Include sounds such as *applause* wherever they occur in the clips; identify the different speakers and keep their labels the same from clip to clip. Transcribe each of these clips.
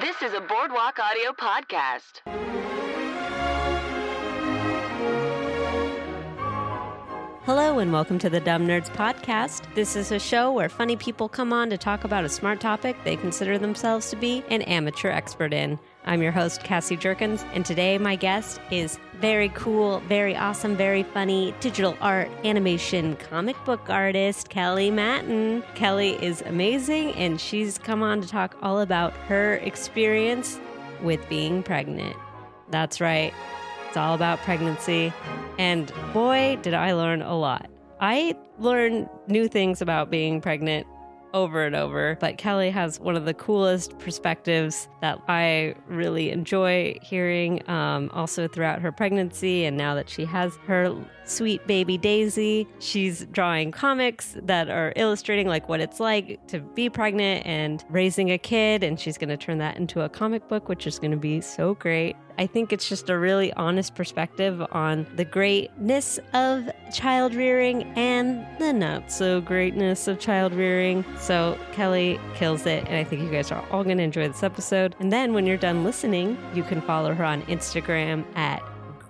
Speaker 1: This is a Boardwalk Audio podcast.
Speaker 2: Hello, and welcome to the Dumb Nerds Podcast. This is a show where funny people come on to talk about a smart topic they consider themselves to be an amateur expert in. I'm your host, Cassie Jerkins, and today my guest is very cool, very awesome, very funny digital art, animation, comic book artist, Kelly Matten. Kelly is amazing, and she's come on to talk all about her experience with being pregnant. That's right. It's all about pregnancy. And boy, did I learn a lot. I learned new things about being pregnant over and over, but Kelly has one of the coolest perspectives that I really enjoy hearing um, also throughout her pregnancy. And now that she has her sweet baby Daisy, she's drawing comics that are illustrating like what it's like to be pregnant and raising a kid. And she's going to turn that into a comic book, which is going to be so great. I think it's just a really honest perspective on the greatness of child rearing and the not so greatness of child rearing. So Kelly kills it, and I think you guys are all going to enjoy this episode. And then when you're done listening, you can follow her on Instagram at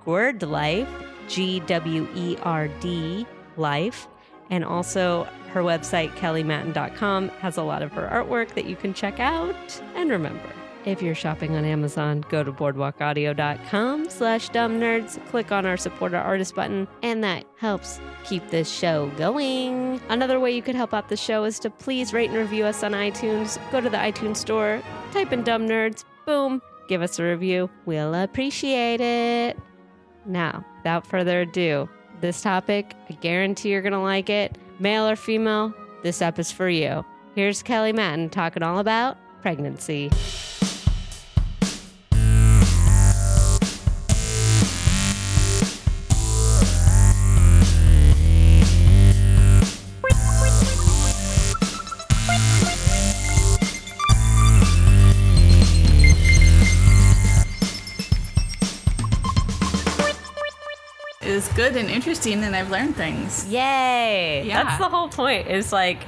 Speaker 2: Gwerd Life, G W E R D Life. And also, her website, kellymatten.com, has a lot of her artwork that you can check out. And remember, if you're shopping on Amazon, go to boardwalkaudio.com slash dumb nerds, click on our support our artist button, and that helps keep this show going. Another way you could help out the show is to please rate and review us on iTunes. Go to the iTunes store, type in dumb nerds, boom, give us a review. We'll appreciate it. Now, without further ado, this topic, I guarantee you're going to like it. Male or female, this up is for you. Here's Kelly Matten talking all about pregnancy.
Speaker 3: It was good and interesting, and I've learned things.
Speaker 2: Yay!
Speaker 3: Yeah.
Speaker 2: That's the whole point is like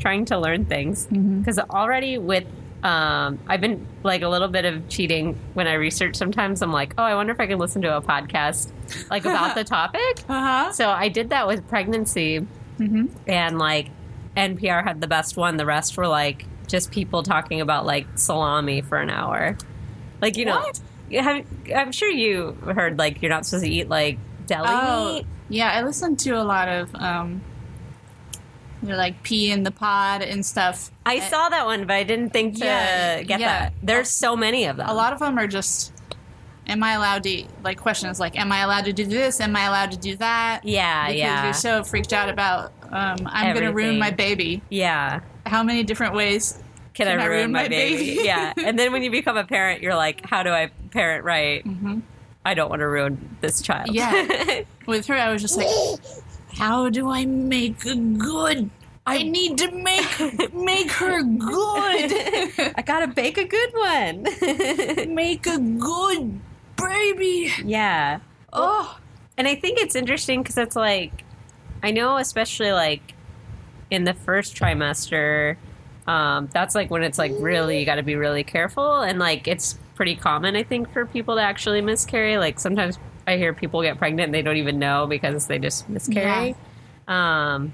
Speaker 2: trying to learn things.
Speaker 3: Mm-hmm.
Speaker 2: Because already with, um, I've been like a little bit of cheating when I research sometimes. I'm like, oh, I wonder if I can listen to a podcast like about
Speaker 3: *laughs*
Speaker 2: the topic.
Speaker 3: Uh huh.
Speaker 2: So I did that with pregnancy,
Speaker 3: Mm-hmm.
Speaker 2: and like NPR had the best one. The rest were like just people talking about like salami for an hour. Like you know,
Speaker 3: What?
Speaker 2: you have, I'm sure you heard like you're not supposed to eat like deli
Speaker 3: Oh,
Speaker 2: meat.
Speaker 3: yeah. I listened to a lot of um, they're like pee in the pod and stuff.
Speaker 2: I saw that one, but I didn't think to
Speaker 3: Yeah,
Speaker 2: get
Speaker 3: yeah.
Speaker 2: that. There's so many of them.
Speaker 3: A lot of them are just, am I allowed to like questions like, am I allowed to do this? Am I allowed to do that?
Speaker 2: Yeah,
Speaker 3: because
Speaker 2: yeah.
Speaker 3: You're so freaked out about um, I'm going to
Speaker 2: Everything.
Speaker 3: ruin my baby.
Speaker 2: yeah.
Speaker 3: How many different ways?
Speaker 2: Can, I ruin, my, baby? *laughs* yeah. And then when you become a parent, you're like, how do I parent right? I don't want to ruin this child. *laughs*
Speaker 3: Yeah. With her, I was just like, how do I make a good? I need
Speaker 2: *laughs*
Speaker 3: to make make her good.
Speaker 2: I got to bake a good one. *laughs*
Speaker 3: make a good baby.
Speaker 2: yeah.
Speaker 3: Oh,
Speaker 2: And I think it's interesting because it's like, I know, especially like in the first trimester, um, that's like when it's like really, you got to be really careful. And like, it's pretty common, I think, for people to actually miscarry. Like, sometimes I hear people get pregnant and they don't even know because they just miscarry. Um,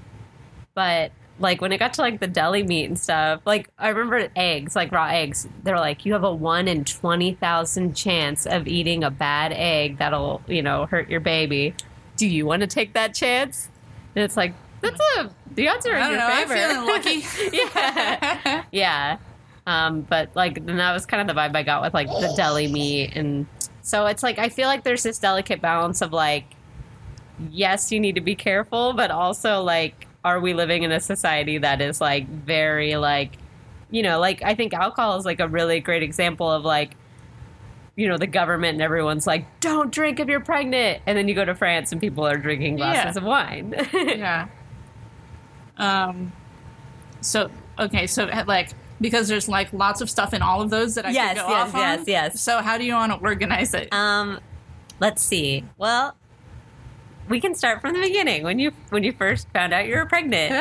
Speaker 2: but like when it got to like the deli meat and stuff, like I remember eggs, like raw eggs. They're like you have a one in twenty thousand chance of eating a bad egg that'll you know hurt your baby. Do you want to take that chance? And it's like that's a the odds are
Speaker 3: I
Speaker 2: in
Speaker 3: don't
Speaker 2: your
Speaker 3: know.
Speaker 2: favor.
Speaker 3: I'm feeling lucky.
Speaker 2: *laughs*
Speaker 3: *laughs*
Speaker 2: yeah, *laughs* yeah. Um, but like then that was kind of the vibe I got with like the deli meat and so it's like I feel like there's this delicate balance of like yes, you need to be careful, but also like, are we living in a society that is like very like, you know, like I think alcohol is like a really great example of like, you know, the government and everyone's like, don't drink if you're pregnant, and then you go to France and people are drinking glasses
Speaker 3: Yeah.
Speaker 2: of wine. *laughs*
Speaker 3: yeah. Um. So okay, so like because there's like lots of stuff in all of those that I
Speaker 2: Yes,
Speaker 3: could go
Speaker 2: yes,
Speaker 3: off on.
Speaker 2: yes, yes.
Speaker 3: So how do you want to organize it?
Speaker 2: um, let's see. Well. We can start from the beginning
Speaker 3: *laughs*
Speaker 2: when you when you first found out you were pregnant.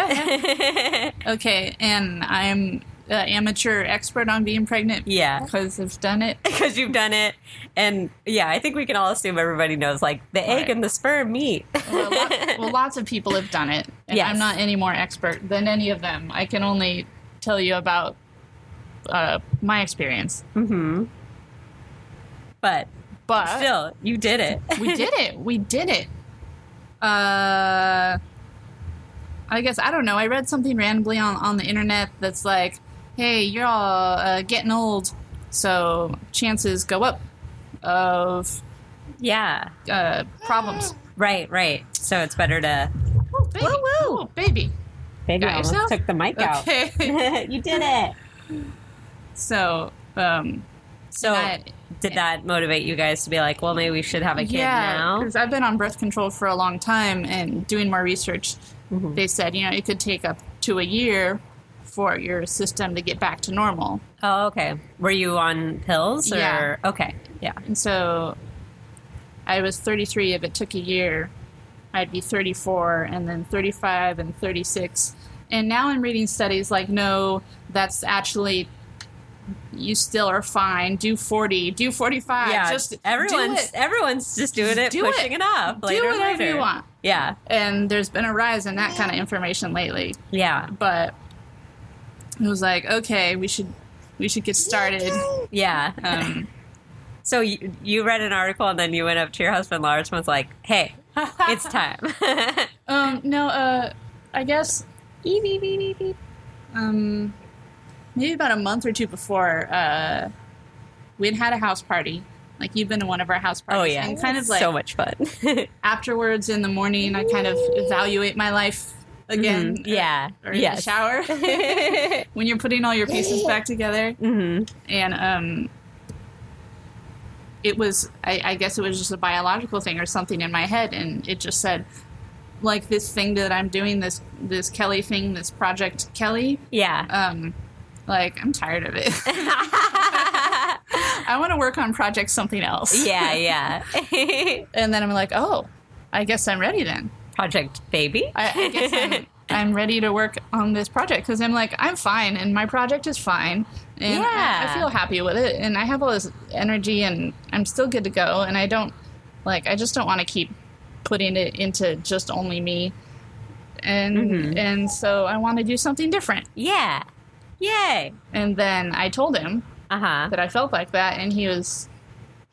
Speaker 3: Okay, and I'm uh, amateur expert on being pregnant.
Speaker 2: Yeah.
Speaker 3: because I've done it.
Speaker 2: because you've done it. And yeah, I think we can all assume everybody knows like the egg
Speaker 3: Right.
Speaker 2: and the sperm meet.
Speaker 3: Well, a lot- well, lots of people have done it, and
Speaker 2: Yes.
Speaker 3: I'm not any more expert than any of them. I can only tell you about uh, my experience.
Speaker 2: hmm But
Speaker 3: But
Speaker 2: still, you did it.
Speaker 3: we did it. We did it. Uh, I guess I don't know. I read something randomly on, on the internet that's like, "Hey, you're all uh, getting old, so chances go up of
Speaker 2: yeah.
Speaker 3: uh, problems."
Speaker 2: Right, right. So it's better to.
Speaker 3: Oh, baby!
Speaker 2: *gasps* Woo-woo.
Speaker 3: Oh, baby!
Speaker 2: Baby
Speaker 3: Got
Speaker 2: almost
Speaker 3: yourself?
Speaker 2: took the mic
Speaker 3: Okay, *laughs*
Speaker 2: out. *laughs* you did it.
Speaker 3: so um,
Speaker 2: So
Speaker 3: and I-
Speaker 2: did that motivate you guys to be like, well, maybe we should have a kid
Speaker 3: yeah,
Speaker 2: now?
Speaker 3: because I've been on birth control for a long time, and doing more research,
Speaker 2: Mhm.
Speaker 3: they said you know it could take up to a year for your system to get back to normal.
Speaker 2: Oh, okay. Were you on pills or?
Speaker 3: Yeah.
Speaker 2: Okay. Yeah.
Speaker 3: And so I was 33. If it took a year, I'd be 34, and then 35, and 36. And now I'm reading studies like, no, that's actually, you still are fine. Do 40, do 45.
Speaker 2: yeah.
Speaker 3: just do
Speaker 2: everyone's
Speaker 3: it.
Speaker 2: everyone's just doing it,
Speaker 3: Do it.
Speaker 2: pushing it, off
Speaker 3: Do
Speaker 2: later. and
Speaker 3: whatever
Speaker 2: later.
Speaker 3: you want.
Speaker 2: Yeah.
Speaker 3: And there's been a rise in that kind of information lately.
Speaker 2: Yeah.
Speaker 3: But it was like, okay, we should we should get started.
Speaker 2: Yeah.
Speaker 3: Um,
Speaker 2: So you, you read an article and then you went up to your husband Lars and was like, "Hey,
Speaker 3: *laughs*
Speaker 2: it's time." *laughs*
Speaker 3: Um, no, uh, I guess. Eep, eep, eep, eep, eep. Um, maybe about a month or two before, uh, we'd had a house party. Like, you've been to one of our house
Speaker 2: oh
Speaker 3: parties.
Speaker 2: yeah,
Speaker 3: And kind of
Speaker 2: It's
Speaker 3: like
Speaker 2: so much *laughs* fun.
Speaker 3: afterwards in the morning, I kind of evaluate my life again. uh,
Speaker 2: Mhm. yeah,
Speaker 3: Or in
Speaker 2: yes.
Speaker 3: the shower *laughs*
Speaker 2: *laughs*
Speaker 3: when you're putting all your pieces back together.
Speaker 2: hmm
Speaker 3: And, um, it was, I, I guess it was just a biological thing or something in my head. And it just said, like this thing that I'm doing, this this Kelly thing, this project Kelly.
Speaker 2: Yeah.
Speaker 3: Um, like I'm tired of it. *laughs* I want to work on project something else. *laughs*
Speaker 2: yeah, yeah. *laughs*
Speaker 3: And then I'm like, oh, I guess I'm ready then.
Speaker 2: Project Baby.
Speaker 3: I, I guess I'm, I'm ready to work on this project because I'm like I'm fine and my project is fine and I-
Speaker 2: Yeah.
Speaker 3: I, feel happy with it and I have all this energy and I'm still good to go and I don't like I just don't want to keep putting it into just only me and
Speaker 2: Mhm.
Speaker 3: and so I want to do something different
Speaker 2: yeah. Yay.
Speaker 3: and then I told him
Speaker 2: Uh huh.
Speaker 3: that I felt like that and he was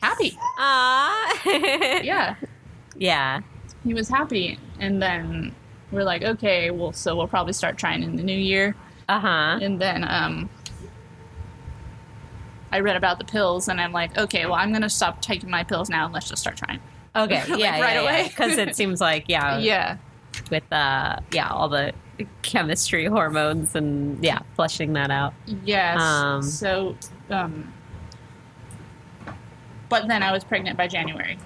Speaker 3: happy
Speaker 2: *laughs* Aww.
Speaker 3: yeah
Speaker 2: yeah.
Speaker 3: he was happy and then we're like okay well so we'll probably start trying in the new year
Speaker 2: Uh huh.
Speaker 3: and then um, I read about the pills, and I'm like, okay, well, I'm gonna stop taking my pills now, and let's just start trying.
Speaker 2: Okay. *laughs* Yeah. right
Speaker 3: Like, right
Speaker 2: away.
Speaker 3: away.
Speaker 2: Because it seems like *laughs* yeah.
Speaker 3: yeah,
Speaker 2: With uh yeah all the chemistry hormones and yeah flushing that out.
Speaker 3: yes.
Speaker 2: Um.
Speaker 3: so, um, but then I was pregnant by January.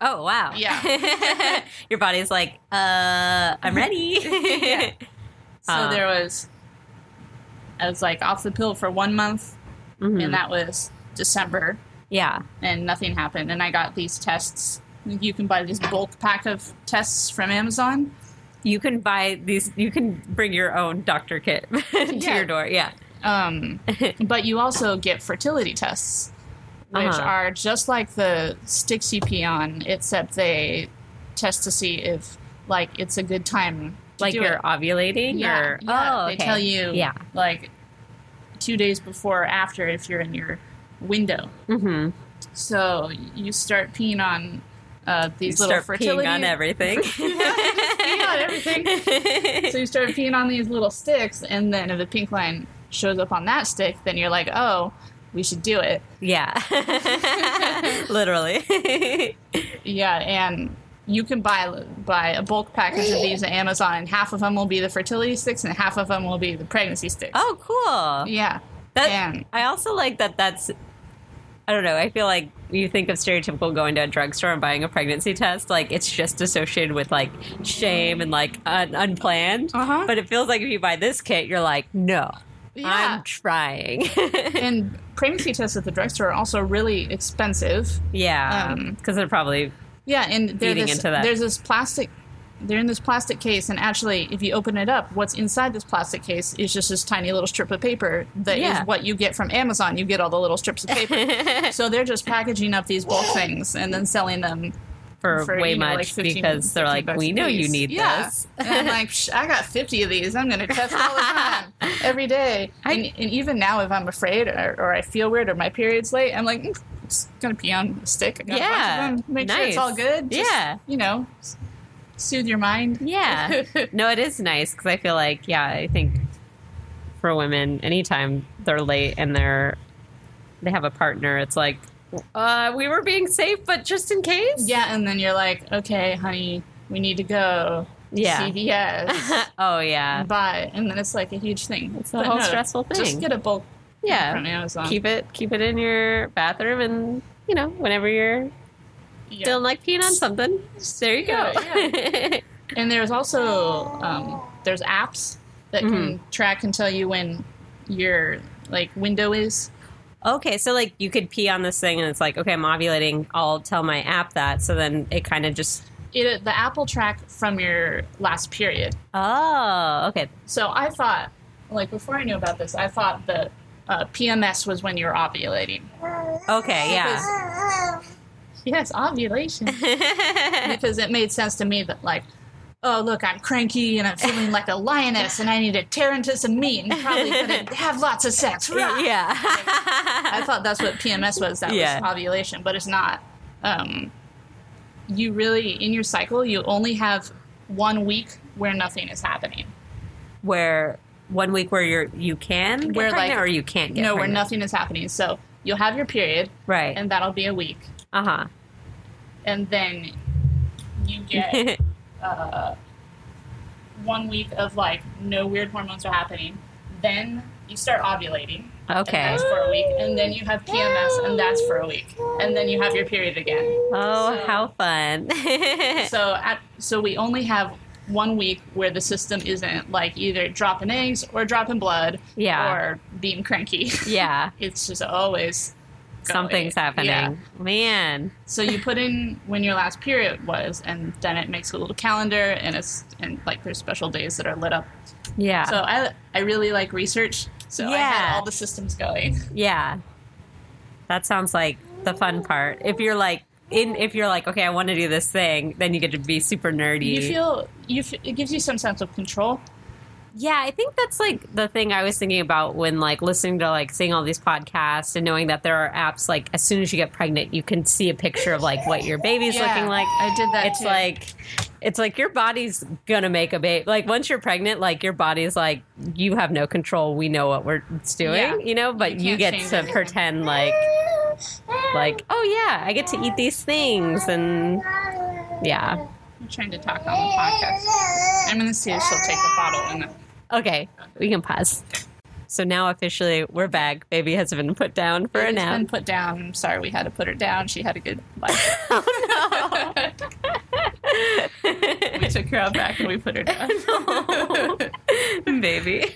Speaker 2: Oh wow!
Speaker 3: Yeah.
Speaker 2: *laughs* your body's like, uh, I'm ready.
Speaker 3: *laughs*
Speaker 2: *laughs*
Speaker 3: Yeah. So
Speaker 2: Uh.
Speaker 3: there was, I was like off the pill for one month,
Speaker 2: Mhm.
Speaker 3: and that was December,
Speaker 2: yeah,
Speaker 3: and nothing happened. And I got these tests. You can buy this bulk pack of tests from Amazon.
Speaker 2: you can buy these. You can bring your own doctor kit *laughs* to
Speaker 3: Yeah.
Speaker 2: your door. Yeah, *laughs*
Speaker 3: Um, but you also get fertility tests, which
Speaker 2: Uh-huh.
Speaker 3: are just like the sticks you pee on, except they test to see if like it's a good time. To
Speaker 2: like
Speaker 3: do
Speaker 2: you're
Speaker 3: it.
Speaker 2: ovulating.
Speaker 3: yeah,
Speaker 2: or,
Speaker 3: yeah,
Speaker 2: oh,
Speaker 3: they
Speaker 2: okay.
Speaker 3: tell you
Speaker 2: Yeah.
Speaker 3: like two days before or after if you're in your window.
Speaker 2: Mm-hmm.
Speaker 3: So you start peeing on uh,
Speaker 2: You
Speaker 3: these little
Speaker 2: start
Speaker 3: fertility
Speaker 2: peeing on everything.
Speaker 3: *laughs*
Speaker 2: *laughs*
Speaker 3: peeing on everything. So you start peeing on these little sticks, and then if the pink line shows up on that stick, then you're like, oh, we should do it.
Speaker 2: yeah, *laughs*
Speaker 3: *laughs*
Speaker 2: literally. *laughs*
Speaker 3: Yeah, and you can buy buy a bulk package of these at Amazon, and half of them will be the fertility sticks, and half of them will be the pregnancy sticks.
Speaker 2: oh, cool.
Speaker 3: yeah,
Speaker 2: That
Speaker 3: And-
Speaker 2: I also like that. That's I don't know. I feel like you think of stereotypical going to a drugstore and buying a pregnancy test, like it's just associated with like shame and like un- unplanned.
Speaker 3: Uh-huh.
Speaker 2: But it feels like if you buy this kit, you're like, no,
Speaker 3: Yeah.
Speaker 2: I'm trying. *laughs*
Speaker 3: and pregnancy tests at the drugstore are also really expensive.
Speaker 2: yeah,
Speaker 3: Um,
Speaker 2: because they're probably
Speaker 3: Yeah, and they're
Speaker 2: Feeding
Speaker 3: this-
Speaker 2: into that.
Speaker 3: there's this plastic they're in this plastic case, and actually, if you open it up, what's inside this plastic case is just this tiny little strip of paper that is
Speaker 2: Yeah.
Speaker 3: what you get from Amazon. You get all the little strips
Speaker 2: *laughs*
Speaker 3: of paper. so they're just packaging up these bulk things and then selling them
Speaker 2: for, way
Speaker 3: you know,
Speaker 2: much
Speaker 3: like 15
Speaker 2: because they're
Speaker 3: 15
Speaker 2: like,
Speaker 3: bucks
Speaker 2: we
Speaker 3: a
Speaker 2: know you
Speaker 3: piece."
Speaker 2: need
Speaker 3: yeah.
Speaker 2: this.
Speaker 3: *laughs* and I'm like, Psh, I got 50 of these. I'm going to
Speaker 2: *laughs*
Speaker 3: test all the time, every day.
Speaker 2: I-
Speaker 3: and, and even now, if I'm afraid or, or I feel weird or my period's late, I'm like, "Mm, I'm just going to pee on a stick. I got a bunch of
Speaker 2: Yeah,
Speaker 3: them. Make sure it's
Speaker 2: nice.
Speaker 3: all good. Just,
Speaker 2: Yeah.
Speaker 3: You know, s- soothe your mind.
Speaker 2: Yeah.
Speaker 3: *laughs*
Speaker 2: no, it is nice because I feel like, yeah, I think for women, anytime they're late and they're they have a partner, it's like uh, we were being safe, but just in case.
Speaker 3: yeah. And then you're like, okay, honey, we need to go.
Speaker 2: Yeah.
Speaker 3: CVS.
Speaker 2: *laughs* oh *laughs* yeah.
Speaker 3: Buy. And then it's like a huge thing.
Speaker 2: It's a
Speaker 3: But
Speaker 2: whole stressful thing.
Speaker 3: Just get a bulk from
Speaker 2: Yeah.
Speaker 3: Amazon.
Speaker 2: Keep it keep it in your bathroom and you know whenever you're
Speaker 3: Yeah.
Speaker 2: feeling like peeing on something, there you go.
Speaker 3: And there's also um, there's apps that can track and tell you when your like window is.
Speaker 2: *laughs* Okay, so like you could pee on this thing and it's like, okay, I'm ovulating. I'll tell my app that. So then it kind of just,
Speaker 3: It the app will track from your last period.
Speaker 2: oh, okay.
Speaker 3: So I thought, like before I knew about this, I thought that uh, PMS was when you're ovulating.
Speaker 2: Okay, yeah.
Speaker 3: Yes, ovulation. because it made sense to me that like. Oh look, I'm cranky and I'm feeling like a lioness, and I need to tear into some meat and probably gonna have lots of sex. *laughs* Rah!
Speaker 2: yeah.
Speaker 3: I thought that's what PMS was. That
Speaker 2: Yeah.
Speaker 3: was ovulation, but it's not. Um, you really in your cycle, you only have one week where nothing is happening.
Speaker 2: *laughs* where one week where you're, you can get
Speaker 3: Where,
Speaker 2: pregnant
Speaker 3: like,
Speaker 2: or you can't get
Speaker 3: no, where
Speaker 2: pregnant.
Speaker 3: nothing is happening. So you'll have your period,
Speaker 2: Right.
Speaker 3: and that'll be a week,
Speaker 2: uh
Speaker 3: and then you
Speaker 2: *laughs*
Speaker 3: get
Speaker 2: huh.
Speaker 3: one week of like no weird hormones are happening. Then you start ovulating.
Speaker 2: okay.
Speaker 3: And that's for a week, and then you have PMS, and that's for a week, and then you have your period again.
Speaker 2: Oh, how fun. *laughs*
Speaker 3: *laughs* so at, so we only have one week where the system isn't like either dropping eggs or dropping blood
Speaker 2: Yeah.
Speaker 3: or being cranky *laughs*
Speaker 2: yeah.
Speaker 3: it's just always going.
Speaker 2: Something's happening.
Speaker 3: Yeah.
Speaker 2: Man.
Speaker 3: so you put in when your last period was and then it makes a little calendar and it's and like there's special days that are lit up
Speaker 2: Yeah.
Speaker 3: so i i really like research so i
Speaker 2: Yeah.
Speaker 3: had all the systems going
Speaker 2: Yeah. That sounds like the fun part. If you're like in if you're like, okay, I want to do this thing, then you get to be super nerdy.
Speaker 3: you feel you f- it gives you some sense of control
Speaker 2: yeah, I think that's like the thing I was thinking about when like listening to like seeing all these podcasts and knowing that there are apps like as soon as you get pregnant, you can see a picture of like what your baby's
Speaker 3: Yeah,
Speaker 2: looking like.
Speaker 3: I did that
Speaker 2: It's
Speaker 3: too.
Speaker 2: like it's like your body's gonna make a baby. Like once you're pregnant, like your body's like you have no control. We know what we're it's doing,
Speaker 3: Yeah.
Speaker 2: you know. But
Speaker 3: You
Speaker 2: you,
Speaker 3: can't
Speaker 2: get
Speaker 3: change
Speaker 2: to
Speaker 3: anything.
Speaker 2: pretend like like, oh yeah, I get to eat these things and yeah.
Speaker 3: i'm trying to talk on the podcast i'm gonna see if she'll take a bottle and
Speaker 2: Okay, we can pause. So now officially we're back. Baby has been put down for a
Speaker 3: It's
Speaker 2: nap.
Speaker 3: been put down. I'm sorry we had to put her down. She had a good life.
Speaker 2: *laughs* Oh,
Speaker 3: we took her out back and we put her
Speaker 2: *laughs*
Speaker 3: down.
Speaker 2: Baby.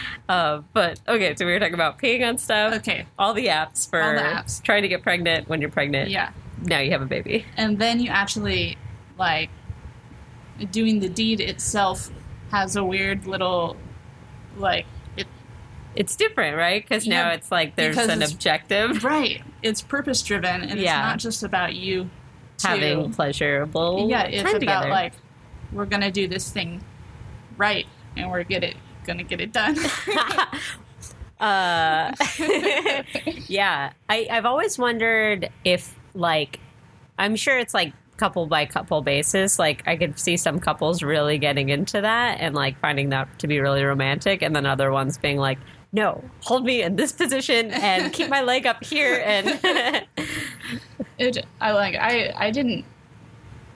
Speaker 2: *laughs* uh, but okay, so we were talking about peeing on stuff.
Speaker 3: Okay.
Speaker 2: All the apps for
Speaker 3: All the apps.
Speaker 2: trying to get pregnant when you're pregnant.
Speaker 3: Yeah.
Speaker 2: Now you have a baby.
Speaker 3: And then you actually, like, doing the deed itself has a weird little, like, it,
Speaker 2: It's different, right? Because now
Speaker 3: Yeah,
Speaker 2: it's like there's
Speaker 3: because
Speaker 2: an
Speaker 3: it's-
Speaker 2: objective
Speaker 3: right. It's purpose driven and
Speaker 2: Yeah.
Speaker 3: it's not just about you to-
Speaker 2: having pleasurable
Speaker 3: yeah, it's
Speaker 2: time
Speaker 3: about,
Speaker 2: together.
Speaker 3: like, we're going to do this thing right and we're get it, going to get it
Speaker 2: *laughs*
Speaker 3: done.
Speaker 2: uh, *laughs* yeah, I, I've always wondered if, like, I'm sure it's like couple by couple basis. Like, I could see some couples really getting into that and like finding that to be really romantic, and then other ones being like, no, hold me in this position and keep my leg up here. And *laughs*
Speaker 3: It, I like I I didn't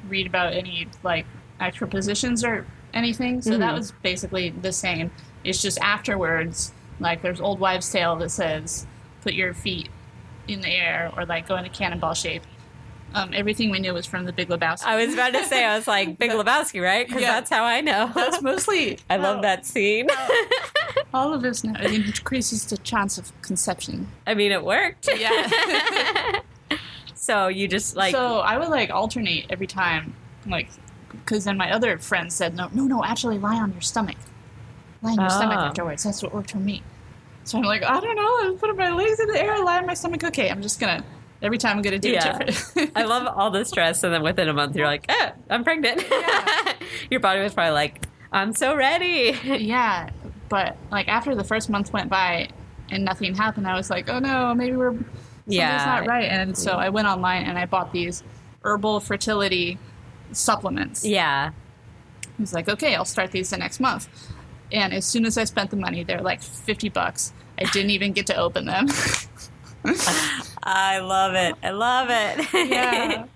Speaker 3: read about any like extra positions or anything, so that
Speaker 2: Mhm.
Speaker 3: was basically the same. It's just afterwards, like there's old wives' tale that says, "Put your feet in the air" or like go in a cannonball shape. Um, everything we knew was from the Big Lebowski.
Speaker 2: I was about to say, I was like, Big Lebowski, right? Because
Speaker 3: Yeah.
Speaker 2: that's how I know.
Speaker 3: *laughs* That's mostly.
Speaker 2: *laughs* I love
Speaker 3: how
Speaker 2: that scene.
Speaker 3: All of us know it increases the chance of conception.
Speaker 2: *laughs* I mean, it worked.
Speaker 3: Yeah.
Speaker 2: *laughs* So you just like,
Speaker 3: so I would like alternate every time, like because then my other friend said, no, no, no, actually lie on your stomach. Lie on your stomach
Speaker 2: Ah.
Speaker 3: afterwards. That's what worked for me. So I'm like, I don't know. I'm putting my legs in the air, lie on my stomach. Okay, I'm just going to, every time I'm going to do
Speaker 2: Yeah.
Speaker 3: it different.
Speaker 2: *laughs* I love all the stress, and then within a month, you're like, oh, I'm pregnant. *laughs* Your body was probably like, I'm so ready. *laughs*
Speaker 3: *laughs* yeah, but like after the first month went by and nothing happened, I was like, oh no, maybe we're something's
Speaker 2: Yeah.
Speaker 3: not right. And so I went online and I bought these herbal fertility supplements.
Speaker 2: Yeah.
Speaker 3: I was like, okay, I'll start these the next month. And as soon as I spent the money, they're like fifty bucks. I didn't even get to open
Speaker 2: *laughs*
Speaker 3: them.
Speaker 2: I love it. I love it.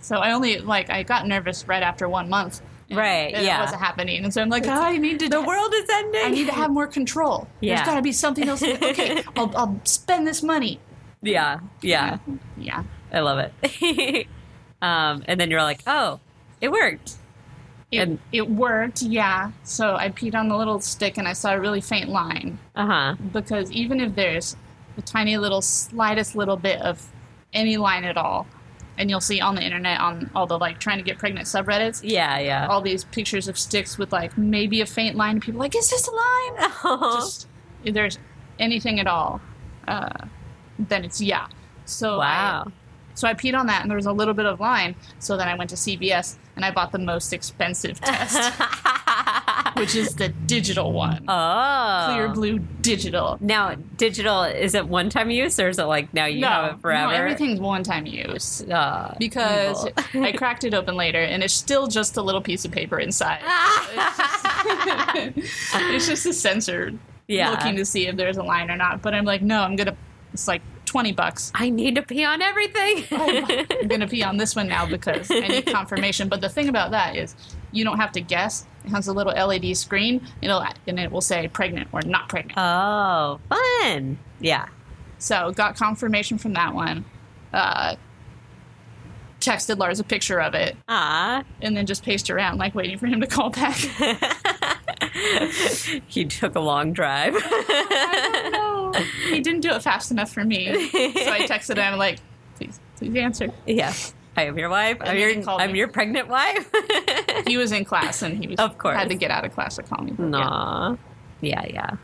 Speaker 3: So I only like I got nervous right after one month. And-
Speaker 2: Right,
Speaker 3: and
Speaker 2: yeah.
Speaker 3: It wasn't happening, and so I'm like, "Ah, I need to
Speaker 2: the *laughs* world is ending.
Speaker 3: I need to have more control.
Speaker 2: Yeah.
Speaker 3: There's got to be something
Speaker 2: *laughs*
Speaker 3: else. Okay, I'll, I'll spend this money.
Speaker 2: yeah, yeah.
Speaker 3: Yeah.
Speaker 2: I love it. *laughs* um, and then you're like, oh, it worked.
Speaker 3: It,
Speaker 2: And-
Speaker 3: it worked, yeah. So I peed on the little stick and I saw a really faint line
Speaker 2: Uh huh.
Speaker 3: because even if there's the tiny little slightest little bit of any line at all, and you'll see on the internet on all the like trying to get pregnant subreddits,
Speaker 2: Yeah, yeah.
Speaker 3: all these pictures of sticks with like maybe a faint line, and people are like, is this a line? Oh.
Speaker 2: *laughs* Uh-huh.
Speaker 3: *laughs* just if there's anything at all, uh, then it's yeah. So
Speaker 2: Wow. *laughs*
Speaker 3: I, so I peed on that, and there was a little bit of line. So then I went to CVS and I bought the most
Speaker 2: *laughs*
Speaker 3: expensive test, which is the digital one,
Speaker 2: oh.
Speaker 3: clear blue digital.
Speaker 2: Now, digital is it one time use or is it like now you have it forever?
Speaker 3: no, everything's one-time use *laughs*
Speaker 2: Ah,
Speaker 3: because
Speaker 2: evil.
Speaker 3: I cracked it open later, and it's still just a little piece of
Speaker 2: *laughs*
Speaker 3: paper inside. it's just a sensor
Speaker 2: Yeah.
Speaker 3: looking to see if there's a line or not. But I'm like, no, I'm gonna. It's like twenty bucks.
Speaker 2: I need to pee on everything.
Speaker 3: *laughs* I'm gonna be on this one now because I
Speaker 2: *laughs*
Speaker 3: need confirmation. But the thing about that is, you don't have to guess. It has a little LED screen. It'll and it will say pregnant or not pregnant.
Speaker 2: oh, fun. Yeah.
Speaker 3: So got confirmation from that one. Uh, texted Lars a picture of it
Speaker 2: Ah.
Speaker 3: and then just paced around like waiting for him to
Speaker 2: *laughs*
Speaker 3: call back.
Speaker 2: he took a long drive. *laughs*
Speaker 3: he didn't do it fast enough for me, so I texted him like, please, please answer.
Speaker 2: yeah. I am your wife. I'm
Speaker 3: then
Speaker 2: your,
Speaker 3: he called
Speaker 2: I'm
Speaker 3: me.
Speaker 2: your pregnant wife. *laughs*
Speaker 3: He was in class and he was
Speaker 2: Of course.
Speaker 3: had to get out of class to call me. but yeah.
Speaker 2: Nah. Yeah,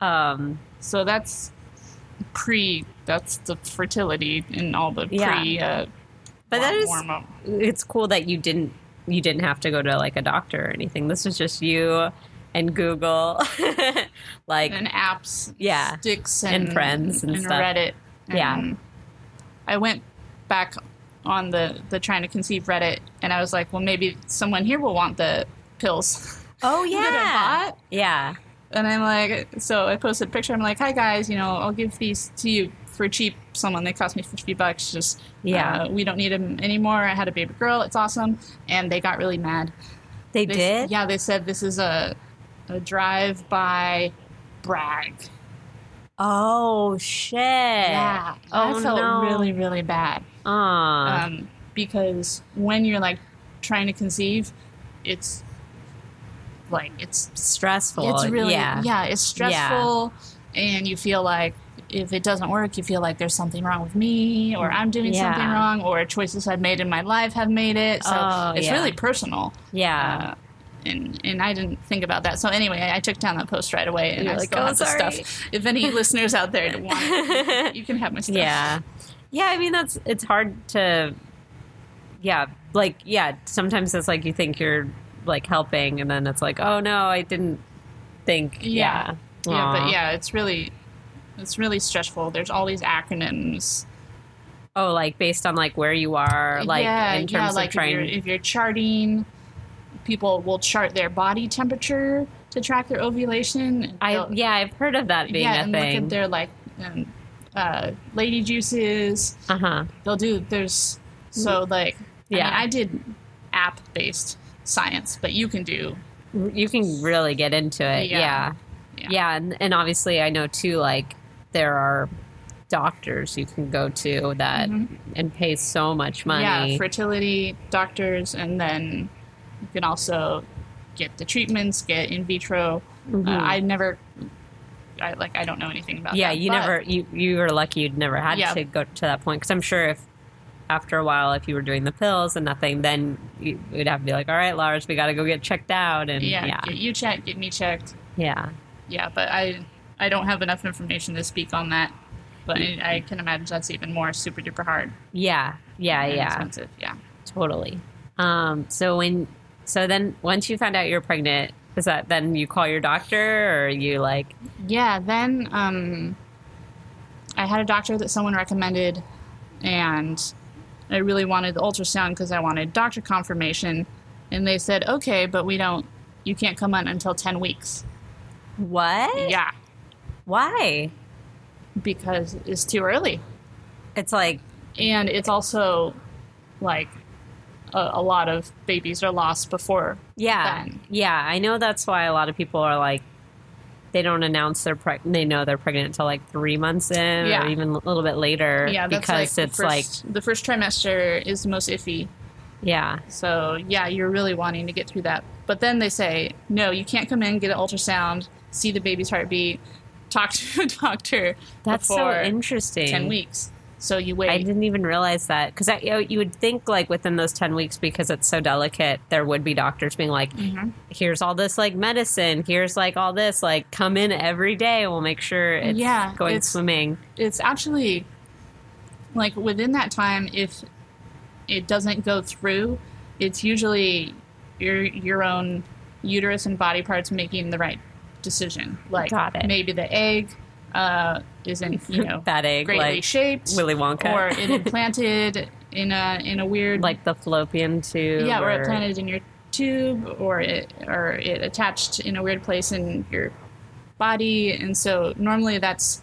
Speaker 2: yeah. Um,
Speaker 3: So that's pre. That's the fertility and all the
Speaker 2: Yeah.
Speaker 3: pre. Uh,
Speaker 2: but that is
Speaker 3: warm up.
Speaker 2: it's cool that you didn't you didn't have to go to like a doctor or anything. This was just you and Google, *laughs* like
Speaker 3: and apps,
Speaker 2: Yeah.
Speaker 3: sticks, and,
Speaker 2: And friends and stuff.
Speaker 3: Reddit.
Speaker 2: Yeah.
Speaker 3: And I went back on the the trying to conceive Reddit, and I was like, well, maybe someone here will want the pills. *laughs*
Speaker 2: oh
Speaker 3: that I
Speaker 2: yeah,
Speaker 3: bought.
Speaker 2: yeah,
Speaker 3: And I'm like, so I posted a picture. I'm like, hi guys, you know, I'll give these to you for cheap. Someone they cost me 50 bucks. Just
Speaker 2: Yeah.
Speaker 3: uh, we don't need them anymore. I had a baby girl. It's awesome. And they got really mad.
Speaker 2: they,
Speaker 3: They,
Speaker 2: did.
Speaker 3: Yeah, they said this is a a drive by brag.
Speaker 2: Oh shit.
Speaker 3: Yeah.
Speaker 2: Oh
Speaker 3: I felt
Speaker 2: no. Uh-huh.
Speaker 3: really really bad
Speaker 2: Aw.
Speaker 3: um, because when you're like trying to conceive, it's like it's
Speaker 2: stressful.
Speaker 3: It's really
Speaker 2: yeah.
Speaker 3: yeah, it's stressful and you feel like if it doesn't work, you feel like there's something wrong with me or I'm doing
Speaker 2: Yeah.
Speaker 3: something wrong or choices I've made in my life have made it. So
Speaker 2: Oh,
Speaker 3: it's
Speaker 2: yeah.
Speaker 3: really personal.
Speaker 2: Yeah.
Speaker 3: Uh, and, and I didn't think about that. So anyway, I took down that post right away, and
Speaker 2: You're
Speaker 3: I
Speaker 2: like,
Speaker 3: still
Speaker 2: "Oh,
Speaker 3: have the
Speaker 2: sorry."
Speaker 3: stuff. If any listeners
Speaker 2: *laughs*
Speaker 3: out there want, it, you can have my stuff.
Speaker 2: yeah. Yeah, I mean that's it's hard to yeah, like yeah, sometimes it's like you think you're like helping and then it's like, "Oh no, I didn't think." Yeah.
Speaker 3: Yeah. yeah.
Speaker 2: Aw.
Speaker 3: But yeah, it's really, it's really stressful. There's all these acronyms.
Speaker 2: Oh, like based on like where you are, like in terms of
Speaker 3: like if you're,
Speaker 2: trying.
Speaker 3: if you're charting, people will chart their body temperature to track their ovulation.
Speaker 2: I
Speaker 3: They'll-
Speaker 2: yeah, I've heard of that being
Speaker 3: yeah,
Speaker 2: a
Speaker 3: and look
Speaker 2: thing.
Speaker 3: at their like um, uh, lady juices.
Speaker 2: uh huh.
Speaker 3: They'll do there's so like I mean,
Speaker 2: Mm-hmm. Yeah.
Speaker 3: I, did app based science, but you can do
Speaker 2: You can really get into it.
Speaker 3: Yeah.
Speaker 2: Yeah.
Speaker 3: Yeah.
Speaker 2: Yeah, and, and obviously I know too like there are doctors you can go to
Speaker 3: Mm-hmm.
Speaker 2: that and pay so much money.
Speaker 3: yeah uh, fertility doctors, and then you can also get the treatments, get in vitro.
Speaker 2: Mm-hmm.
Speaker 3: Uh, I never. I, like I don't know anything about
Speaker 2: yeah
Speaker 3: that,
Speaker 2: you
Speaker 3: but-
Speaker 2: never you you were lucky you'd never had
Speaker 3: Yeah.
Speaker 2: to go to that point because i'm sure if after a while, if you were doing the pills and nothing, then you would have to be like, all right, Lars, we got to go get checked out. And
Speaker 3: Yeah,
Speaker 2: yeah.
Speaker 3: get you checked, get me checked.
Speaker 2: yeah.
Speaker 3: Yeah, but I I don't have enough information to speak on that. But I, I can imagine that's even more super duper hard.
Speaker 2: Yeah, yeah,
Speaker 3: and
Speaker 2: yeah,
Speaker 3: Expensive. Yeah.
Speaker 2: totally. Um, so when, so then once you found out you're pregnant, is that then you call your doctor or you like,
Speaker 3: Yeah, then um, I had a doctor that someone recommended, and I really wanted the ultrasound because I wanted doctor confirmation. And they said, okay, but we don't, you can't come on until
Speaker 2: *laughs*
Speaker 3: 10 weeks.
Speaker 2: what?
Speaker 3: Yeah,
Speaker 2: Why?
Speaker 3: because it's too early.
Speaker 2: It's like,
Speaker 3: And it's also like a, a lot of babies are lost before
Speaker 2: yeah,
Speaker 3: Then.
Speaker 2: yeah. I know that's why a lot of people are like, they don't announce they're preg- they know they're pregnant until like three months in
Speaker 3: Yeah.
Speaker 2: or even a little bit later
Speaker 3: yeah, that's
Speaker 2: because
Speaker 3: like
Speaker 2: it's
Speaker 3: the first, like the first trimester is the most iffy.
Speaker 2: like, yeah,
Speaker 3: So yeah, you're really wanting to get through that. But then they say, no, you can't come in, get an ultrasound, see the baby's heartbeat, talk to *laughs* a doctor
Speaker 2: that's so
Speaker 3: before
Speaker 2: interesting.
Speaker 3: ten weeks. So you
Speaker 2: I
Speaker 3: wait.
Speaker 2: didn't even realize that because you, know, you would think like within those ten weeks because it's so delicate, there would be doctors being like,
Speaker 3: Mhm.
Speaker 2: "Here's all this like medicine. Here's like all this like come in every day. We'll make sure it's
Speaker 3: Yeah,
Speaker 2: going
Speaker 3: it's-
Speaker 2: swimming."
Speaker 3: It's actually like within that time, if it doesn't go through, it's usually your your own uterus and body parts making the right decision. Like
Speaker 2: Got it.
Speaker 3: maybe the egg uh,
Speaker 2: *laughs*
Speaker 3: isn't you know
Speaker 2: that egg,
Speaker 3: greatly
Speaker 2: like
Speaker 3: shaped.
Speaker 2: Willy Wonka,
Speaker 3: or
Speaker 2: *laughs*
Speaker 3: it implanted in a in a weird
Speaker 2: like the fallopian tube.
Speaker 3: yeah, or
Speaker 2: or
Speaker 3: it planted in your tube, or it or it attached in a weird place in your body, and so normally that's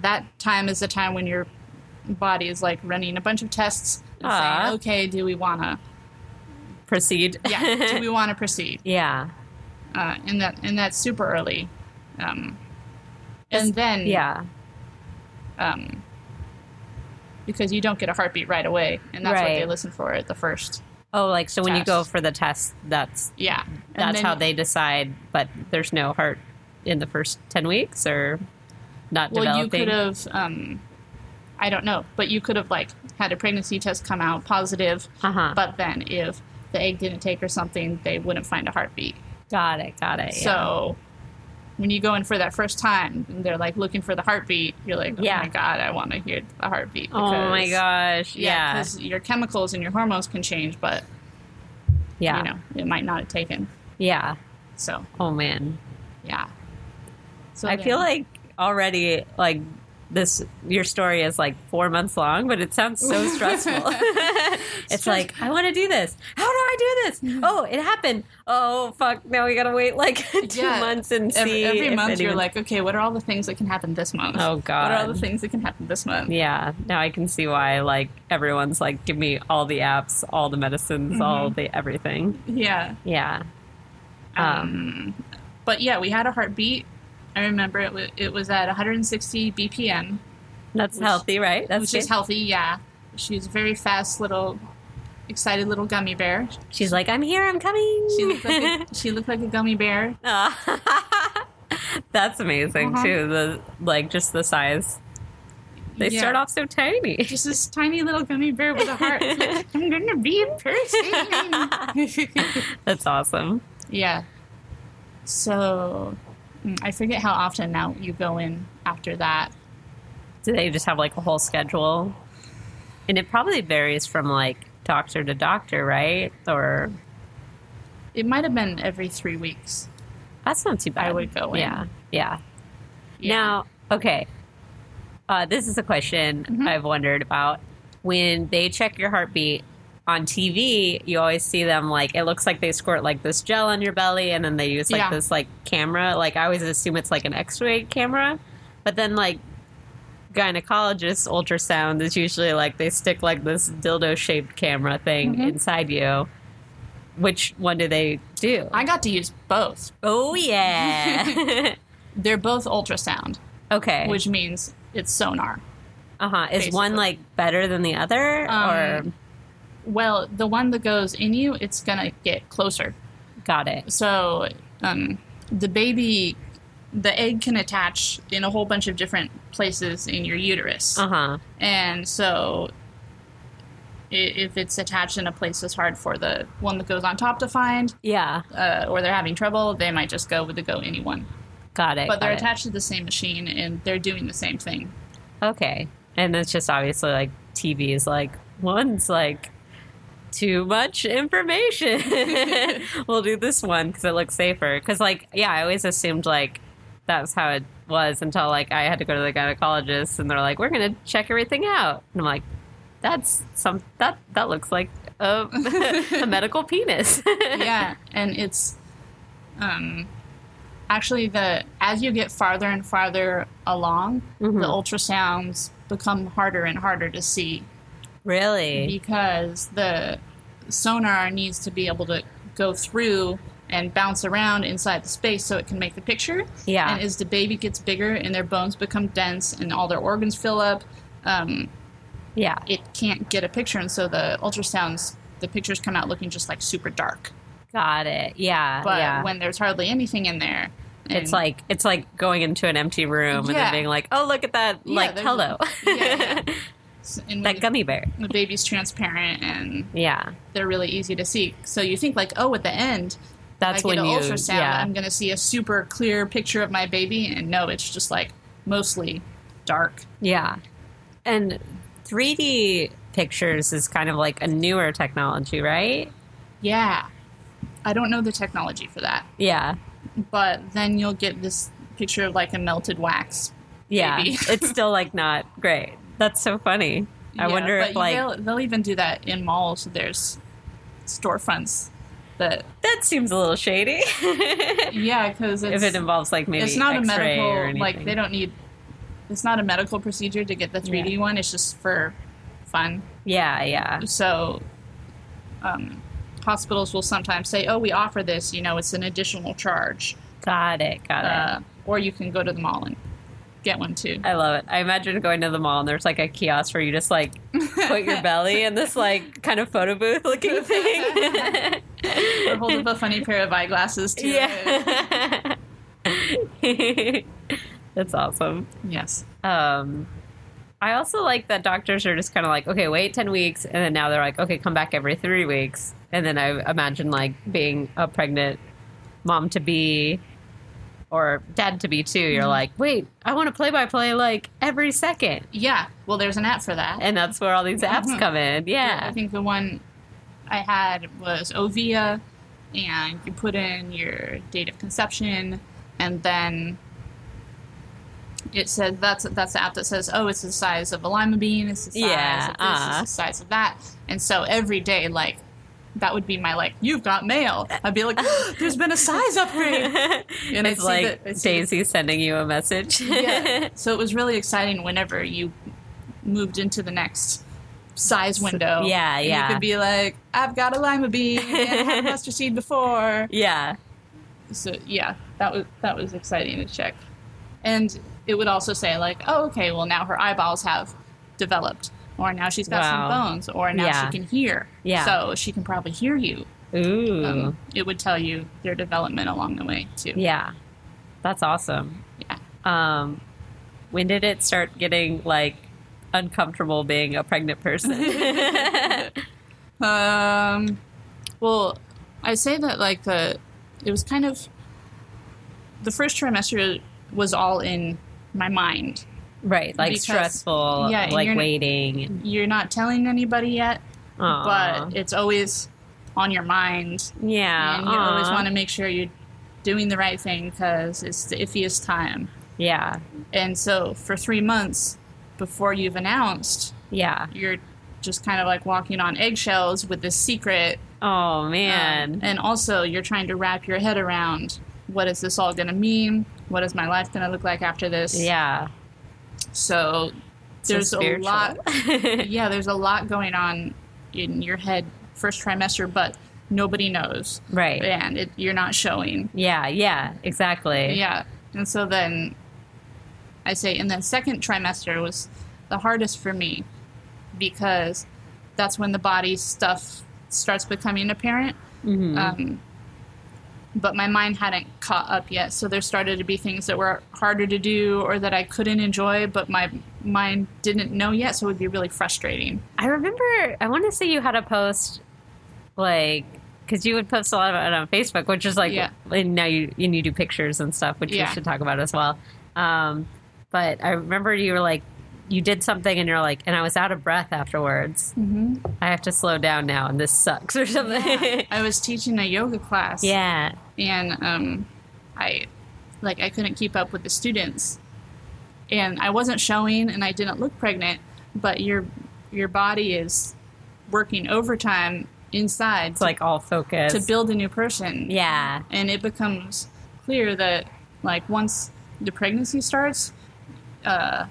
Speaker 3: that time is the time when your body is like running a bunch of tests and
Speaker 2: Ah.
Speaker 3: saying, okay, do we wanna
Speaker 2: proceed.
Speaker 3: yeah, do we wanna proceed?
Speaker 2: *laughs* yeah,
Speaker 3: Uh, and that and that's super early, um,
Speaker 2: It's-
Speaker 3: and then
Speaker 2: yeah,
Speaker 3: um, because you don't get a heartbeat right away, and that's what they
Speaker 2: Right.
Speaker 3: listen for at the first.
Speaker 2: Oh, like so when you go
Speaker 3: Test.
Speaker 2: for the test, that's
Speaker 3: Yeah, And
Speaker 2: that's
Speaker 3: then-
Speaker 2: how they decide. But there's no heart in the first ten weeks, or not
Speaker 3: Well, you
Speaker 2: developing.
Speaker 3: could have. Um, I don't know, but you could have like had a pregnancy test come out positive,
Speaker 2: Uh-huh.
Speaker 3: but then if the egg didn't take or something, they wouldn't find a heartbeat.
Speaker 2: Got it. Got it. yeah.
Speaker 3: So when you go in for that first time and they're like looking for the heartbeat, you're like, oh
Speaker 2: Yeah.
Speaker 3: my god, I want to hear the heartbeat.
Speaker 2: oh my
Speaker 3: because-
Speaker 2: gosh.
Speaker 3: Yeah,
Speaker 2: Yeah.
Speaker 3: because your chemicals and your hormones can change, but
Speaker 2: Yeah.
Speaker 3: you know it might not have taken.
Speaker 2: Yeah.
Speaker 3: So
Speaker 2: Oh man.
Speaker 3: yeah. So
Speaker 2: I feel
Speaker 3: then-
Speaker 2: like already like this your story is like four months long, but it sounds
Speaker 3: *laughs*
Speaker 2: so stressful. *laughs* it's
Speaker 3: Stress- Mm-hmm.
Speaker 2: like I want to do this. How do I do this? Oh, it happened. Oh fuck! Now we gotta wait like *laughs* two
Speaker 3: Yeah.
Speaker 2: months and see.
Speaker 3: every, every
Speaker 2: if
Speaker 3: month you're
Speaker 2: anyone-
Speaker 3: like, okay, what are all the things that can happen this month?
Speaker 2: Oh,
Speaker 3: what are all
Speaker 2: God.
Speaker 3: the things that can happen this month?
Speaker 2: Yeah, now I can see why like everyone's like, give me all the apps, all the medicines, all the everything.
Speaker 3: Yeah.
Speaker 2: Yeah.
Speaker 3: Mm-hmm. Um, but yeah, we had a heartbeat. I remember it, w- it was at 160 BPM,
Speaker 2: That's
Speaker 3: Which-
Speaker 2: healthy, right? That's
Speaker 3: which is
Speaker 2: good.
Speaker 3: healthy. Yeah, she's a very fast, little excited little gummy bear.
Speaker 2: She's like, I'm here, I'm coming.
Speaker 3: She
Speaker 2: *laughs*
Speaker 3: looked like a, she looked like a gummy bear.
Speaker 2: Ah. That's amazing
Speaker 3: Uh-huh.
Speaker 2: too. The like just the size. They
Speaker 3: Yeah.
Speaker 2: start off so tiny. *laughs*
Speaker 3: Just this tiny little gummy bear with a heart. It's like, I'm gonna be a
Speaker 2: *laughs*
Speaker 3: person.
Speaker 2: That's awesome.
Speaker 3: yeah. So, mm, I forget how often now you go in after that.
Speaker 2: Do they just have like a whole schedule? And it probably varies from like doctor to doctor, right? Or
Speaker 3: It might have been every three weeks.
Speaker 2: that's not too bad.
Speaker 3: I would go in.
Speaker 2: Yeah. Yeah.
Speaker 3: Yeah.
Speaker 2: Now, okay. Uh, this is a question
Speaker 3: Mm-hmm.
Speaker 2: I've wondered about. When they check your heartbeat on TV, you always see them like it looks like they squirt like this gel on your belly, and then they use like
Speaker 3: Yeah.
Speaker 2: this like camera. Like I always assume it's like an X-ray camera, but then like gynecologist ultrasound is usually like they stick like this dildo-shaped camera thing
Speaker 3: Mm-hmm.
Speaker 2: inside you. Which one do they do?
Speaker 3: I got to use both.
Speaker 2: oh
Speaker 3: *laughs*
Speaker 2: yeah. *laughs*
Speaker 3: They're both ultrasound,
Speaker 2: okay.
Speaker 3: which means it's sonar.
Speaker 2: Uh huh. Is one
Speaker 3: basically.
Speaker 2: like better than the other,
Speaker 3: Um, Well, the one that goes in you, it's gonna get
Speaker 2: or
Speaker 3: closer.
Speaker 2: got it?
Speaker 3: So um, the baby, the egg can attach
Speaker 2: Uh-huh.
Speaker 3: uh-huh. in a whole bunch of different places in your uterus,
Speaker 2: Uh huh.
Speaker 3: and so i- if it's attached in a place that's hard for the one that goes on top to find,
Speaker 2: Yeah,
Speaker 3: uh, or they're having trouble, they might just go with the Go Any one.
Speaker 2: got it.
Speaker 3: But they're
Speaker 2: got it.
Speaker 3: attached to the same machine and they're doing the same thing.
Speaker 2: *laughs* Okay, and it's just obviously like TV is like one's like too much information. *laughs* we'll do this one because it looks safer. Because like yeah, I always assumed like that was how it was until like I had to go to the gynecologist and they're like, we're gonna check everything out, and I'm like, that's some that that looks like a, *laughs* a medical penis. *laughs*
Speaker 3: yeah, and it's um, actually the as you get farther and farther along,
Speaker 2: Mhm.
Speaker 3: the ultrasounds become harder and harder to see
Speaker 2: really?
Speaker 3: because the sonar needs to be able to go through and bounce around inside the space so it can make the picture.
Speaker 2: Yeah.
Speaker 3: And as the baby gets bigger and their bones become dense and all their organs fill up, um,
Speaker 2: Yeah.
Speaker 3: it can't get a picture, and so the ultrasounds. The pictures come out looking just like super dark,
Speaker 2: Got it. Yeah.
Speaker 3: but
Speaker 2: Uh, yeah.
Speaker 3: when there's hardly anything in there,
Speaker 2: It's
Speaker 3: and-
Speaker 2: like it's like going into an empty room and
Speaker 3: Yeah.
Speaker 2: then being like, "Oh, look at that!
Speaker 3: Yeah,
Speaker 2: like,
Speaker 3: there's
Speaker 2: hello,
Speaker 3: a- *laughs* *laughs* yeah, yeah. S- and
Speaker 2: *laughs*
Speaker 3: when
Speaker 2: that gummy bear."
Speaker 3: the, the baby's transparent and
Speaker 2: Yeah,
Speaker 3: they're really easy to see. So you think like, oh, at the end,
Speaker 2: that's
Speaker 3: I
Speaker 2: when
Speaker 3: get an
Speaker 2: you.
Speaker 3: ultrasound.
Speaker 2: yeah,
Speaker 3: I'm going to see a super clear picture of my baby, and no, it's just like mostly dark.
Speaker 2: yeah, and 3D pictures is kind of like a newer technology, right?
Speaker 3: Yeah, I don't know the technology for that,
Speaker 2: Yeah,
Speaker 3: but then you'll get this picture of like a melted wax.
Speaker 2: yeah.
Speaker 3: *laughs* Maybe.
Speaker 2: *laughs* it's still like not great. That's so funny. I
Speaker 3: Yeah,
Speaker 2: wonder
Speaker 3: but
Speaker 2: if like
Speaker 3: they'll, they'll even do that in malls. There's storefronts that
Speaker 2: that seems a little shady. *laughs* if
Speaker 3: yeah, because
Speaker 2: it involves like maybe
Speaker 3: it's not a
Speaker 2: X-ray or
Speaker 3: medical like
Speaker 2: anything.
Speaker 3: they don't need it's not a medical procedure to get the 3d one it's just for fun
Speaker 2: Yeah, yeah,
Speaker 3: so um, hospitals will sometimes say oh we offer this you know it's an additional charge
Speaker 2: got it, got it.
Speaker 3: uh, or you can go to the mall and get
Speaker 2: *laughs*
Speaker 3: one too
Speaker 2: I love it. I imagine going to the mall and there's like a kiosk where you just like put your belly in this like kind of photo booth looking thing.
Speaker 3: or hold up a funny pair of eyeglasses to it.
Speaker 2: *laughs* yeah. *laughs* That's awesome.
Speaker 3: yes
Speaker 2: Um, I also like that doctors are just kind of like, okay, wait 10 weeks. And then now they're like, okay, come back every three weeks. And then I imagine like being a pregnant mom to be or dad to be too. You're like, wait, I want to play by play like every second.
Speaker 3: yeah well there's an app for that
Speaker 2: and that's where all these apps
Speaker 3: Mhm.
Speaker 2: come in.
Speaker 3: I
Speaker 2: Yeah,
Speaker 3: think the one I had was Ovia, and you put in your date of conception, and then it said that's that's the app that says, oh, it's the size of a lima bean, it's the size
Speaker 2: Yeah,
Speaker 3: of this,
Speaker 2: uh.
Speaker 3: it's the size of that, and so every day, like. That would be my like. You've got mail. I'd be like, *gasps* there's been a size upgrade.
Speaker 2: *laughs*
Speaker 3: And I
Speaker 2: it's
Speaker 3: see
Speaker 2: like
Speaker 3: that- I see that-
Speaker 2: Daisy sending you a message.
Speaker 3: Yeah. So it was really exciting whenever you moved into the next size window.
Speaker 2: yeah,
Speaker 3: And
Speaker 2: yeah.
Speaker 3: You could be like, I've got a lima bean and
Speaker 2: *laughs*
Speaker 3: I had mustard seed before.
Speaker 2: *laughs* yeah,
Speaker 3: So yeah, that was that was exciting to check. And it would also say like, oh okay, well now her eyeballs have developed, or now she's got
Speaker 2: Wow.
Speaker 3: some bones, or now
Speaker 2: Yeah.
Speaker 3: she can hear.
Speaker 2: Yeah. Mm.
Speaker 3: So she can probably hear you.
Speaker 2: Ooh,
Speaker 3: Um, it would tell you their development along the way too.
Speaker 2: yeah, that's awesome.
Speaker 3: Yeah.
Speaker 2: Um, when did it start getting like uncomfortable being a pregnant
Speaker 3: *laughs*
Speaker 2: person?
Speaker 3: Um, well, I say that like the it was kind of the first trimester was all in my mind.
Speaker 2: *laughs* right, like
Speaker 3: Because-
Speaker 2: stressful,
Speaker 3: yeah,
Speaker 2: like
Speaker 3: you're-
Speaker 2: waiting.
Speaker 3: You're not telling anybody yet,
Speaker 2: Aw.
Speaker 3: but it's always on your mind,
Speaker 2: yeah,
Speaker 3: and you always
Speaker 2: aw.
Speaker 3: want to make sure you're doing the right thing because it's the iffiest time.
Speaker 2: yeah,
Speaker 3: And so for three months before you've announced,
Speaker 2: yeah.
Speaker 3: you're just kind of like walking on eggshells with this secret
Speaker 2: Oh man,
Speaker 3: Um, and also, you're trying to wrap your head around what is this all going to mean? What is my life going to look like after this?
Speaker 2: yeah.
Speaker 3: So
Speaker 2: So
Speaker 3: there's a
Speaker 2: spiritual.
Speaker 3: lot.
Speaker 2: *laughs*
Speaker 3: yeah, there's a lot going on in your head first trimester, but nobody knows,
Speaker 2: right.
Speaker 3: and it, you're not showing.
Speaker 2: Yeah, yeah, exactly.
Speaker 3: Yeah, and so then I say, and then second trimester was the hardest for me because
Speaker 2: Mm-hmm.
Speaker 3: Uh, that's when the body stuff starts becoming apparent.
Speaker 2: Mhm.
Speaker 3: Um, but my mind hadn't caught up yet. So there started to be things that were harder to do or that I couldn't enjoy, but my mind didn't know yet. So it would be really frustrating.
Speaker 2: I remember, I want to say you had a post like, because you would post a lot about it on Facebook, which is like,
Speaker 3: Yeah.
Speaker 2: and now you, and you do pictures and stuff, which
Speaker 3: Yeah.
Speaker 2: we should talk about as well. Um, but I remember you were like, you did something and you're like, and I was out of breath afterwards.
Speaker 3: Mm-hmm.
Speaker 2: I have to slow down now and this sucks or something. *laughs* Yeah.
Speaker 3: *laughs* I was teaching a yoga class. and um, I like I couldn't keep up with the students, and I wasn't showing, and I didn't look pregnant, but your your body is working overtime inside
Speaker 2: It's like all focus.
Speaker 3: to build a new person.
Speaker 2: Yeah.
Speaker 3: and it becomes clear that like once the pregnancy starts, uh,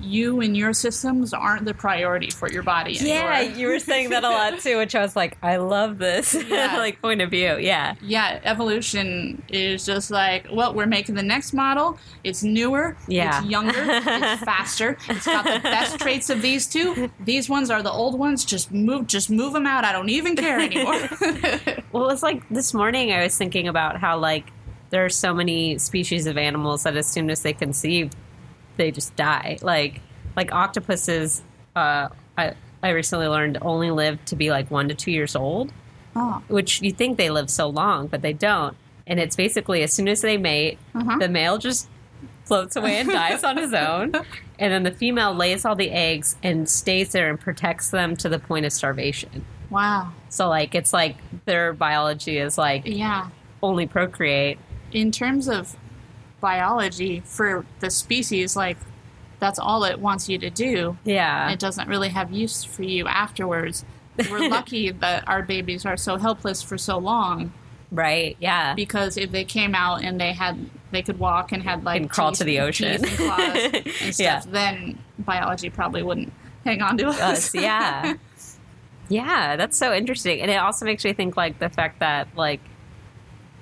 Speaker 3: you and your systems aren't the priority for your body anymore.
Speaker 2: Yeah, you were saying that a lot too, which I was like, I love this *laughs*
Speaker 3: Yeah.
Speaker 2: like point of view. Yeah.
Speaker 3: yeah, evolution is just like, well, we're making the next model. It's newer,
Speaker 2: Yeah. *laughs*
Speaker 3: it's younger, it's faster. It's got the best traits of these two. These ones are the old ones. Just move, just move them out. I don't even
Speaker 2: *laughs*
Speaker 3: care anymore.
Speaker 2: Well, it's like this morning I was thinking about how like there are so many species of animals that as soon as they conceive, they just die. Like like octopuses, uh, I I recently learned only live to be like one to two years old.
Speaker 3: oh,
Speaker 2: which you think they live so long, but they don't. And it's basically as soon as they mate,
Speaker 3: Uh-huh.
Speaker 2: the male just floats away and dies on his own. And then the female lays all the eggs and stays there and protects them to the point of starvation.
Speaker 3: wow,
Speaker 2: So, like, it's like their biology is like
Speaker 3: yeah.
Speaker 2: only procreate.
Speaker 3: in terms of biology for the species, like that's all it wants you to do.
Speaker 2: Yeah.
Speaker 3: It doesn't really have use for you afterwards.
Speaker 2: *laughs*
Speaker 3: We're lucky that our babies are so helpless for so long
Speaker 2: Right. Yeah.
Speaker 3: because if they came out and they had they could walk and had like
Speaker 2: And crawl to the ocean.
Speaker 3: teeth and,
Speaker 2: *laughs*
Speaker 3: claws and
Speaker 2: Yeah.
Speaker 3: stuff, then biology probably wouldn't hang on to
Speaker 2: *laughs*
Speaker 3: us.
Speaker 2: us. Yeah. yeah, that's so interesting. And it also makes me think like the fact that like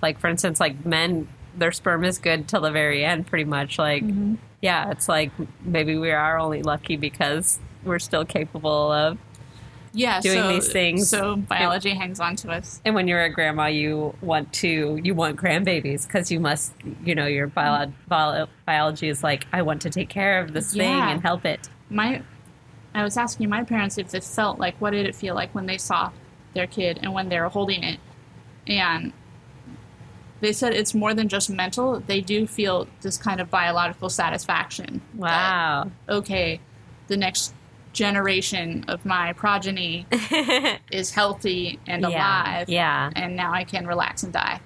Speaker 2: like for instance, like men their sperm is good till the very end pretty much. Like yeah, it's like maybe we are only lucky because we're still capable of
Speaker 3: *laughs* yeah,
Speaker 2: Doing
Speaker 3: so,
Speaker 2: these things.
Speaker 3: So biology hangs on to us.
Speaker 2: and when you're a grandma you want to you want grandbabies because you must you know your bio- bio- biology is like i want to take care of this thing
Speaker 3: Yeah.
Speaker 2: and help it
Speaker 3: my I was asking my parents if it felt like what did it feel like when they saw their kid and when they were holding it. And they said it's more than just mental. They do feel this kind of biological satisfaction. that,
Speaker 2: wow
Speaker 3: okay, the next generation of
Speaker 2: *laughs*
Speaker 3: my progeny is healthy and
Speaker 2: yeah.
Speaker 3: alive.
Speaker 2: yeah
Speaker 3: And now I can relax and die.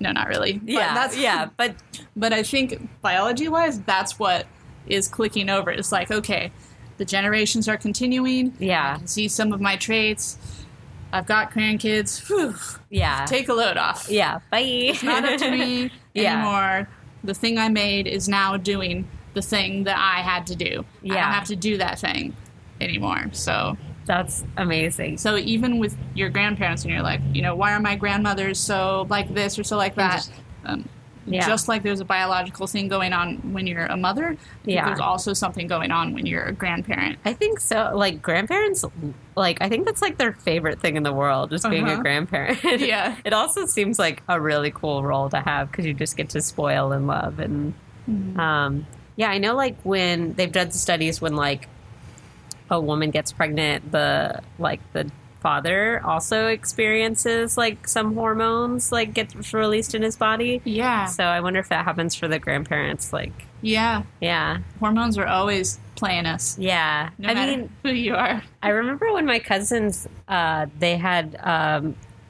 Speaker 3: No, not really. But
Speaker 2: yeah
Speaker 3: that's- *laughs*
Speaker 2: yeah but
Speaker 3: but I think biology wise, that's what is clicking over. It's like, okay, the generations are continuing.
Speaker 2: Yeah.
Speaker 3: I can see some of my traits. I've got grandkids. Whew,
Speaker 2: yeah
Speaker 3: take a load off.
Speaker 2: Yeah, bye.
Speaker 3: Not up to me
Speaker 2: Yeah.
Speaker 3: anymore. The thing I made is now doing the thing that I had to do. I
Speaker 2: Yeah.
Speaker 3: don't have to do that thing anymore. So
Speaker 2: *laughs* That's amazing.
Speaker 3: so even with your grandparents and you're like, you know, why are my grandmothers so like this or so like that?
Speaker 2: just-
Speaker 3: um,
Speaker 2: Yeah.
Speaker 3: Just like there's a biological thing going on when you're a mother, I think
Speaker 2: Yeah.
Speaker 3: there's also something going on when you're a grandparent.
Speaker 2: I think so. Like grandparents, like I think that's like their favorite thing in the world, just being a
Speaker 3: Uh-huh.
Speaker 2: grandparent. *laughs*
Speaker 3: Yeah.
Speaker 2: it also seems like a really cool role to have because you just get to spoil and love and,
Speaker 3: Mm-hmm.
Speaker 2: um, yeah. I know like when they've done studies when like a woman gets pregnant, the like the father also experiences like some hormones like gets released in his body.
Speaker 3: Yeah.
Speaker 2: So I wonder if that happens for the grandparents. Like,
Speaker 3: Yeah.
Speaker 2: yeah,
Speaker 3: Hormones are always playing us.
Speaker 2: yeah.
Speaker 3: No
Speaker 2: I
Speaker 3: matter
Speaker 2: mean,
Speaker 3: who you are.
Speaker 2: I remember when my cousins, uh, they had um,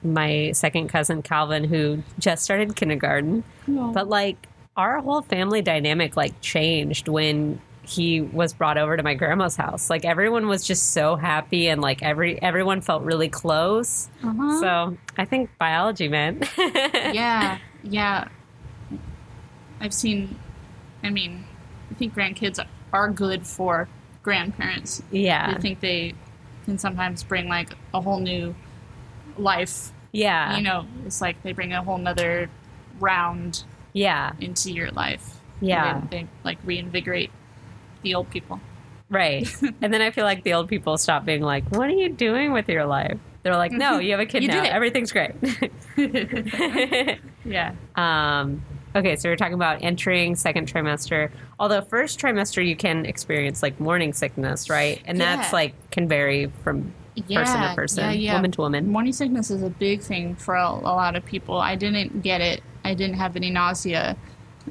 Speaker 2: my second cousin Calvin, who just started kindergarten.
Speaker 3: Oh.
Speaker 2: But like our whole family dynamic like changed when he was brought over to my grandma's house. Like everyone was just so happy and like every everyone felt really close.
Speaker 3: *laughs* Uh-huh.
Speaker 2: So I think biology, man.
Speaker 3: yeah, yeah. I've seen. I mean, I think grandkids are good for grandparents.
Speaker 2: *laughs* Yeah.
Speaker 3: I think they can sometimes bring like a whole new life.
Speaker 2: yeah.
Speaker 3: You know, it's like they bring a whole nother round
Speaker 2: yeah.
Speaker 3: into your life.
Speaker 2: Yeah.
Speaker 3: they, they like reinvigorate the old people. *laughs*
Speaker 2: Right. and then I feel like the old people stop being like, "What are you doing with your life?" They're like, no, you have a kid
Speaker 3: *laughs* You
Speaker 2: now.
Speaker 3: did it.
Speaker 2: Everything's great. *laughs*
Speaker 3: yeah.
Speaker 2: um, okay, so we're talking about entering second trimester. Although first trimester, you can experience like morning sickness, right? And that's
Speaker 3: Yeah.
Speaker 2: like can vary from person to person,
Speaker 3: yeah, yeah.
Speaker 2: woman to woman.
Speaker 3: Morning sickness is a big thing for a, a lot of people. I didn't get it. I didn't have any nausea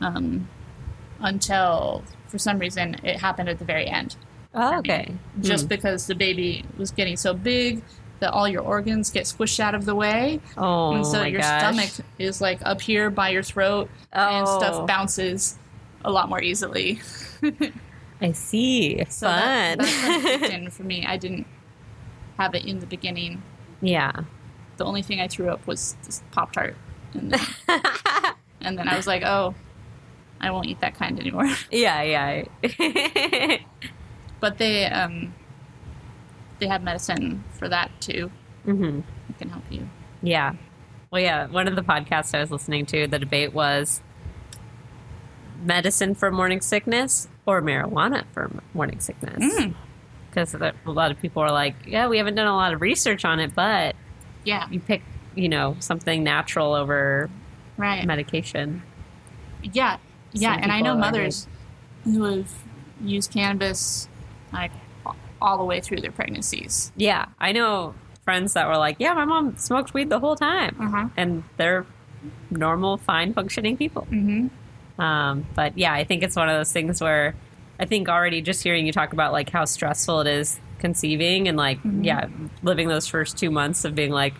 Speaker 3: um, until, for some reason, it happened at the very end.
Speaker 2: Oh, okay.
Speaker 3: Just
Speaker 2: Hmm.
Speaker 3: because the baby was getting so big that all your organs get squished out of the way.
Speaker 2: oh
Speaker 3: and so
Speaker 2: my
Speaker 3: your
Speaker 2: gosh.
Speaker 3: stomach is like up here by your throat and
Speaker 2: Oh.
Speaker 3: stuff bounces a lot more easily.
Speaker 2: I see.
Speaker 3: So
Speaker 2: Fun.
Speaker 3: that, that's
Speaker 2: *laughs*
Speaker 3: when it kicked in for me. I didn't have it in the beginning.
Speaker 2: yeah.
Speaker 3: the only thing I threw up was this Pop Tart. And, then-
Speaker 2: *laughs*
Speaker 3: and then I was like, oh, I won't eat that kind anymore. *laughs*
Speaker 2: *laughs* Yeah, yeah.
Speaker 3: But they um, they have medicine for that too.
Speaker 2: hmm
Speaker 3: It can help you.
Speaker 2: Yeah. Well, yeah. One of the podcasts I was listening to, the debate was medicine for morning sickness or marijuana for morning sickness.
Speaker 3: Mm.
Speaker 2: Because a lot of people are like, yeah, we haven't done a lot of research on it, but
Speaker 3: Yeah,
Speaker 2: you pick, you know, something natural over
Speaker 3: right.
Speaker 2: medication.
Speaker 3: yeah, yeah.
Speaker 2: Some
Speaker 3: And I know
Speaker 2: people are
Speaker 3: mothers who have used cannabis like all the way through their pregnancies.
Speaker 2: Yeah. I know friends that were like, yeah, my mom smoked weed the whole time.
Speaker 3: Uh huh.
Speaker 2: And they're normal, fine functioning people.
Speaker 3: Mm-hmm.
Speaker 2: Um, but yeah, I think it's one of those things where I think already just hearing you talk about like how stressful it is conceiving and like
Speaker 3: Mhm.
Speaker 2: yeah, living those first two months of being like,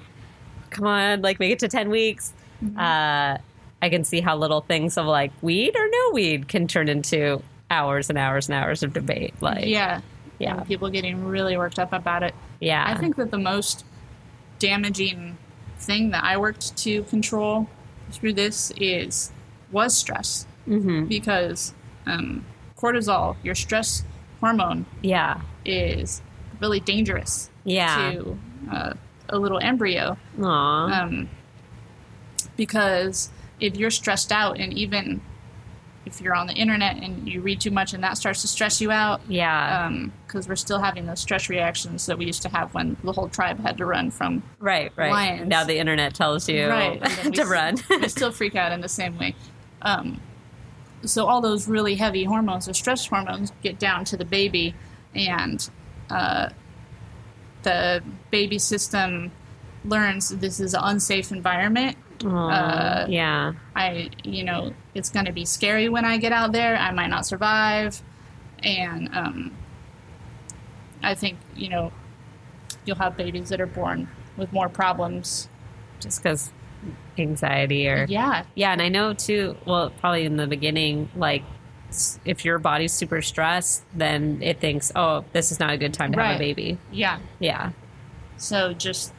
Speaker 2: come on, like make it to ten weeks.
Speaker 3: Mm-hmm.
Speaker 2: Uh, I can see how little things of like weed or no weed can turn into hours and hours and hours of debate. Like
Speaker 3: yeah,
Speaker 2: yeah,
Speaker 3: And people getting really worked up about it.
Speaker 2: yeah,
Speaker 3: I think that the most damaging thing that I worked to control through this is was stress
Speaker 2: hmm
Speaker 3: because um, cortisol, your stress hormone,
Speaker 2: yeah,
Speaker 3: is really dangerous
Speaker 2: yeah.
Speaker 3: to uh, a little embryo
Speaker 2: Aw,
Speaker 3: um, because if you're stressed out and even if you're on the internet and you read too much and that starts to stress you out
Speaker 2: yeah,
Speaker 3: uh, because we're still having those stress reactions that we used to have when the whole tribe had to run from
Speaker 2: right, right.
Speaker 3: lions.
Speaker 2: Now the internet tells you *laughs*
Speaker 3: Right, and then we
Speaker 2: to
Speaker 3: s-
Speaker 2: run.
Speaker 3: *laughs* we still freak out in the same way. Um, so all those really heavy hormones or stress hormones get down to the baby, and uh, the baby system learns this is an unsafe environment.
Speaker 2: *laughs* Aw,
Speaker 3: uh,
Speaker 2: yeah,
Speaker 3: I, you know, it's going to be scary when I get out there. I might not survive, and um, I think you know you'll have babies that are born with more problems.
Speaker 2: just because anxiety or
Speaker 3: Yeah,
Speaker 2: yeah and i know too well probably in the beginning like s- if your body's super stressed then it thinks oh this is not a good time to have a
Speaker 3: Right.
Speaker 2: baby
Speaker 3: yeah.
Speaker 2: yeah
Speaker 3: So just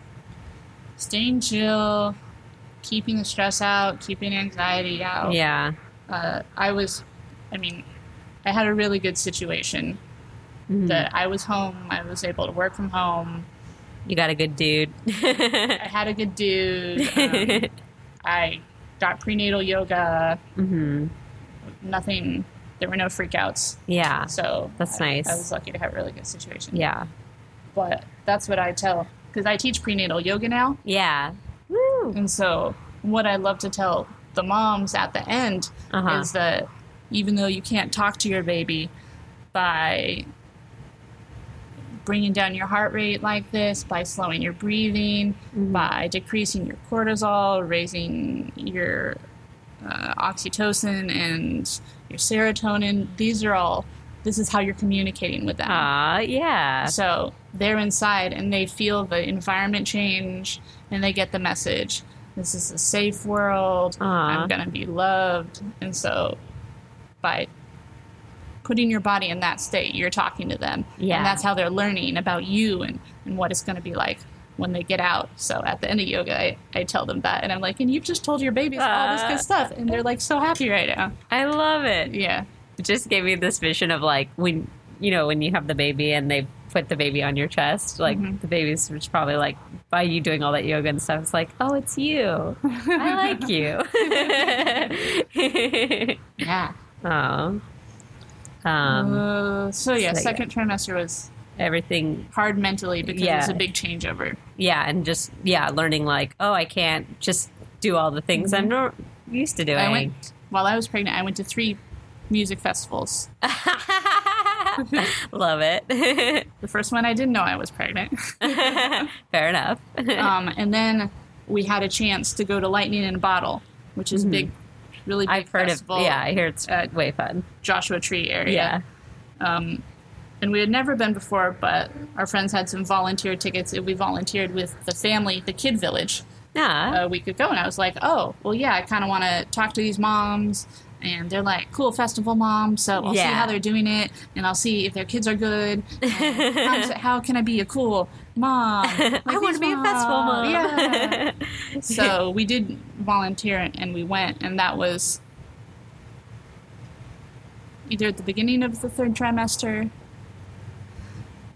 Speaker 3: staying chill, keeping the stress out, keeping anxiety out.
Speaker 2: yeah
Speaker 3: Uh, I was, I mean, I had a really good situation
Speaker 2: Mhm.
Speaker 3: that I was home. I was able to work from home.
Speaker 2: you got a good dude *laughs*
Speaker 3: I had a good dude. Um, I got prenatal yoga.
Speaker 2: hmm
Speaker 3: Mm-hmm. Nothing. There were no freakouts.
Speaker 2: yeah
Speaker 3: So
Speaker 2: That's
Speaker 3: I-
Speaker 2: nice.
Speaker 3: I was lucky to have a really good situation.
Speaker 2: yeah
Speaker 3: But that's what I tell because I teach prenatal yoga now.
Speaker 2: yeah Woo.
Speaker 3: And so, what I love to tell the moms at the end
Speaker 2: Uh-huh.
Speaker 3: is that even though you can't talk to your baby by bringing down your heart rate like this, by slowing your breathing,
Speaker 2: Mhm.
Speaker 3: by decreasing your cortisol, raising your uh, oxytocin and your serotonin, these are all, this is how you're communicating with them.
Speaker 2: Aw, yeah
Speaker 3: So they're inside and they feel the environment change and they get the message. This is a safe world.
Speaker 2: Aw.
Speaker 3: I'm going to be loved. And so by putting your body in that state, you're talking to them.
Speaker 2: Yeah.
Speaker 3: And that's how they're learning about you and, and what it's going to be like when they get out. So at the end of yoga, I, I tell them that. And I'm like, and you've just told your babies all this
Speaker 2: Aw.
Speaker 3: good stuff. And they're like so happy right now.
Speaker 2: i love it
Speaker 3: Yeah.
Speaker 2: It just gave me this vision of like when you know when you have the baby and they put the baby on your chest like
Speaker 3: Mhm.
Speaker 2: the baby's just probably like by you doing all that yoga and stuff it's like oh it's you i like *laughs* you
Speaker 3: Yeah.
Speaker 2: oh um
Speaker 3: Uh,
Speaker 2: so,
Speaker 3: so yeah,
Speaker 2: yeah.
Speaker 3: Uh, second trimester was
Speaker 2: everything
Speaker 3: hard mentally because
Speaker 2: Yeah.
Speaker 3: it's a big changeover.
Speaker 2: yeah, and just yeah, learning like, oh, I can't just do all the things I'm not used to doing.
Speaker 3: Mm-hmm. I went while I was pregnant. I went to three music festivals.
Speaker 2: *laughs* Love it. *laughs*
Speaker 3: The first one I didn't know I was pregnant,
Speaker 2: Fair enough.
Speaker 3: um, and then we had a chance to go to Lightning in a Bottle, which is big, really big
Speaker 2: Mm-hmm. I've heard
Speaker 3: festival.
Speaker 2: of yeah, I hear it's
Speaker 3: uh,
Speaker 2: way fun.
Speaker 3: Joshua Tree area.
Speaker 2: Yeah.
Speaker 3: um, and we had never been before, but our friends had some volunteer tickets, and we volunteered with the family, the kid village,
Speaker 2: Yeah.
Speaker 3: a week ago. And I was like, oh, well, yeah, I kind of want to talk to these moms. And they're like, cool, festival mom. So I'll see
Speaker 2: Yeah.
Speaker 3: how they're doing it, and I'll see if their kids are
Speaker 2: *laughs*
Speaker 3: good. and how, how can I be a cool
Speaker 2: *laughs*
Speaker 3: mom? Like
Speaker 2: I want
Speaker 3: these
Speaker 2: to be a festival mom. *laughs*
Speaker 3: moms. Yeah. so we did volunteer, and we went, and that was either at the beginning of the third trimester.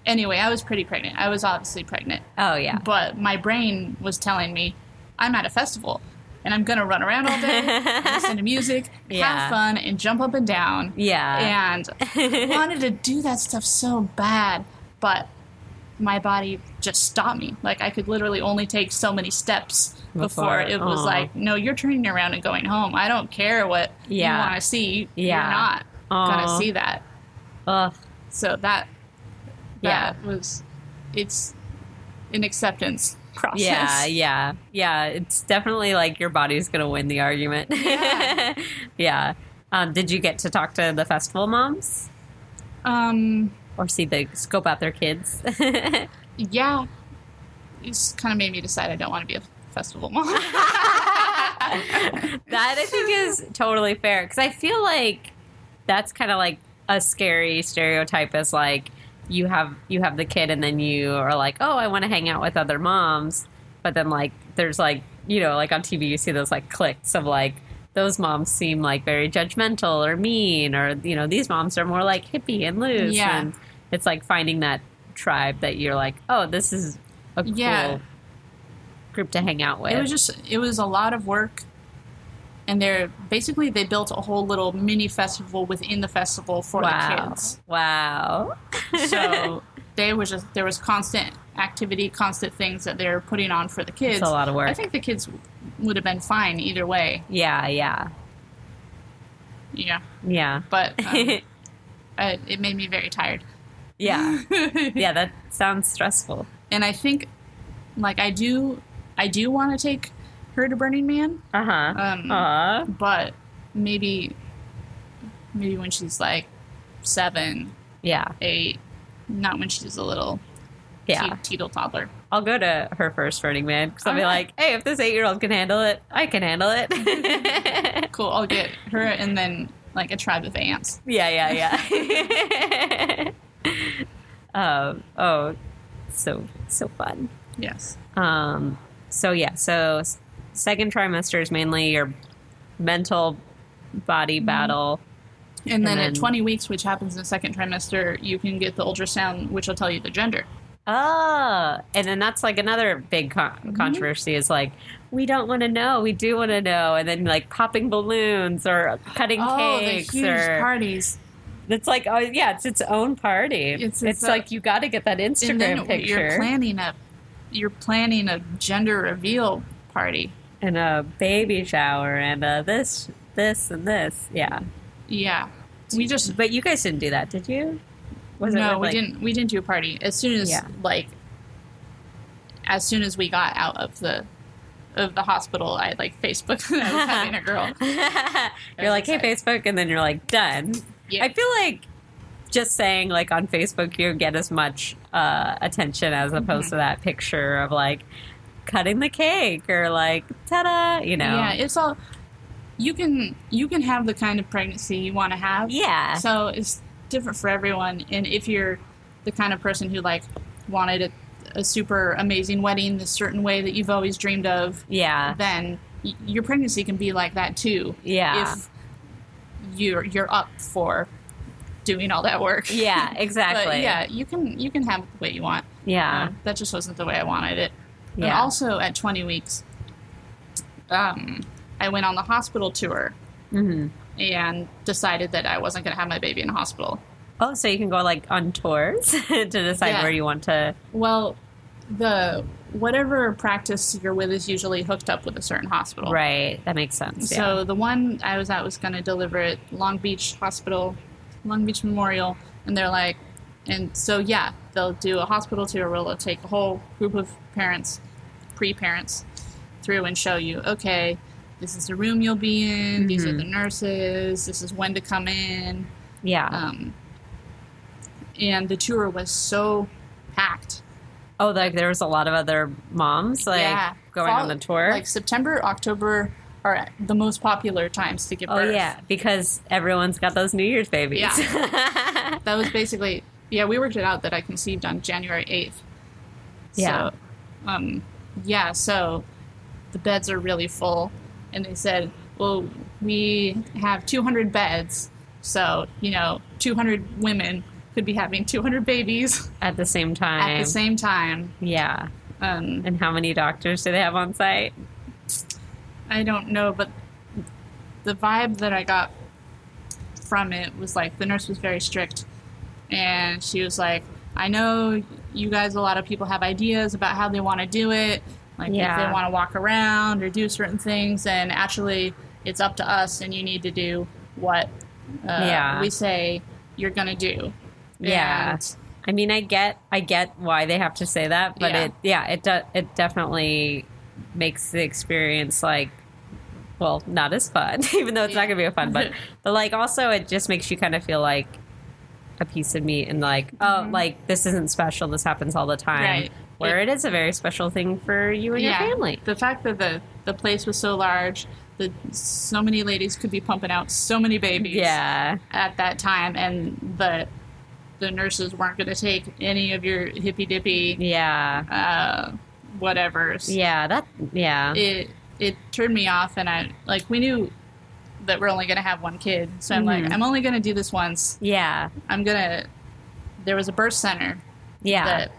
Speaker 3: Anyway, I was pretty pregnant. I was obviously pregnant
Speaker 2: oh yeah.
Speaker 3: but my brain was telling me i'm at a festival and i'm going to run around
Speaker 2: *laughs*
Speaker 3: all day and listen to music
Speaker 2: Yeah.
Speaker 3: have fun and jump up and down
Speaker 2: Yeah.
Speaker 3: and
Speaker 2: *laughs*
Speaker 3: I wanted to do that stuff so bad but my body just stopped me like i could literally only take so many steps before,
Speaker 2: Before,
Speaker 3: it was
Speaker 2: aw.
Speaker 3: like no you're turning around and going home i don't care what
Speaker 2: Yeah.
Speaker 3: you want to see
Speaker 2: Yeah.
Speaker 3: you're not
Speaker 2: Aw.
Speaker 3: going to see that
Speaker 2: Ugh.
Speaker 3: so that
Speaker 2: Yeah.
Speaker 3: that was it's an acceptance process. *laughs*
Speaker 2: Yeah, yeah, yeah. It's definitely like your body's gonna win the argument. Yeah. *laughs*
Speaker 3: Yeah.
Speaker 2: Um, did you get to talk to the festival moms
Speaker 3: Um
Speaker 2: or see the scope out their kids? *laughs*
Speaker 3: yeah. It's kind of made me decide I don't want to be a festival mom.
Speaker 2: *laughs* that I think is totally fair because I feel like that's kind of like a scary stereotype is like you have you have the kid and then you are like oh I want to hang out with other moms but then like there's like you know like on TV you see those like clicks of like those moms seem like very judgmental or mean or you know these moms are more like hippie and loose
Speaker 3: Yeah.
Speaker 2: and it's like finding that tribe that you're like oh this is a cool
Speaker 3: Yeah.
Speaker 2: group to hang out with
Speaker 3: it was just it was a lot of work and they're basically they built a whole little mini festival within the festival for the kids.
Speaker 2: Wow. *laughs*
Speaker 3: So they were just there was constant activity, constant things that they're putting on for the kids.
Speaker 2: It's a lot of work.
Speaker 3: I think the kids would have been fine either way.
Speaker 2: yeah, yeah,
Speaker 3: Yeah.
Speaker 2: yeah,
Speaker 3: But
Speaker 2: *laughs*
Speaker 3: um, I, it made me very tired.
Speaker 2: yeah, yeah. That sounds stressful.
Speaker 3: *laughs* and I think like I do I do want to take her to Burning Man,
Speaker 2: Uh huh.
Speaker 3: Um,
Speaker 2: uh
Speaker 3: but maybe maybe when she's like seven,
Speaker 2: Yeah,
Speaker 3: eight, not when she's a little
Speaker 2: yeah.
Speaker 3: te- teetle toddler.
Speaker 2: I'll go to her first Burning Man because I'll be
Speaker 3: Alright.
Speaker 2: like, hey, if this eight-year-old can handle it, I can handle it.
Speaker 3: *laughs* Cool, I'll get her and then like a tribe of ants.
Speaker 2: yeah, yeah, yeah.
Speaker 3: *laughs*
Speaker 2: um, oh, so so fun.
Speaker 3: Yes.
Speaker 2: Um, so yeah, so s- second trimester is mainly your mental body
Speaker 3: Mm-hmm.
Speaker 2: battle.
Speaker 3: And then,
Speaker 2: then-
Speaker 3: at 20 weeks, which happens in the second trimester, you can get the ultrasound, which will tell you the gender.
Speaker 2: Oh, and then that's like another big
Speaker 3: Mm-hmm.
Speaker 2: con- controversy is like, we don't want to know, we do want to know, and then like popping balloons or cutting cakes or
Speaker 3: Oh, parties.
Speaker 2: it's like, oh yeah, it's its own party. It's,
Speaker 3: It's-
Speaker 2: it's,
Speaker 3: it's a-
Speaker 2: like you got to get that Instagram
Speaker 3: and then
Speaker 2: picture
Speaker 3: you're planning a you're planning a gender reveal party.
Speaker 2: and a baby shower and uh, this, this, and this. Yeah,
Speaker 3: Yeah, we just
Speaker 2: but you guys didn't do that, did you? Was
Speaker 3: no,
Speaker 2: with,
Speaker 3: we
Speaker 2: like-
Speaker 3: didn't we didn't do a party as soon as
Speaker 2: Yeah.
Speaker 3: like as soon as we got out of the of the hospital. I like Facebook *laughs* that I
Speaker 2: *laughs*
Speaker 3: was having a girl.
Speaker 2: you're like, hey, Facebook, and then you're like, done.
Speaker 3: Yeah.
Speaker 2: I feel like just saying like on Facebook, you get as much uh, attention as
Speaker 3: Mm-hmm.
Speaker 2: opposed to that picture of like cutting the cake or like ta-da, you know?
Speaker 3: Yeah, it's all you can you can have the kind of pregnancy you want to have.
Speaker 2: Yeah.
Speaker 3: So it's different for everyone. And if you're the kind of person who like wanted a, a super amazing wedding the certain way that you've always dreamed of,
Speaker 2: yeah.
Speaker 3: then y- your pregnancy can be like that too.
Speaker 2: Yeah.
Speaker 3: If you're you're up for doing all that work.
Speaker 2: yeah. Exactly.
Speaker 3: *laughs* But yeah, you can you can have it the way you want.
Speaker 2: Yeah.
Speaker 3: Um, that just wasn't the way I wanted it. And
Speaker 2: Yeah.
Speaker 3: also at 20 weeks, um, I went on the hospital tour
Speaker 2: hmm
Speaker 3: and decided that I wasn't going to have my baby in the hospital.
Speaker 2: Oh, so you can go like on tours *laughs* to decide
Speaker 3: Yeah.
Speaker 2: where you want to.
Speaker 3: Well, the whatever practice you're with is usually hooked up with a certain hospital.
Speaker 2: Right, that makes sense. Yeah.
Speaker 3: So the one I was at was going to deliver at Long Beach Hospital, Long Beach Memorial, and they're like, and so yeah, they'll do a hospital tour where they'll take a whole group of parents, pre-parents, through and show you, okay, this is the room you'll be in, these are
Speaker 2: Mhm.
Speaker 3: the nurses, this is when to come in,
Speaker 2: yeah.
Speaker 3: um, and the tour was so packed.
Speaker 2: oh, like there was a lot of other moms like
Speaker 3: Yeah.
Speaker 2: going
Speaker 3: Fall-
Speaker 2: on the tour.
Speaker 3: Like September, October are the most popular times to give
Speaker 2: oh
Speaker 3: birth.
Speaker 2: yeah, because everyone's got those New Year's babies. Yeah.
Speaker 3: That was basically, yeah, we worked it out that I conceived on January 8th.
Speaker 2: Yeah.
Speaker 3: So, um, yeah, so the beds are really full. And they said, well, we have 200 beds. So, you know, 200 women could be having 200 babies
Speaker 2: *laughs* At the same time.
Speaker 3: at the same time.
Speaker 2: yeah.
Speaker 3: Um,
Speaker 2: And how many doctors do they have on site?
Speaker 3: I don't know, but the vibe that I got from it was like the nurse was very strict, and she was like, "I know you guys, a lot of people have ideas about how they want to do it, like if
Speaker 2: Yeah.
Speaker 3: they want to walk around or do certain things, and actually, it's up to us, and you need to do what uh,
Speaker 2: Yeah.
Speaker 3: we say you're gonna do."
Speaker 2: Yeah.
Speaker 3: And
Speaker 2: I mean, I get, I get why they have to say that, but
Speaker 3: Yeah.
Speaker 2: it, yeah, it, de- it definitely makes the experience like, well, not as fun, *laughs* even though it's not
Speaker 3: Yeah.
Speaker 2: gonna be a fun,
Speaker 3: *laughs*
Speaker 2: but, but like also it just makes you kind of feel like a piece of meat and like, oh, like this isn't special. This happens all the time.
Speaker 3: Mm-hmm. Right.
Speaker 2: Where it is a very special thing for you and your family.
Speaker 3: The fact that the the place was so large, that so many ladies could be pumping out so many babies.
Speaker 2: Yeah.
Speaker 3: at that time, and the the nurses weren't going to take any of your hippy dippy
Speaker 2: Yeah.
Speaker 3: uh, whatever's.
Speaker 2: Yeah. That, yeah.
Speaker 3: It it turned me off, and I like we knew that we're only going to have one kid, so I'm
Speaker 2: Mhm.
Speaker 3: like, I'm only going to do this once.
Speaker 2: yeah.
Speaker 3: I'm gonna. There was a birth center
Speaker 2: Yeah.
Speaker 3: that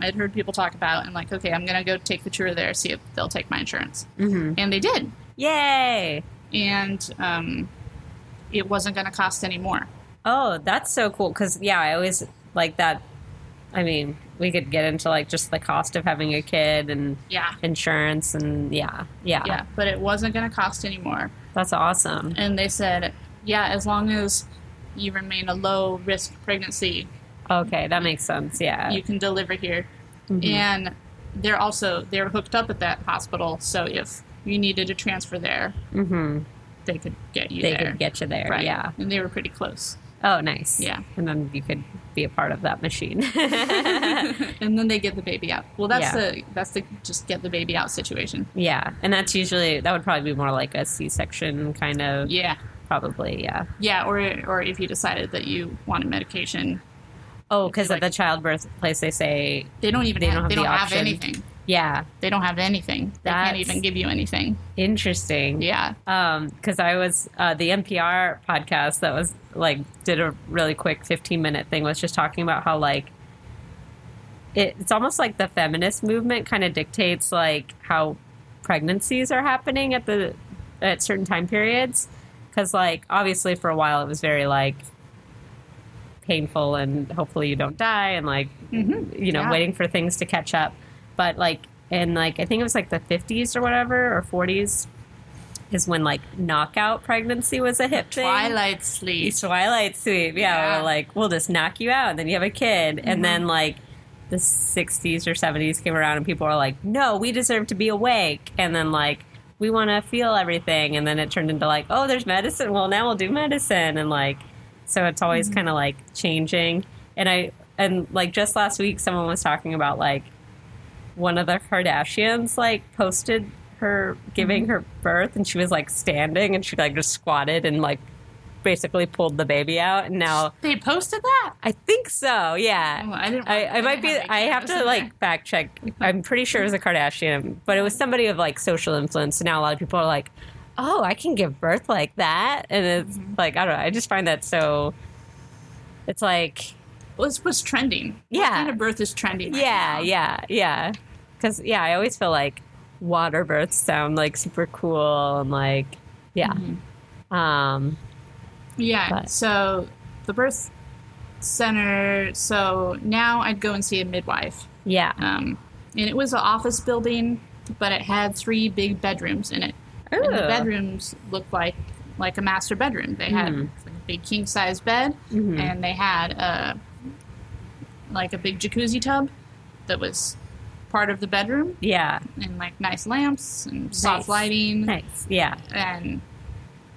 Speaker 3: I'd heard people talk about, and like, okay, I'm going to go take the tour there, see if they'll take my insurance,
Speaker 2: Mhm.
Speaker 3: and they did,
Speaker 2: Yay.
Speaker 3: and um, it wasn't going to cost any more.
Speaker 2: Oh, that's so cool. Because, yeah, I always like that. I mean, we could get into like just the cost of having a kid and
Speaker 3: Yeah.
Speaker 2: insurance and yeah, yeah.
Speaker 3: Yeah, but it wasn't going to cost any more.
Speaker 2: That's awesome.
Speaker 3: and they said, yeah, as long as you remain a low risk pregnancy,
Speaker 2: Okay, that makes sense. Yeah.
Speaker 3: you can deliver here.
Speaker 2: Mhm.
Speaker 3: And they're also they're hooked up at that hospital, so if you needed a transfer there,
Speaker 2: hmm
Speaker 3: they could get you
Speaker 2: They
Speaker 3: there.
Speaker 2: could get you there.
Speaker 3: right.
Speaker 2: Yeah.
Speaker 3: and they were pretty close. *laughs*
Speaker 2: Oh, nice.
Speaker 3: Yeah.
Speaker 2: And then you could be a part of that
Speaker 3: *laughs*
Speaker 2: machine. *laughs*
Speaker 3: and then they get the baby out. Well, that's
Speaker 2: Yeah.
Speaker 3: the that's the just get the baby out situation.
Speaker 2: yeah. And that's usually, that would probably be more like a C section kind of.
Speaker 3: Yeah,
Speaker 2: Probably, yeah.
Speaker 3: yeah. Or or if you decided that you wanted medication,
Speaker 2: Oh, because at the
Speaker 3: Like-
Speaker 2: childbirth place, they say,
Speaker 3: they don't even
Speaker 2: They
Speaker 3: have,
Speaker 2: don't have
Speaker 3: they
Speaker 2: the
Speaker 3: don't
Speaker 2: option.
Speaker 3: have anything.
Speaker 2: yeah,
Speaker 3: They don't have anything. They can't
Speaker 2: That's-
Speaker 3: even give you anything.
Speaker 2: interesting.
Speaker 3: Yeah.
Speaker 2: because Um, I was uh, the NPR podcast that was like did a really quick 15 minute thing was just talking about how like it, it's almost like the feminist movement kind of dictates like how pregnancies are happening at the at certain time periods because like obviously for a while it was very like painful and hopefully you don't die and like you know
Speaker 3: Yeah.
Speaker 2: waiting for things to catch up but like in like i think it was like the 50s or whatever or 40s is when like knockout pregnancy was a hip thing
Speaker 3: Twilight sleep.
Speaker 2: Twilight Sweep. Yeah,
Speaker 3: Yeah.
Speaker 2: We're like we'll just knock you out, and then you have a kid, and then like the '60s or '70s came around, and people were like, "No, we deserve to be awake," and then like we want to feel everything, and then it turned into like, "Oh, there's medicine. Well, now we'll do medicine," and like so it's always kind of like changing. And I and like just last week, someone was talking about like one of the Kardashians like posted her giving her birth and she was like standing and she like just squatted and like basically pulled the baby out and now
Speaker 3: They posted that.
Speaker 2: I think so, yeah.
Speaker 3: Oh, I didn't-
Speaker 2: I, I
Speaker 3: I
Speaker 2: might
Speaker 3: didn't
Speaker 2: be.
Speaker 3: have any
Speaker 2: I have
Speaker 3: cameras
Speaker 2: to
Speaker 3: in
Speaker 2: like
Speaker 3: there.
Speaker 2: fact check. I'm pretty sure it was a Kardashian, but it was somebody of like social influence. So now a lot of people are like, "Oh, I can give birth like that," and it's like I don't know. I just find that so. It's like
Speaker 3: What's what's trending?
Speaker 2: Yeah.
Speaker 3: What kind of birth is trending? right
Speaker 2: yeah,
Speaker 3: now?
Speaker 2: yeah, yeah. Because yeah, I always feel like water births sound like super cool and like yeah. Um,
Speaker 3: yeah.
Speaker 2: But-
Speaker 3: So the birth center. So now I'd go and see a midwife.
Speaker 2: Yeah.
Speaker 3: Um, and it was an office building, but it had three big bedrooms in it. And the
Speaker 2: Ooh.
Speaker 3: bedrooms looked like like a master bedroom. They had
Speaker 2: Mhm.
Speaker 3: like a big king size bed,
Speaker 2: Mhm.
Speaker 3: and they had a like a big jacuzzi tub that was part of the bedroom,
Speaker 2: Yeah.
Speaker 3: and like nice lamps and soft
Speaker 2: Nice.
Speaker 3: lighting,
Speaker 2: Nice. Yeah.
Speaker 3: and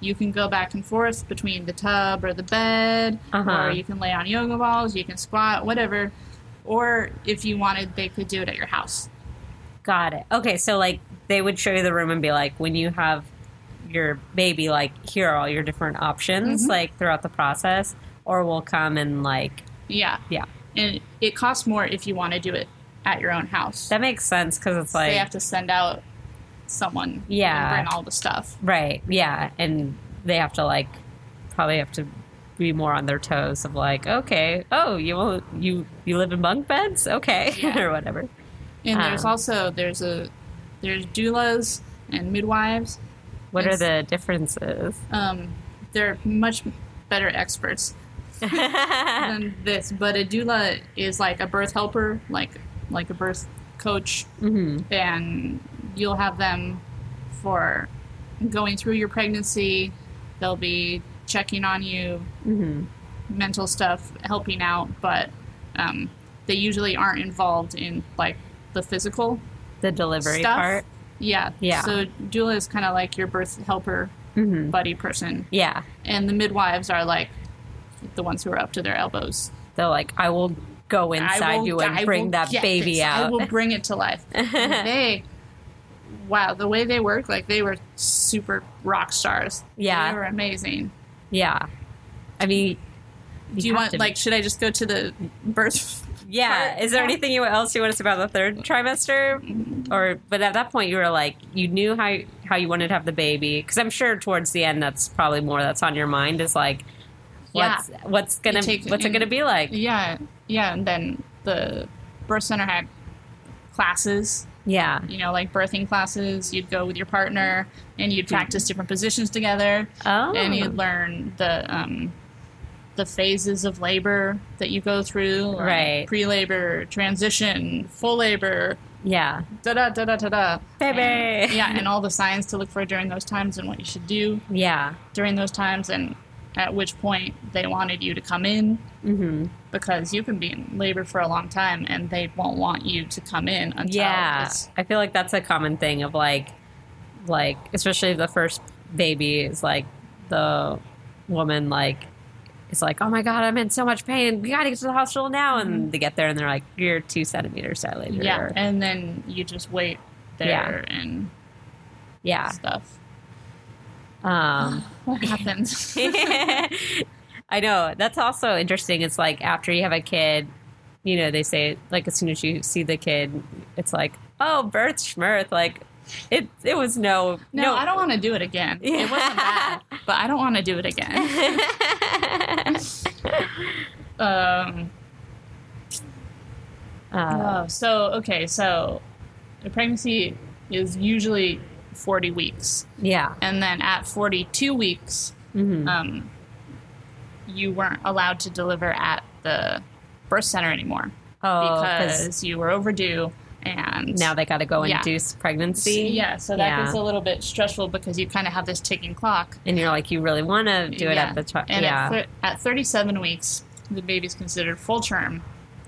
Speaker 3: you can go back and forth between the tub or the bed,
Speaker 2: Uh-huh.
Speaker 3: or you can lay on yoga balls, you can squat, whatever. Or if you wanted, they could do it at your house.
Speaker 2: Got it. Okay, so like they would show you the room and be like, when you have your baby, like here are all your different options,
Speaker 3: Mhm.
Speaker 2: like throughout the process, or we'll come and like
Speaker 3: Yeah.
Speaker 2: Yeah.
Speaker 3: And it costs more if you want to do it at your own house.
Speaker 2: that makes sense because it's like
Speaker 3: they have to send out someone
Speaker 2: Yeah.
Speaker 3: and bring all the stuff.
Speaker 2: right, yeah, and they have to like probably have to be more on their toes of like, okay, oh, you will you you live in bunk beds, okay, *laughs*
Speaker 3: Yeah.
Speaker 2: or whatever.
Speaker 3: And there's
Speaker 2: Um.
Speaker 3: also there's a there's doulas and midwives.
Speaker 2: What
Speaker 3: It's-
Speaker 2: are the
Speaker 3: *laughs*
Speaker 2: differences? *laughs*
Speaker 3: Um, they're much better experts
Speaker 2: yeah,
Speaker 3: than this, but a doula is like a birth helper, like like a birth coach, and you'll have them for going through your pregnancy. They'll be checking on you, mental stuff, helping out, but um, they usually aren't involved in like the physical
Speaker 2: the delivery
Speaker 3: stuff.
Speaker 2: part.
Speaker 3: Yeah,
Speaker 2: Yeah.
Speaker 3: So doula is kind of like your birth helper
Speaker 2: hmm
Speaker 3: buddy person,
Speaker 2: Yeah,
Speaker 3: and the midwives are like the ones who are up to their elbows.
Speaker 2: They're like, I will go
Speaker 3: I
Speaker 2: inside
Speaker 3: will-
Speaker 2: you
Speaker 3: I
Speaker 2: and bring
Speaker 3: will
Speaker 2: that
Speaker 3: get
Speaker 2: baby
Speaker 3: this. I
Speaker 2: out.
Speaker 3: will bring it to life. And they, wow, the way they work, like they were super rock stars.
Speaker 2: Yeah.
Speaker 3: they were amazing.
Speaker 2: *laughs* yeah. I mean,
Speaker 3: Do you
Speaker 2: have
Speaker 3: want
Speaker 2: to-
Speaker 3: like? Should I just go to the birth?
Speaker 2: yeah.
Speaker 3: part-
Speaker 2: Is there anything you else you want to say about the third trimester? Or, but at that point, you were like, you knew how how you wanted to have the baby, because I'm sure towards the end, that's probably more that's on your mind is like,
Speaker 3: Yeah.
Speaker 2: what's what's gonna
Speaker 3: take-
Speaker 2: what's it gonna be like?
Speaker 3: Yeah, yeah. And then the birth center had classes.
Speaker 2: Yeah.
Speaker 3: You know, like birthing classes. You'd go with your partner, and
Speaker 2: Hmm.
Speaker 3: you'd practice different positions together.
Speaker 2: Oh.
Speaker 3: and you learn the um, the phases of labor that you go through, like
Speaker 2: Right.
Speaker 3: Pre-labor, transition, full labor,
Speaker 2: yeah.
Speaker 3: da da da da da da.
Speaker 2: Baby.
Speaker 3: And- yeah, and all the signs to look for during those times, and what you should do
Speaker 2: Yeah.
Speaker 3: during those times, and at which point they wanted you to come in
Speaker 2: Mm-hmm.
Speaker 3: because you can be in labor for a long time, and they won't want you to come in until
Speaker 2: yeah
Speaker 3: it's-
Speaker 2: i feel like that's a common thing of like like especially the first baby is like the woman like is like oh my god i'm in so much pain we gotta get to the hospital now and they get there and they're like you're two centimeters dilated
Speaker 3: Mm-hmm. yeah,
Speaker 2: or-
Speaker 3: and then you just wait there and
Speaker 2: yeah *laughs*
Speaker 3: stuff. *gasps*
Speaker 2: um *laughs*
Speaker 3: What happens?
Speaker 2: I know. That's also interesting. It's like after you have a kid, you know, they say like as soon as you see the kid, it's like, oh, birth schmirth. Like it it was no
Speaker 3: No, I don't want to do it again.
Speaker 2: *laughs*
Speaker 3: It wasn't bad, but I don't want to do it again. Um,
Speaker 2: *laughs* uh,
Speaker 3: oh, so okay, so a pregnancy is usually 40 weeks,
Speaker 2: yeah.
Speaker 3: and then at 42 weeks,
Speaker 2: Mhm.
Speaker 3: um, you weren't allowed to deliver at the birth center anymore
Speaker 2: Oh, because
Speaker 3: because you were overdue. And
Speaker 2: now they got to go
Speaker 3: Yeah.
Speaker 2: induce pregnancy.
Speaker 3: yeah, so that
Speaker 2: Yeah.
Speaker 3: gets a little bit stressful because you kind of have this ticking clock.
Speaker 2: And you're like, you really want to do it
Speaker 3: Yeah.
Speaker 2: at the time.
Speaker 3: And
Speaker 2: Yeah.
Speaker 3: at, thir- at 37 weeks, the baby's considered full term.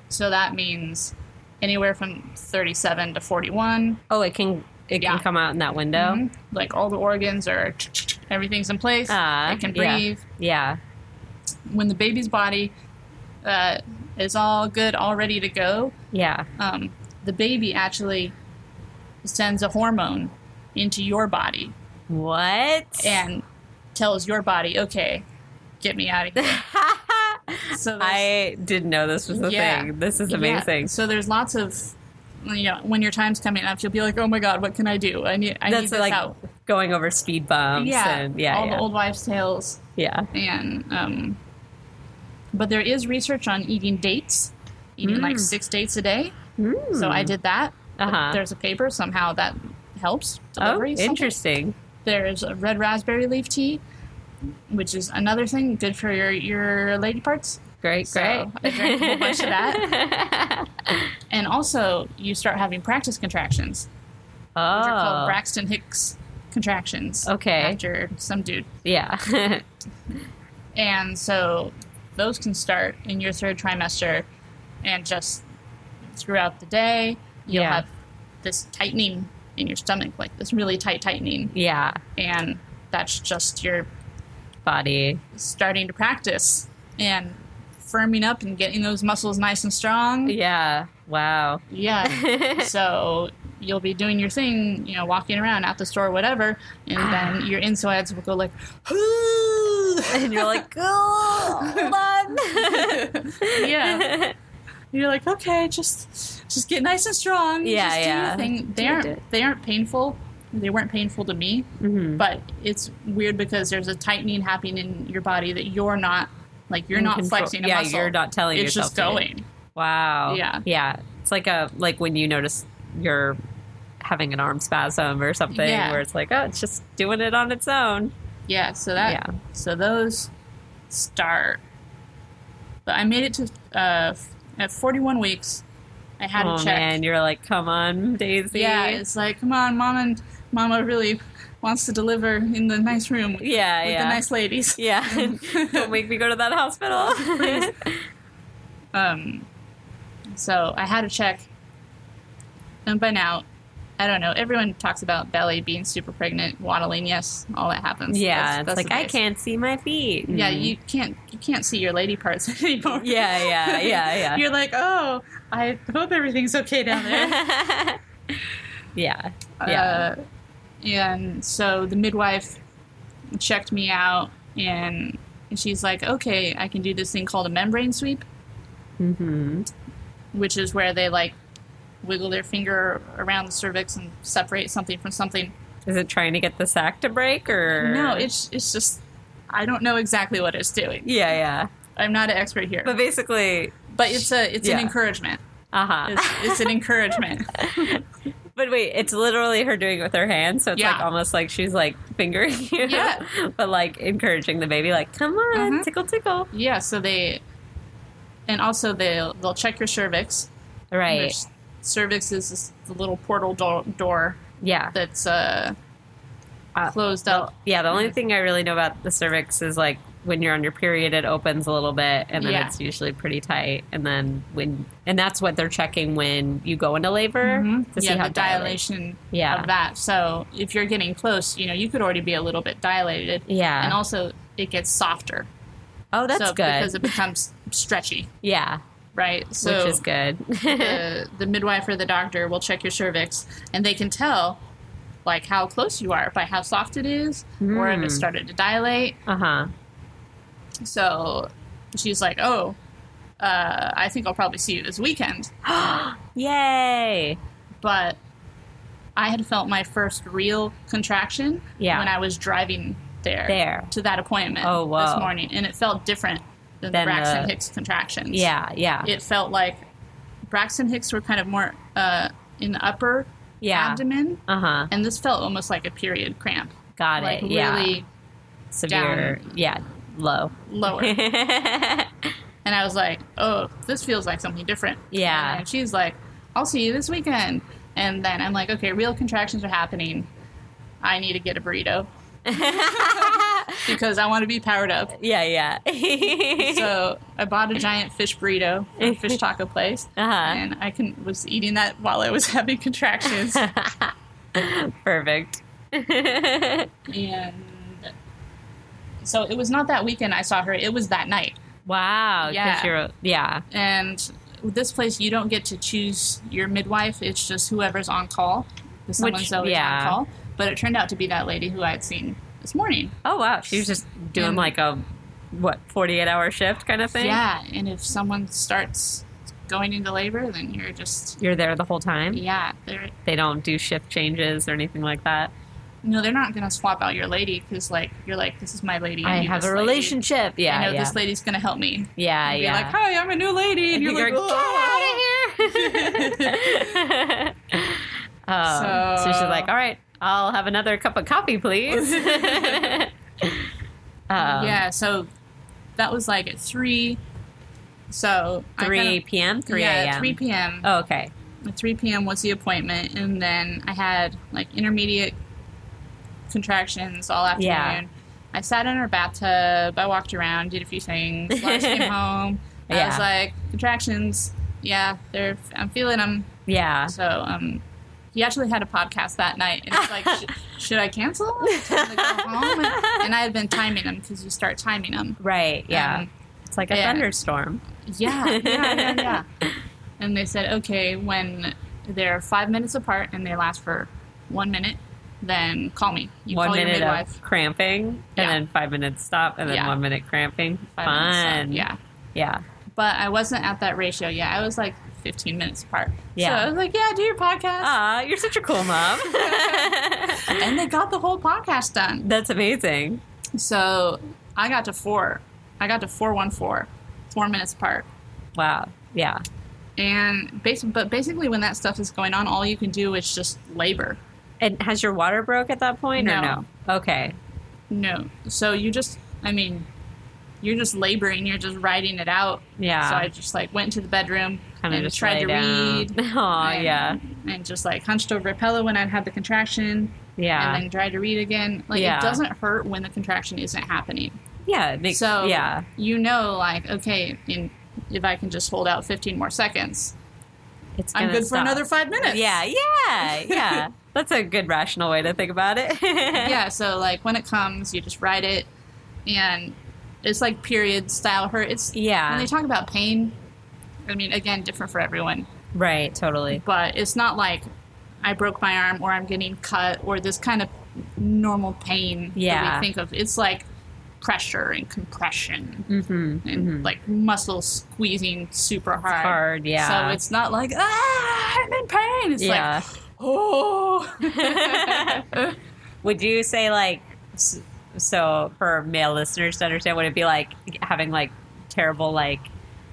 Speaker 3: So that means anywhere from 37 to 41.
Speaker 2: oh, it can it
Speaker 3: Yeah.
Speaker 2: can come out in that window.
Speaker 3: Mhm. Like all the organs are, everything's in place.
Speaker 2: Ah,
Speaker 3: it can
Speaker 2: yeah.
Speaker 3: breathe.
Speaker 2: Yeah.
Speaker 3: When the baby's body uh, is all good, all ready to go,
Speaker 2: Yeah.
Speaker 3: um, the baby actually sends a hormone into your body
Speaker 2: What?
Speaker 3: and tells your body, okay, get me out
Speaker 2: *laughs*
Speaker 3: of here. So there's-
Speaker 2: *laughs* I didn't know this was a
Speaker 3: Yeah.
Speaker 2: thing. This is
Speaker 3: Yeah,
Speaker 2: amazing.
Speaker 3: So there's lots of, you know, when your time's coming up, you'll be like, oh my god, what can I do? I need, I need
Speaker 2: That's
Speaker 3: this
Speaker 2: like
Speaker 3: out.
Speaker 2: going over speed bumps.
Speaker 3: Yeah,
Speaker 2: and yeah,
Speaker 3: all
Speaker 2: yeah,
Speaker 3: the old wives' tales,
Speaker 2: yeah.
Speaker 3: and um, but there is research on eating dates, eating like six dates a day. So I did that. But
Speaker 2: Mm. Uh-huh.
Speaker 3: There's a paper somehow that helps
Speaker 2: Oh,
Speaker 3: delivery. somehow.
Speaker 2: interesting.
Speaker 3: There's a red raspberry leaf tea, which is another thing good for your your lady parts.
Speaker 2: Great,
Speaker 3: So,
Speaker 2: great.
Speaker 3: I *laughs* drank a whole bunch
Speaker 2: *laughs*
Speaker 3: of
Speaker 2: that.
Speaker 3: *laughs* And also, you start having practice contractions.
Speaker 2: oh,
Speaker 3: These are called Braxton Hicks contractions.
Speaker 2: Okay.
Speaker 3: After some dude.
Speaker 2: yeah. *laughs*
Speaker 3: And so those can start in your third trimester and just throughout the day, you'll
Speaker 2: Yeah.
Speaker 3: have this tightening in your stomach, like this really tight tightening.
Speaker 2: yeah,
Speaker 3: And that's just your
Speaker 2: body.
Speaker 3: starting to practice and firming up and getting those muscles nice and strong.
Speaker 2: Yeah.
Speaker 3: *laughs*
Speaker 2: Wow. *laughs*
Speaker 3: Yeah. so you'll be doing your thing, you know, walking around at the store, whatever,
Speaker 2: *sighs*
Speaker 3: and then your insides will go like, *gasps*
Speaker 2: and you're like, oh, hold *laughs* on. *laughs*
Speaker 3: *laughs* yeah. You're like, okay, just just get nice and strong.
Speaker 2: Yeah,
Speaker 3: just
Speaker 2: yeah.
Speaker 3: Do your thing. They
Speaker 2: Do
Speaker 3: aren't
Speaker 2: it.
Speaker 3: they aren't painful. They weren't painful to me,
Speaker 2: Mhm.
Speaker 3: but it's weird because there's a tightening happening in your body that you're not like you're
Speaker 2: In
Speaker 3: not
Speaker 2: control.
Speaker 3: flexing. A
Speaker 2: Yeah,
Speaker 3: muscle.
Speaker 2: you're not telling
Speaker 3: It's
Speaker 2: yourself
Speaker 3: just
Speaker 2: to.
Speaker 3: going.
Speaker 2: Wow.
Speaker 3: Yeah.
Speaker 2: Yeah. It's like a like when you notice you're having an arm spasm or something
Speaker 3: Yeah.
Speaker 2: where it's like, oh, it's just doing it on its own.
Speaker 3: Yeah, so that
Speaker 2: Yeah.
Speaker 3: so those start. But I made it to uh, f- at 41 weeks. I had
Speaker 2: oh
Speaker 3: to check.
Speaker 2: man, you're like, come on, Daisy.
Speaker 3: yeah, it's like come on, mom and mama really wants to deliver in the nice room with
Speaker 2: yeah,
Speaker 3: with
Speaker 2: yeah.
Speaker 3: the nice ladies.
Speaker 2: *laughs* yeah. Don't make me go to that hospital.
Speaker 3: *laughs* Um, so I had to check. And by now, I don't know. Everyone talks about Belly being super pregnant, waddling. Yes, all that
Speaker 2: *laughs*
Speaker 3: happens.
Speaker 2: yeah,
Speaker 3: That's- that's
Speaker 2: it's like I
Speaker 3: advice.
Speaker 2: can't see my feet.
Speaker 3: Yeah,
Speaker 2: Mm.
Speaker 3: you can't you can't see your lady parts *laughs* anymore.
Speaker 2: *laughs* Yeah,
Speaker 3: *laughs*
Speaker 2: yeah, yeah, yeah.
Speaker 3: You're like, oh, I hope everything's okay down there.
Speaker 2: yeah. Yeah. *laughs* Yeah.
Speaker 3: Uh, and so the midwife checked me out, and she's like, okay, I can do this thing called a membrane sweep,
Speaker 2: mm-hmm.
Speaker 3: which is where they like wiggle their finger around the cervix and separate something from something.
Speaker 2: Is it trying to get the sack to break or
Speaker 3: No, it's it's just I don't know exactly what it's doing.
Speaker 2: Yeah, yeah.
Speaker 3: I'm not an expert here,
Speaker 2: But
Speaker 3: but,
Speaker 2: basically,
Speaker 3: it's a it's an
Speaker 2: Yeah.
Speaker 3: encouragement.
Speaker 2: uh-huh.
Speaker 3: It's, it's an encouragement.
Speaker 2: *laughs* But wait, it's literally her doing it with her hands, so it's
Speaker 3: Yeah.
Speaker 2: like almost like she's like fingering you,
Speaker 3: Yeah.
Speaker 2: *laughs* but like encouraging the baby, like come on,
Speaker 3: Mhm.
Speaker 2: tickle, tickle,
Speaker 3: Yeah, so they, and also they'll they'll check your cervix.
Speaker 2: right?
Speaker 3: There's- Cervix is this, the little portal do- door
Speaker 2: yeah,
Speaker 3: that's uh,
Speaker 2: Uh,
Speaker 3: closed up.
Speaker 2: yeah. The only thing I really know about the cervix is like when you're on your period, it opens a little bit, and then
Speaker 3: Yeah.
Speaker 2: it's usually pretty tight. And then when, and that's what they're checking when you go into labor
Speaker 3: Mhm.
Speaker 2: mm-hmm. to see
Speaker 3: yeah,
Speaker 2: how
Speaker 3: the
Speaker 2: dilated-
Speaker 3: dilation
Speaker 2: Yeah.
Speaker 3: of that. So if you're getting close, you know you could already be a little bit dilated,
Speaker 2: Yeah.
Speaker 3: and also it gets softer.
Speaker 2: oh, that's
Speaker 3: so
Speaker 2: good.
Speaker 3: because it becomes stretchy,
Speaker 2: yeah,
Speaker 3: right? So
Speaker 2: which is good. *laughs*
Speaker 3: the, the midwife or the doctor will check your cervix and they can tell like how close you are by how soft it is or if
Speaker 2: Mm.
Speaker 3: it started to dilate
Speaker 2: uh huh.
Speaker 3: so she's like oh uh, i think i'll probably see you this weekend
Speaker 2: Yay!
Speaker 3: but i had felt my first real contraction
Speaker 2: Yeah.
Speaker 3: when i was driving there,
Speaker 2: There.
Speaker 3: to that appointment
Speaker 2: Oh, whoa.
Speaker 3: this morning and it felt different than,
Speaker 2: Than
Speaker 3: the braxton
Speaker 2: the-
Speaker 3: hicks contractions
Speaker 2: Yeah, yeah,
Speaker 3: it felt like braxton hicks were kind of more uh, in the upper
Speaker 2: yeah.
Speaker 3: abdomen
Speaker 2: Uh huh.
Speaker 3: and this felt almost like a period cramp
Speaker 2: Got
Speaker 3: like
Speaker 2: it. Yeah.
Speaker 3: really
Speaker 2: severe. Yeah, low. *laughs*
Speaker 3: lower and i was like oh this feels like something different
Speaker 2: Yeah.
Speaker 3: and she's like i'll see you this weekend and then i'm like okay real contractions are happening i need to get
Speaker 2: *laughs*
Speaker 3: a burrito because i want to be powered up
Speaker 2: yeah, yeah.
Speaker 3: so i bought a giant fish burrito from a fish taco place
Speaker 2: *laughs* uh-huh.
Speaker 3: and i can, was eating that while i was *laughs* having
Speaker 2: *laughs*
Speaker 3: contractions
Speaker 2: Perfect. *laughs*
Speaker 3: and so it was not that weekend i saw her it was that night
Speaker 2: wow. 'cause
Speaker 3: Yeah.
Speaker 2: You're, yeah.
Speaker 3: and with this place you don't get to choose your midwife it's just whoever's on call
Speaker 2: Which-
Speaker 3: 'cause someone's always
Speaker 2: yeah.
Speaker 3: on call but it turned out to be that lady who i had seen this morning
Speaker 2: Oh wow. She was just doing
Speaker 3: And-
Speaker 2: like a what forty eight hour shift kind of thing.
Speaker 3: yeah and if someone starts going into labor then you're just
Speaker 2: You're there the whole time.
Speaker 3: yeah they're
Speaker 2: They don't do shift changes or anything like that.
Speaker 3: no they're not gonna swap out your lady because like you're like this is my lady
Speaker 2: I
Speaker 3: need
Speaker 2: have
Speaker 3: this
Speaker 2: a
Speaker 3: lady.
Speaker 2: relationship. Yeah,
Speaker 3: i know
Speaker 2: yeah.
Speaker 3: this lady's gonna help me
Speaker 2: yeah,
Speaker 3: You'd be
Speaker 2: yeah.
Speaker 3: like hi i'm a new lady and you're, like, "Whoa."
Speaker 2: get out of here. *laughs* um, so, she's
Speaker 3: So-
Speaker 2: like, all right, I'll have another cup of coffee,
Speaker 3: *laughs*
Speaker 2: please. *laughs* um,
Speaker 3: yeah, so that was like at three, So I
Speaker 2: 3
Speaker 3: kinda-
Speaker 2: p.m. 3
Speaker 3: yeah,
Speaker 2: a.m.
Speaker 3: 3 p.m.
Speaker 2: Oh, okay.
Speaker 3: At 3 p.m. was the appointment, and then I had like intermediate contractions all afternoon.
Speaker 2: Yeah.
Speaker 3: I sat in her bathtub. I walked around, did a
Speaker 2: *laughs*
Speaker 3: few things. Lars came home. I
Speaker 2: Yeah.
Speaker 3: was like, contractions. Yeah, they're. I'm feeling them.
Speaker 2: Yeah.
Speaker 3: So um, he actually had a podcast that night, and
Speaker 2: *laughs*
Speaker 3: it's like, sh- should I cancel? Time to go home? And, I had been timing them because you start timing them.
Speaker 2: Right. Yeah. it's like a
Speaker 3: Um, yeah.
Speaker 2: thunderstorm.
Speaker 3: Yeah, yeah,
Speaker 2: *laughs*
Speaker 3: yeah, yeah. and they said, okay, when they're five minutes apart and they last for one minute, then call me. You
Speaker 2: one
Speaker 3: call
Speaker 2: minute
Speaker 3: your midwife.
Speaker 2: of cramping,
Speaker 3: Yeah.
Speaker 2: and then five minutes stop, and then
Speaker 3: Yeah.
Speaker 2: one minute cramping.
Speaker 3: five minutes
Speaker 2: Fun.
Speaker 3: out. Yeah.
Speaker 2: Yeah.
Speaker 3: But I wasn't at that ratio yet. I was like 15 minutes apart.
Speaker 2: Yeah.
Speaker 3: So I was like, yeah, do your podcast.
Speaker 2: Ah, you're such a cool
Speaker 3: *laughs*
Speaker 2: mom. *laughs*
Speaker 3: and they got the whole podcast done.
Speaker 2: That's amazing.
Speaker 3: So I got to four. I got to 414, four minutes apart.
Speaker 2: Wow. Yeah.
Speaker 3: And bas- but basically, when that stuff is going on, all you can do is just labor.
Speaker 2: And has your water broke at that point or
Speaker 3: No.
Speaker 2: no? Okay.
Speaker 3: No. So you just, I mean, you're just laboring. You're just writing it out.
Speaker 2: Yeah.
Speaker 3: So I just like went into the bedroom
Speaker 2: Kind of
Speaker 3: and
Speaker 2: just
Speaker 3: tried to
Speaker 2: *laughs*
Speaker 3: read.
Speaker 2: Oh
Speaker 3: and-
Speaker 2: yeah.
Speaker 3: And just like hunched over a pillow when I'd had the contraction.
Speaker 2: Yeah.
Speaker 3: And then tried to read again. Like
Speaker 2: Yeah.
Speaker 3: it doesn't hurt when the contraction isn't happening.
Speaker 2: yeah. It makes,
Speaker 3: so
Speaker 2: yeah.
Speaker 3: you know, like okay, in, if I can just hold out 15 more seconds,
Speaker 2: It's
Speaker 3: I'm
Speaker 2: gonna
Speaker 3: good for
Speaker 2: stop.
Speaker 3: another five minutes.
Speaker 2: Yeah.
Speaker 3: *laughs*
Speaker 2: Yeah. Yeah. That's a good rational way to think about it. *laughs*
Speaker 3: yeah, so like when it comes, you just ride it, and it's like period style hurt. It's when
Speaker 2: Yeah.
Speaker 3: they talk about pain. I mean, again, different for everyone,
Speaker 2: Right. Totally.
Speaker 3: but it's not like I broke my arm or I'm getting cut or this kind of normal pain that
Speaker 2: Yeah.
Speaker 3: we think of. It's like pressure and compression
Speaker 2: Mm-hmm.
Speaker 3: and like muscle squeezing super hard.
Speaker 2: Hard. Yeah.
Speaker 3: So it's not like ah, I'm in pain. It's
Speaker 2: yeah.
Speaker 3: like
Speaker 2: *laughs*
Speaker 3: *laughs* oh.
Speaker 2: Would you say like s- so for male listeners to understand? Would it be like having like terrible like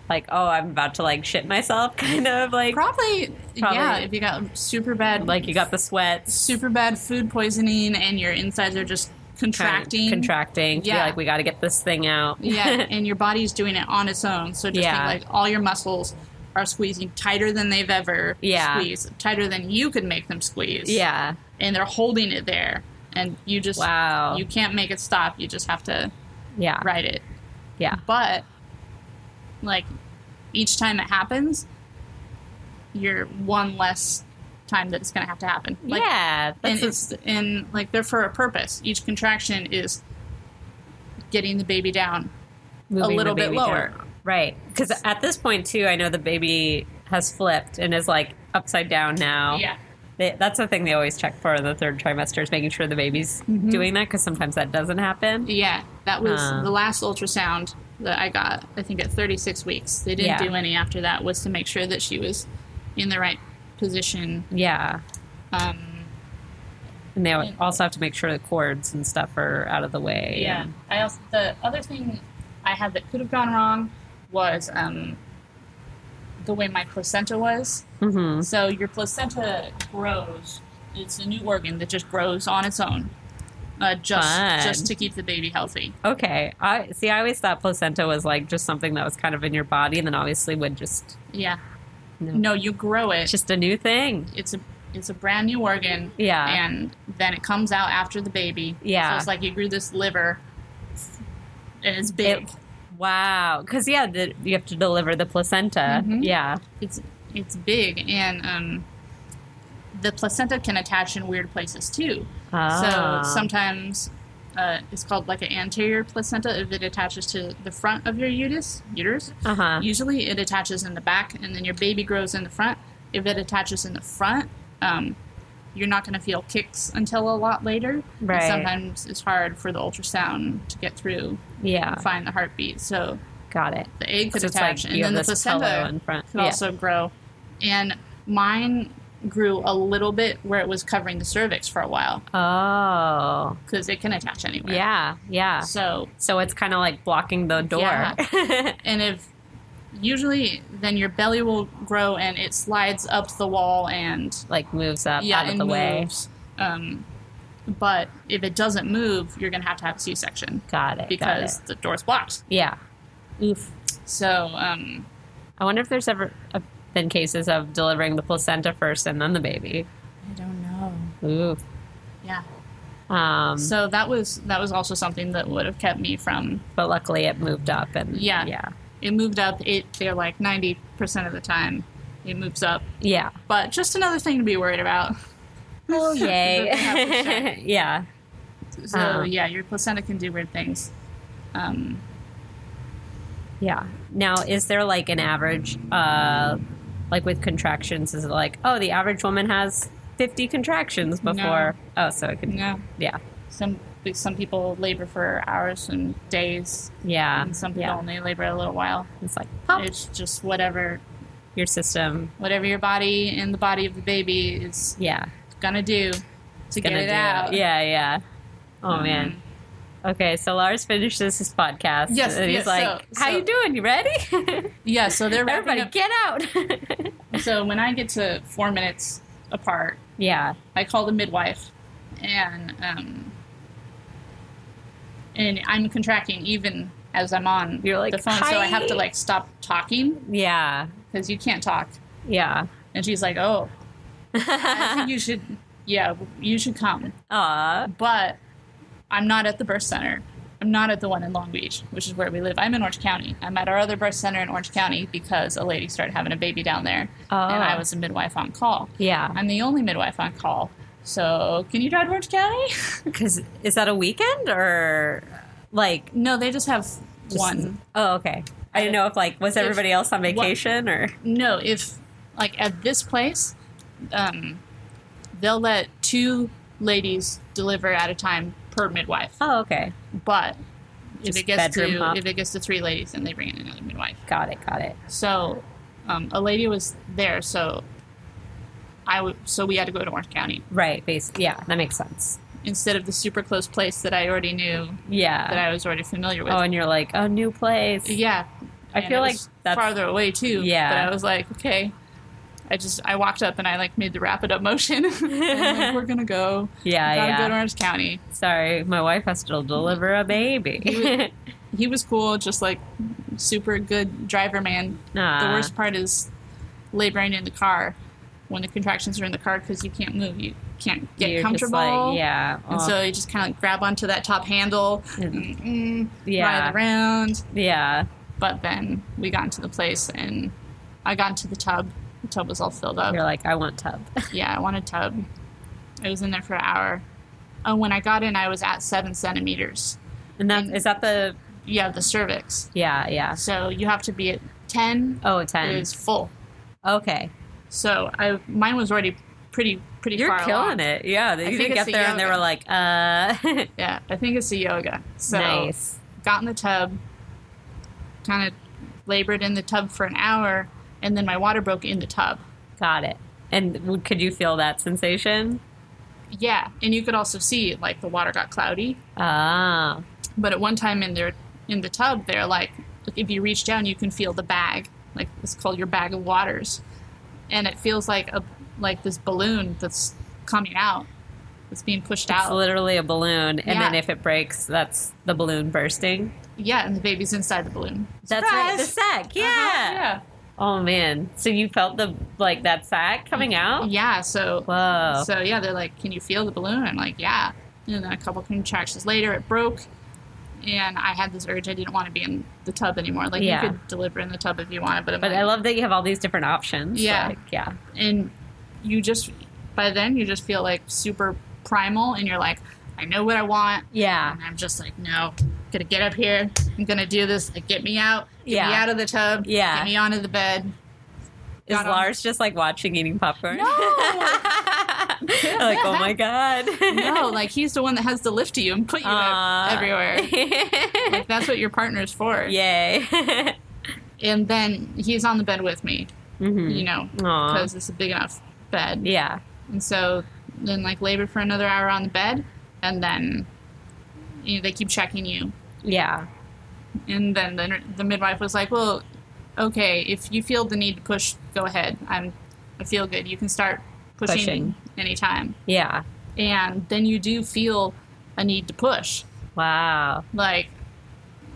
Speaker 2: like oh I'm about to like shit myself *laughs* kind of like
Speaker 3: Probably, yeah.
Speaker 2: Probably.
Speaker 3: If you got super bad,
Speaker 2: like you got the sweats
Speaker 3: super bad food poisoning, and your insides are just contracting,
Speaker 2: Kind of contracting yeah
Speaker 3: Yeah.
Speaker 2: like we got to get this thing out *laughs*
Speaker 3: yeah, and your body's doing it on its own. So just
Speaker 2: Yeah.
Speaker 3: think like all your muscles are squeezing tighter than they've ever
Speaker 2: Yeah.
Speaker 3: squeezed, tighter than you could make them squeeze.
Speaker 2: yeah
Speaker 3: and they're holding it there, and you just
Speaker 2: Wow.
Speaker 3: you can't make it stop. You just have to
Speaker 2: yeah
Speaker 3: ride it.
Speaker 2: yeah
Speaker 3: But like each time it happens, you're one less time that it's going to have to happen. Like,
Speaker 2: yeah
Speaker 3: and
Speaker 2: that's a-
Speaker 3: it's and like they're for a purpose. Each contraction is getting the baby down.
Speaker 2: moving the
Speaker 3: little bit
Speaker 2: baby
Speaker 3: lower.
Speaker 2: down. right because at this point too I know the baby has flipped and is like upside down now They, that's the thing they always check for in the third trimester is making sure the baby's doing that because sometimes that doesn't happen.
Speaker 3: yeah. That was
Speaker 2: Huh.
Speaker 3: the last ultrasound that I got. I think at 36 weeks. They didn't
Speaker 2: Yeah.
Speaker 3: do any after that. Was to make sure that she was in the right position.
Speaker 2: Yeah,
Speaker 3: Um,
Speaker 2: and they also have to make sure the cords and stuff are out of the way.
Speaker 3: yeah. I also the other thing I had that could have gone wrong was um, the way my placenta was.
Speaker 2: hmm
Speaker 3: So your placenta grows. It's a new organ that just grows on its own, uh, just
Speaker 2: Fun.
Speaker 3: just to keep the baby healthy.
Speaker 2: Okay. I see. I always thought placenta was like just something that was kind of in your body, and then obviously would just
Speaker 3: Yeah.
Speaker 2: No.
Speaker 3: No, you grow it.
Speaker 2: it's just a new thing.
Speaker 3: it's a it's a brand new organ,
Speaker 2: Yeah.
Speaker 3: and then it comes out after the baby.
Speaker 2: Yeah.
Speaker 3: So it's like you grew this liver, and it's big.
Speaker 2: It- wow. Because yeah, the, you have to deliver the placenta.
Speaker 3: Mhm.
Speaker 2: Yeah.
Speaker 3: it's it's big, and um, the placenta can attach in weird places too.
Speaker 2: Ah.
Speaker 3: So sometimes uh, it's called like an anterior placenta if it attaches to the front of your uterus. Uterus.
Speaker 2: Uh-huh.
Speaker 3: Usually it attaches in the back, and then your baby grows in the front. If it attaches in the front, um, you're not going to feel kicks until a lot later. And
Speaker 2: Right.
Speaker 3: sometimes it's hard for the ultrasound to get through
Speaker 2: yeah.
Speaker 3: and find the heartbeat. So
Speaker 2: Got it.
Speaker 3: the egg could
Speaker 2: So it's
Speaker 3: attach,
Speaker 2: like
Speaker 3: and
Speaker 2: you have
Speaker 3: then the
Speaker 2: this pillow
Speaker 3: placenta
Speaker 2: in front.
Speaker 3: could
Speaker 2: Yeah.
Speaker 3: also grow. And mine grew a little bit where it was covering the cervix for a while
Speaker 2: Oh.
Speaker 3: because it can attach anywhere.
Speaker 2: Yeah. Yeah.
Speaker 3: So,
Speaker 2: So it's kind of like blocking the door. Yeah.
Speaker 3: and if usually then your belly will grow and it slides up the wall and
Speaker 2: *laughs* like moves up
Speaker 3: yeah,
Speaker 2: out of
Speaker 3: and
Speaker 2: the way.
Speaker 3: moves. Um, but if it doesn't move, you're gonna have to have a C-section
Speaker 2: Got it. got
Speaker 3: because
Speaker 2: it.
Speaker 3: the door's blocked.
Speaker 2: yeah, Oof.
Speaker 3: So, um,
Speaker 2: I wonder if there's ever uh, been cases of delivering the placenta first and then the baby.
Speaker 3: I don't know.
Speaker 2: Ooh.
Speaker 3: Yeah.
Speaker 2: Um,
Speaker 3: So that was that was also something that would have kept me from.
Speaker 2: but luckily it moved up and
Speaker 3: Yeah.
Speaker 2: yeah,
Speaker 3: It moved up. It they're like ninety percent of the time it moves up,
Speaker 2: yeah.
Speaker 3: but just another thing to be worried about.
Speaker 2: Oh
Speaker 3: *laughs* That they have to check.
Speaker 2: yay! *laughs* yeah,
Speaker 3: So
Speaker 2: Um,
Speaker 3: yeah, your placenta can do weird things. Um,
Speaker 2: yeah. Now, is there like an average, uh, like with contractions? Is it like oh, the average woman has fifty contractions before? Oh, so it could.
Speaker 3: yeah,
Speaker 2: Yeah,
Speaker 3: some some people labor for hours and days,
Speaker 2: yeah.
Speaker 3: and some people
Speaker 2: yeah.
Speaker 3: only labor a little while.
Speaker 2: It's like pop
Speaker 3: It's just whatever
Speaker 2: your system.
Speaker 3: whatever your body and the body of the baby is
Speaker 2: Yeah,
Speaker 3: gonna do to get it out.
Speaker 2: Yeah, yeah. Oh man.
Speaker 3: Mhm.
Speaker 2: Okay, so Lars finishes his podcast.
Speaker 3: Yes,
Speaker 2: and he's
Speaker 3: yes,
Speaker 2: like,
Speaker 3: so-
Speaker 2: "How
Speaker 3: so-
Speaker 2: you doing? You ready? *laughs*
Speaker 3: Yeah, so they're wrapping
Speaker 2: Everybody,
Speaker 3: up.
Speaker 2: get out!" *laughs*
Speaker 3: So when I get to four minutes apart,
Speaker 2: yeah,
Speaker 3: I call the midwife, and um, and I'm contracting even as I'm on
Speaker 2: You're like,
Speaker 3: the phone, so I have to
Speaker 2: "Hi."
Speaker 3: like stop talking
Speaker 2: yeah,
Speaker 3: because you can't talk.
Speaker 2: yeah.
Speaker 3: And she's like, *laughs* "Oh, I think you should, yeah, you should come."
Speaker 2: Aw,
Speaker 3: But I'm not at the birth center. I'm not at the one in Long Beach, which is where we live. I'm in Orange County. I'm at our other birth center in Orange County because a lady started having a baby down there, and I
Speaker 2: Oh.
Speaker 3: was a midwife on call.
Speaker 2: yeah.
Speaker 3: I'm the only midwife on call. So, can you drive to Orange County?
Speaker 2: Because is that a weekend or like
Speaker 3: no, they just have
Speaker 2: just-
Speaker 3: one.
Speaker 2: Oh, okay. I didn't know if like was everybody else on vacation or
Speaker 3: No, if like at this place, um, they'll let two ladies deliver at a time per midwife.
Speaker 2: oh, okay.
Speaker 3: But
Speaker 2: Just
Speaker 3: if it gets
Speaker 2: bedroom
Speaker 3: to
Speaker 2: hop.
Speaker 3: if it gets to three ladies, then they bring in another midwife.
Speaker 2: Got it. Got it.
Speaker 3: So, um, a lady was there, so I w- so we had to go to Orange County
Speaker 2: Right. Base. Yeah, that makes sense.
Speaker 3: instead of the super close place that I already knew that
Speaker 2: Yeah.
Speaker 3: I was already familiar with.
Speaker 2: Uh, Oh, and you're like, oh, new place.
Speaker 3: Yeah,
Speaker 2: I
Speaker 3: And
Speaker 2: feel
Speaker 3: it
Speaker 2: like
Speaker 3: was
Speaker 2: that's-
Speaker 3: farther away too.
Speaker 2: Yeah.
Speaker 3: but I was like, okay. I just I walked up and I like made the rapid up motion. *laughs* And I'm like, We're gonna go.
Speaker 2: Yeah,
Speaker 3: We gotta
Speaker 2: yeah.
Speaker 3: go to Orange County.
Speaker 2: Sorry, my wife has to deliver a *laughs* baby.
Speaker 3: He was cool, just like super good driver man.
Speaker 2: Ah.
Speaker 3: The worst part is laboring in the car when the contractions are in the car because you can't move, you can't get
Speaker 2: You're just
Speaker 3: comfortable.
Speaker 2: like, yeah.
Speaker 3: And
Speaker 2: oh,
Speaker 3: so you just kind of grab onto that top handle,
Speaker 2: Mm.
Speaker 3: mm,
Speaker 2: yeah.
Speaker 3: ride around.
Speaker 2: Oh, Yeah.
Speaker 3: But then we got into the place and I got into the tub. The tub was all filled up.
Speaker 2: You're like, I want tub. *laughs*
Speaker 3: Yeah, I want a tub. I was in there for an hour. And when I got in, I was at seven centimeters.
Speaker 2: And that
Speaker 3: And-
Speaker 2: is that the
Speaker 3: You have the cervix.
Speaker 2: yeah, yeah.
Speaker 3: So you have to be at 10
Speaker 2: Oh, 10.
Speaker 3: is full.
Speaker 2: Okay.
Speaker 3: So I mine was already pretty pretty
Speaker 2: You're
Speaker 3: far
Speaker 2: killing it. Yeah. You
Speaker 3: think
Speaker 2: didn't
Speaker 3: it's
Speaker 2: get
Speaker 3: the
Speaker 2: there and they
Speaker 3: yoga.
Speaker 2: were like, uh *laughs*
Speaker 3: Yeah, I think it's the yoga. So
Speaker 2: nice.
Speaker 3: got in the tub, kind of labored in the tub for an hour, and then my water broke in the tub.
Speaker 2: Got it. And w- could you feel that sensation?
Speaker 3: Yeah, and you could also see like the water got cloudy.
Speaker 2: Ah.
Speaker 3: But at one time in their in the tub, they're like, like, if you reach down, you can feel the bag. Like it's called your bag of waters, and it feels like a like this balloon that's coming out, that's being pushed
Speaker 2: It's
Speaker 3: out.
Speaker 2: literally a balloon. And then
Speaker 3: Yeah.
Speaker 2: if it breaks, that's the balloon bursting.
Speaker 3: yeah, and the baby's inside the balloon.
Speaker 2: That's right. The
Speaker 3: Surprise!
Speaker 2: sack. Yeah.
Speaker 3: Uh-huh,
Speaker 2: Oh man. So you felt the like that sack coming
Speaker 3: yeah,
Speaker 2: out?
Speaker 3: yeah. So
Speaker 2: Whoa.
Speaker 3: so yeah, they're like, can you feel the balloon? I'm like, yeah. And then a couple contractions later, it broke. And I had this urge. I didn't want to be in the tub anymore. Like
Speaker 2: Yeah.
Speaker 3: you could deliver in the tub if you wanted, but, I'm
Speaker 2: but
Speaker 3: like,
Speaker 2: I love that you have all these different options.
Speaker 3: Yeah.
Speaker 2: Like, yeah.
Speaker 3: and you just by then you just feel like super primal and you're like i know what i want
Speaker 2: Yeah.
Speaker 3: and i'm just like no gonna get up here i'm gonna do this like, get me out get me
Speaker 2: Yeah.
Speaker 3: out of the tub
Speaker 2: Yeah.
Speaker 3: get me onto
Speaker 2: *laughs*
Speaker 3: the bed
Speaker 2: Is
Speaker 3: Got on-
Speaker 2: Lars just like watching eating popcorn? *laughs* like, oh my god.
Speaker 3: *laughs*
Speaker 2: *laughs*
Speaker 3: no like he's the one that has to lift you and put you
Speaker 2: Aw.
Speaker 3: up everywhere like that's what your partner's for
Speaker 2: *laughs* Yay. *laughs*
Speaker 3: and then he's on the bed with me you
Speaker 2: Mhm.
Speaker 3: know
Speaker 2: Aw.
Speaker 3: because it's a big enough bed
Speaker 2: Yeah.
Speaker 3: And so then like labor for another hour on the bed, and then you know, they keep checking you.
Speaker 2: Yeah.
Speaker 3: And then the, the midwife was like, "Well, okay, if you feel the need to push, go ahead. I'm I feel good. You can start pushing,
Speaker 2: Pushing.
Speaker 3: anytime."
Speaker 2: Yeah.
Speaker 3: And then you do feel a need to push,
Speaker 2: Wow.
Speaker 3: like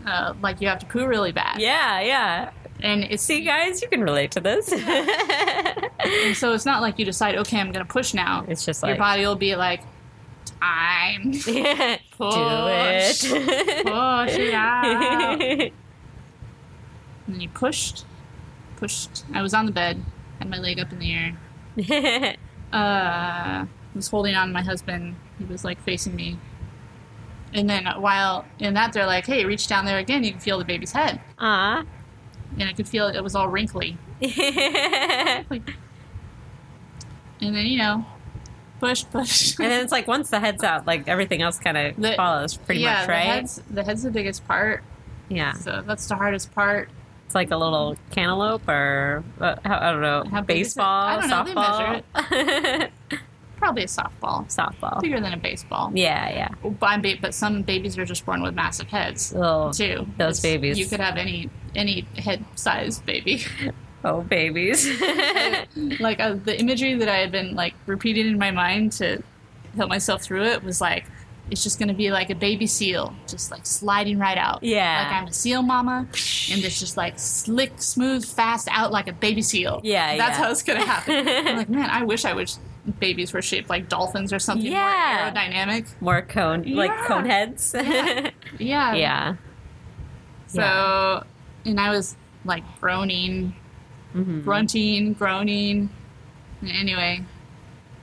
Speaker 3: uh, like you have to poo really bad.
Speaker 2: Yeah, yeah.
Speaker 3: And it's
Speaker 2: See, guys, you can relate to this. *laughs*
Speaker 3: and so it's not like you decide, okay, I'm going to push now.
Speaker 2: it's just
Speaker 3: Your
Speaker 2: like,
Speaker 3: body *laughs* will be like,
Speaker 2: *laughs*
Speaker 3: time, push
Speaker 2: yeah, do
Speaker 3: Push.
Speaker 2: it. *laughs*
Speaker 3: it out. And you pushed, pushed. I was on the bed, had my leg up in the air. Uh, was holding on to my husband. He was like facing me. And then while in that, they're like, hey, reach down there again. You can feel the baby's head.
Speaker 2: Aw. *laughs*
Speaker 3: And I could feel it, it was all wrinkly.
Speaker 2: and
Speaker 3: Like, and then, you know, push,
Speaker 2: *laughs*
Speaker 3: push.
Speaker 2: then it's like once the head's out, like everything else kind of
Speaker 3: The-
Speaker 2: follows pretty
Speaker 3: yeah,
Speaker 2: much,
Speaker 3: the
Speaker 2: right?
Speaker 3: head's, the head's the biggest part.
Speaker 2: yeah.
Speaker 3: So that's the hardest part.
Speaker 2: It's like a little cantaloupe or, uh, I don't know,
Speaker 3: How big is it?
Speaker 2: baseball,
Speaker 3: I don't know, they
Speaker 2: softball.
Speaker 3: Probably a softball.
Speaker 2: *laughs* softball.
Speaker 3: Bigger than a baseball.
Speaker 2: Yeah, yeah.
Speaker 3: Well, But, ba- but some babies are just born with massive heads,
Speaker 2: Oh,
Speaker 3: too.
Speaker 2: those babies.
Speaker 3: You could have any any head sized baby. *laughs*
Speaker 2: oh babies.
Speaker 3: like uh, the imagery that I had been like repeating in my mind to help myself through it was like, it's just going to be like a baby seal, just like sliding right out.
Speaker 2: Yeah.
Speaker 3: Like I'm a seal mama, and it's just like slick, smooth, fast out like a baby seal.
Speaker 2: Yeah,
Speaker 3: That's
Speaker 2: yeah.
Speaker 3: how it's going to
Speaker 2: *laughs*
Speaker 3: happen. I'm like, man, I wish I wish babies were shaped like dolphins or something
Speaker 2: Yeah.
Speaker 3: more aerodynamic.
Speaker 2: More cone, like
Speaker 3: Yeah.
Speaker 2: cone heads. *laughs* Yeah.
Speaker 3: Yeah. So,
Speaker 2: Yeah.
Speaker 3: and I was like groaning,
Speaker 2: Mhm.
Speaker 3: Mm-hmm. *laughs* grunting, groaning. And anyway,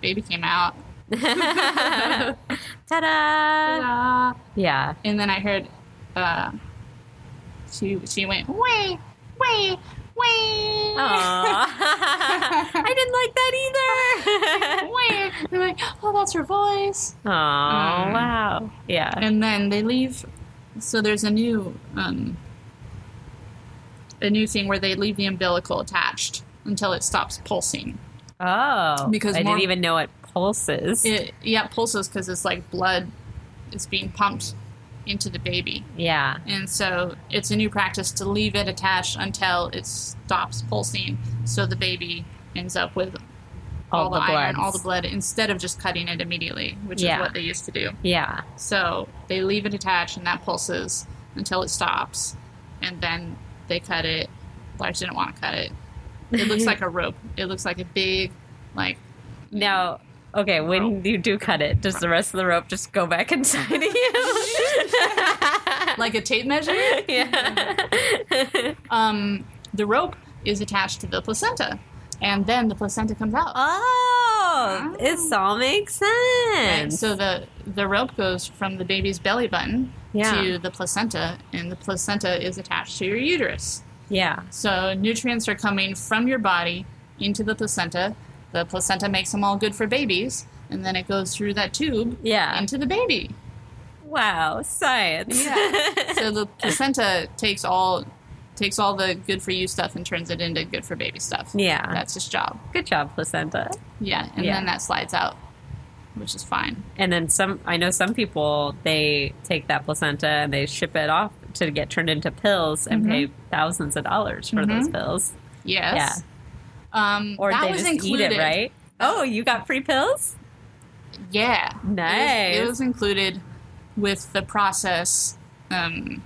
Speaker 3: baby came out.
Speaker 2: Ta-da!
Speaker 3: Ta-da.
Speaker 2: Yeah.
Speaker 3: And then I heard uh, she she went way way way.
Speaker 2: Aw.
Speaker 3: *laughs*
Speaker 2: I didn't like that either.
Speaker 3: Way. I'm like, oh, that's her voice.
Speaker 2: Oh
Speaker 3: Um,
Speaker 2: wow. Yeah.
Speaker 3: And then they leave. So there's a new, um, a new thing where they leave the umbilical attached until it stops pulsing.
Speaker 2: Oh.
Speaker 3: Because
Speaker 2: I
Speaker 3: more-
Speaker 2: didn't even know it pulses.
Speaker 3: It yeah it pulses because it's like blood is being pumped into the baby,
Speaker 2: yeah.
Speaker 3: and so it's a new practice to leave it attached until it stops pulsing, so the baby ends up with all, the, iron,
Speaker 2: bloods.
Speaker 3: all the blood, instead of just cutting it immediately, which
Speaker 2: Yeah.
Speaker 3: is what they used to do.
Speaker 2: Yeah.
Speaker 3: So they leave it attached, and that pulses until it stops, and then they cut it. Large didn't want to cut it. It *laughs* looks like a rope. It looks like a big, like
Speaker 2: Now, okay, when you do cut it, does the rest of the rope just go back *laughs* inside of
Speaker 3: *laughs*
Speaker 2: you?
Speaker 3: like a tape measure.
Speaker 2: *laughs*
Speaker 3: *laughs*
Speaker 2: yeah. *laughs*
Speaker 3: Um, the rope is attached to the placenta, and then the placenta comes out.
Speaker 2: Oh, this all makes sense.
Speaker 3: And so the the rope goes from the baby's belly button
Speaker 2: Yeah.
Speaker 3: to the placenta, and the placenta is attached to your uterus.
Speaker 2: yeah.
Speaker 3: So nutrients are coming from your body into the placenta. The placenta makes them all good for babies, and then it goes through that tube
Speaker 2: Yeah.
Speaker 3: into the baby.
Speaker 2: Wow, science.
Speaker 3: *laughs* so the placenta takes all takes all the good for you stuff and turns it into good for baby stuff.
Speaker 2: *laughs* Yeah.
Speaker 3: That's its job.
Speaker 2: Good job, placenta.
Speaker 3: Yeah, and
Speaker 2: Yeah.
Speaker 3: then that slides out, which is fine.
Speaker 2: And then some I know some people they take that placenta and they ship it off to get turned into pills and
Speaker 3: Mhm.
Speaker 2: pay thousands of dollars for those pills.
Speaker 3: Yes. Yeah. Um,
Speaker 2: Or
Speaker 3: Mm-hmm. that
Speaker 2: they
Speaker 3: was
Speaker 2: just
Speaker 3: included.
Speaker 2: eat it, right? Oh, you got free pills?
Speaker 3: Yeah. It was- It
Speaker 2: Nice.
Speaker 3: was, included with the process. Um,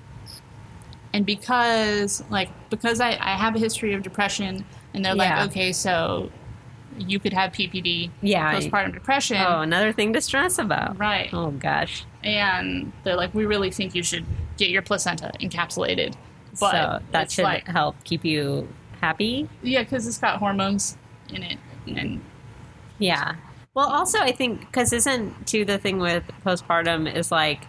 Speaker 3: and because, like, because I, I have a history of depression, and they're
Speaker 2: Yeah.
Speaker 3: like, okay, so you could have PPD,
Speaker 2: Yeah.
Speaker 3: postpartum depression.
Speaker 2: Oh, another thing to stress about.
Speaker 3: Right.
Speaker 2: Oh gosh.
Speaker 3: And they're like, we really think you should get your placenta encapsulated. But
Speaker 2: so that
Speaker 3: it's
Speaker 2: should
Speaker 3: like,
Speaker 2: help keep you happy.
Speaker 3: yeah, because it's got hormones in it. And
Speaker 2: Yeah. Well, also I think because isn't too the thing with postpartum is like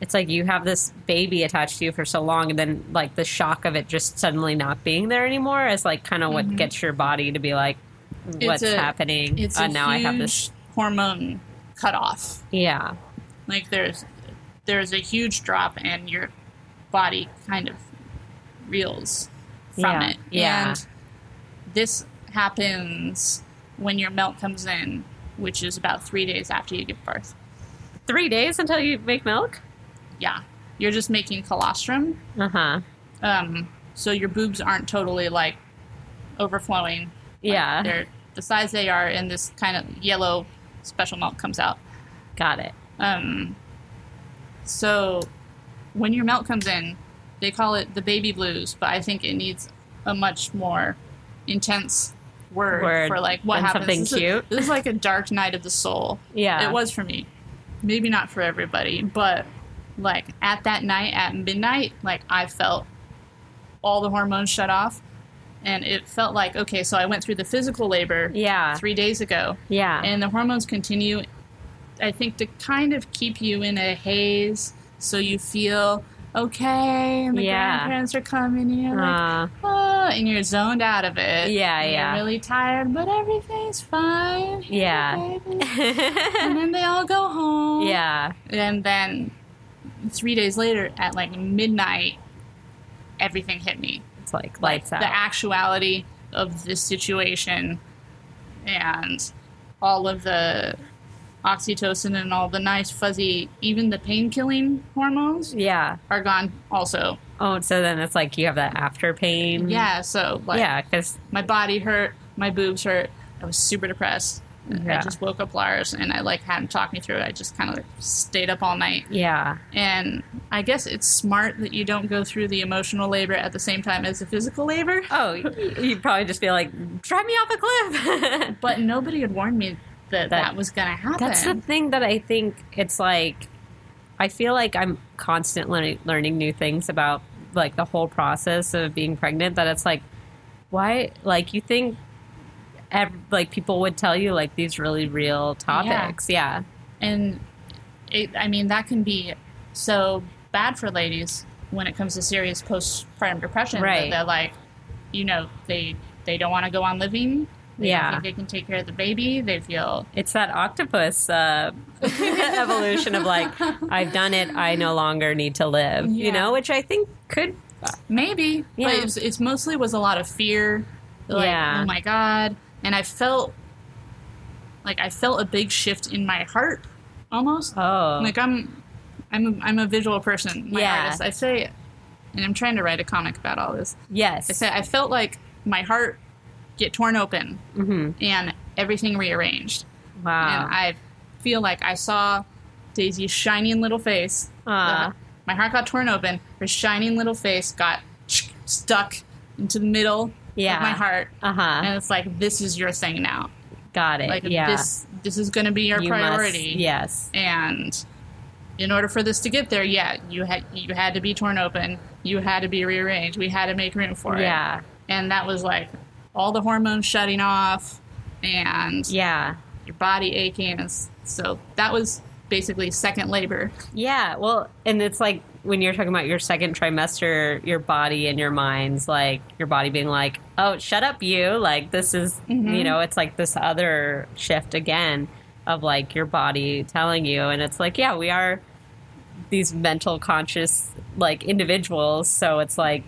Speaker 2: it's like you have this baby attached to you for so long, and then like the shock of it just suddenly not being there anymore is like kind of what gets your body to be like, what's
Speaker 3: Mm-hmm. a-
Speaker 2: happening?
Speaker 3: it's
Speaker 2: Uh,
Speaker 3: a
Speaker 2: now I
Speaker 3: huge
Speaker 2: have this.
Speaker 3: hormone cutoff.
Speaker 2: Yeah.
Speaker 3: like there's there's a huge drop and your body kind of reels from
Speaker 2: Yeah,
Speaker 3: it
Speaker 2: yeah.
Speaker 3: and this happens when your milk comes in which is about three days after you give birth
Speaker 2: Three days until you make milk.
Speaker 3: yeah you're just making colostrum
Speaker 2: Uh huh.
Speaker 3: um, so your boobs aren't totally like overflowing Like,
Speaker 2: Yeah.
Speaker 3: they're the size they are and this kind of yellow special milk comes out
Speaker 2: Got it.
Speaker 3: Um, so when your milk comes in, They call it the baby blues, but I think it needs a much more intense word,
Speaker 2: Word
Speaker 3: for like what
Speaker 2: and
Speaker 3: happens.
Speaker 2: something
Speaker 3: This is-
Speaker 2: cute.
Speaker 3: this is like a dark night of the soul.
Speaker 2: Yeah.
Speaker 3: It was for me. Maybe not for everybody, but like at that night at midnight, like I felt all the hormones shut off. And it felt like, okay, so I went through the physical labor
Speaker 2: Yeah.
Speaker 3: three days ago.
Speaker 2: Yeah.
Speaker 3: And the hormones continue, I think, to kind of keep you in a haze so you feel okay and the
Speaker 2: Yeah.
Speaker 3: grandparents are coming and you're like,
Speaker 2: Uh,
Speaker 3: oh, and you're zoned out of it.
Speaker 2: Yeah, yeah.
Speaker 3: And You're really tired, but everything's fine. Hey,
Speaker 2: Yeah.
Speaker 3: baby
Speaker 2: *laughs*
Speaker 3: and *laughs* then they all go home.
Speaker 2: Uh, yeah.
Speaker 3: And then three days later, at like midnight, everything hit me.
Speaker 2: It's like lights out.
Speaker 3: The actuality of this situation and all of the oxytocin and all the nice, fuzzy, even the pain killing hormones
Speaker 2: yeah.
Speaker 3: are gone also.
Speaker 2: Oh, so then it's like you have that after pain.
Speaker 3: Yeah, so
Speaker 2: Mm-hmm.
Speaker 3: like
Speaker 2: yeah, because
Speaker 3: my body hurt, my boobs hurt, I was super depressed.
Speaker 2: Yeah.
Speaker 3: I just woke up Lars and I like had him talk me through it. I just kind of like stayed up all night
Speaker 2: yeah,
Speaker 3: And I guess it's smart that you don't go through the emotional labor at the same time as the physical labor.
Speaker 2: oh, y- you'd probably just be like, drive me off a cliff.
Speaker 3: But nobody had warned me that that,
Speaker 2: That-
Speaker 3: was going to happen.
Speaker 2: *laughs* That's the thing that I think it's like. I feel like I'm constantly learning new things about like the whole process of being pregnant. That it's like, why? Like you think, ev- like people would tell you like these really real topics. Yeah,
Speaker 3: and it, I mean, that can be so bad for ladies when it comes to serious postpartum depression. that
Speaker 2: Right.
Speaker 3: They're like, you know, they they don't want to go on living. They
Speaker 2: Yeah.
Speaker 3: don't think they can take care of the baby. They feel
Speaker 2: it's that octopus uh, *laughs* evolution of like, I've done it. I no longer need to live. You
Speaker 3: Yeah.
Speaker 2: know, which I think could
Speaker 3: Maybe.
Speaker 2: Yeah.
Speaker 3: But it's, it's mostly was a lot of fear. Like,
Speaker 2: Yeah.
Speaker 3: oh my God. And I felt like I felt a big shift in my heart almost.
Speaker 2: oh
Speaker 3: Like I'm I'm a, I'm a visual person. My
Speaker 2: Yeah.
Speaker 3: artist. I say and I'm trying to write a comic about all this. I
Speaker 2: yes
Speaker 3: say I felt like my heart get torn open
Speaker 2: hmm
Speaker 3: and everything rearranged.
Speaker 2: wow
Speaker 3: And I feel like I saw Daisy's shining little face. Uh,
Speaker 2: Aw.
Speaker 3: My heart got torn open. Her shining little face got stuck into the middle
Speaker 2: Yeah.
Speaker 3: of my heart.
Speaker 2: uh huh
Speaker 3: And it's like, this is your thing now.
Speaker 2: got it
Speaker 3: Like,
Speaker 2: yeah
Speaker 3: this, this is going to be your
Speaker 2: You must-
Speaker 3: priority.
Speaker 2: yes
Speaker 3: And in order for this to get there, yeah, you had, you had to be torn open. You had to be rearranged. We had to make room for it.
Speaker 2: Yeah.
Speaker 3: And that was like all the hormones shutting off. And
Speaker 2: Yeah.
Speaker 3: your body aching. and s- So that was basically second labor.
Speaker 2: Yeah. Well, and it's like when you're talking about your second trimester, your body and your mind's like your body being like, "Oh, shut up, you!" Like this is,
Speaker 3: Mm-hmm.
Speaker 2: you know, it's like this other shift again of like your body telling you, and it's like, yeah, we are these mental conscious like individuals, so it's like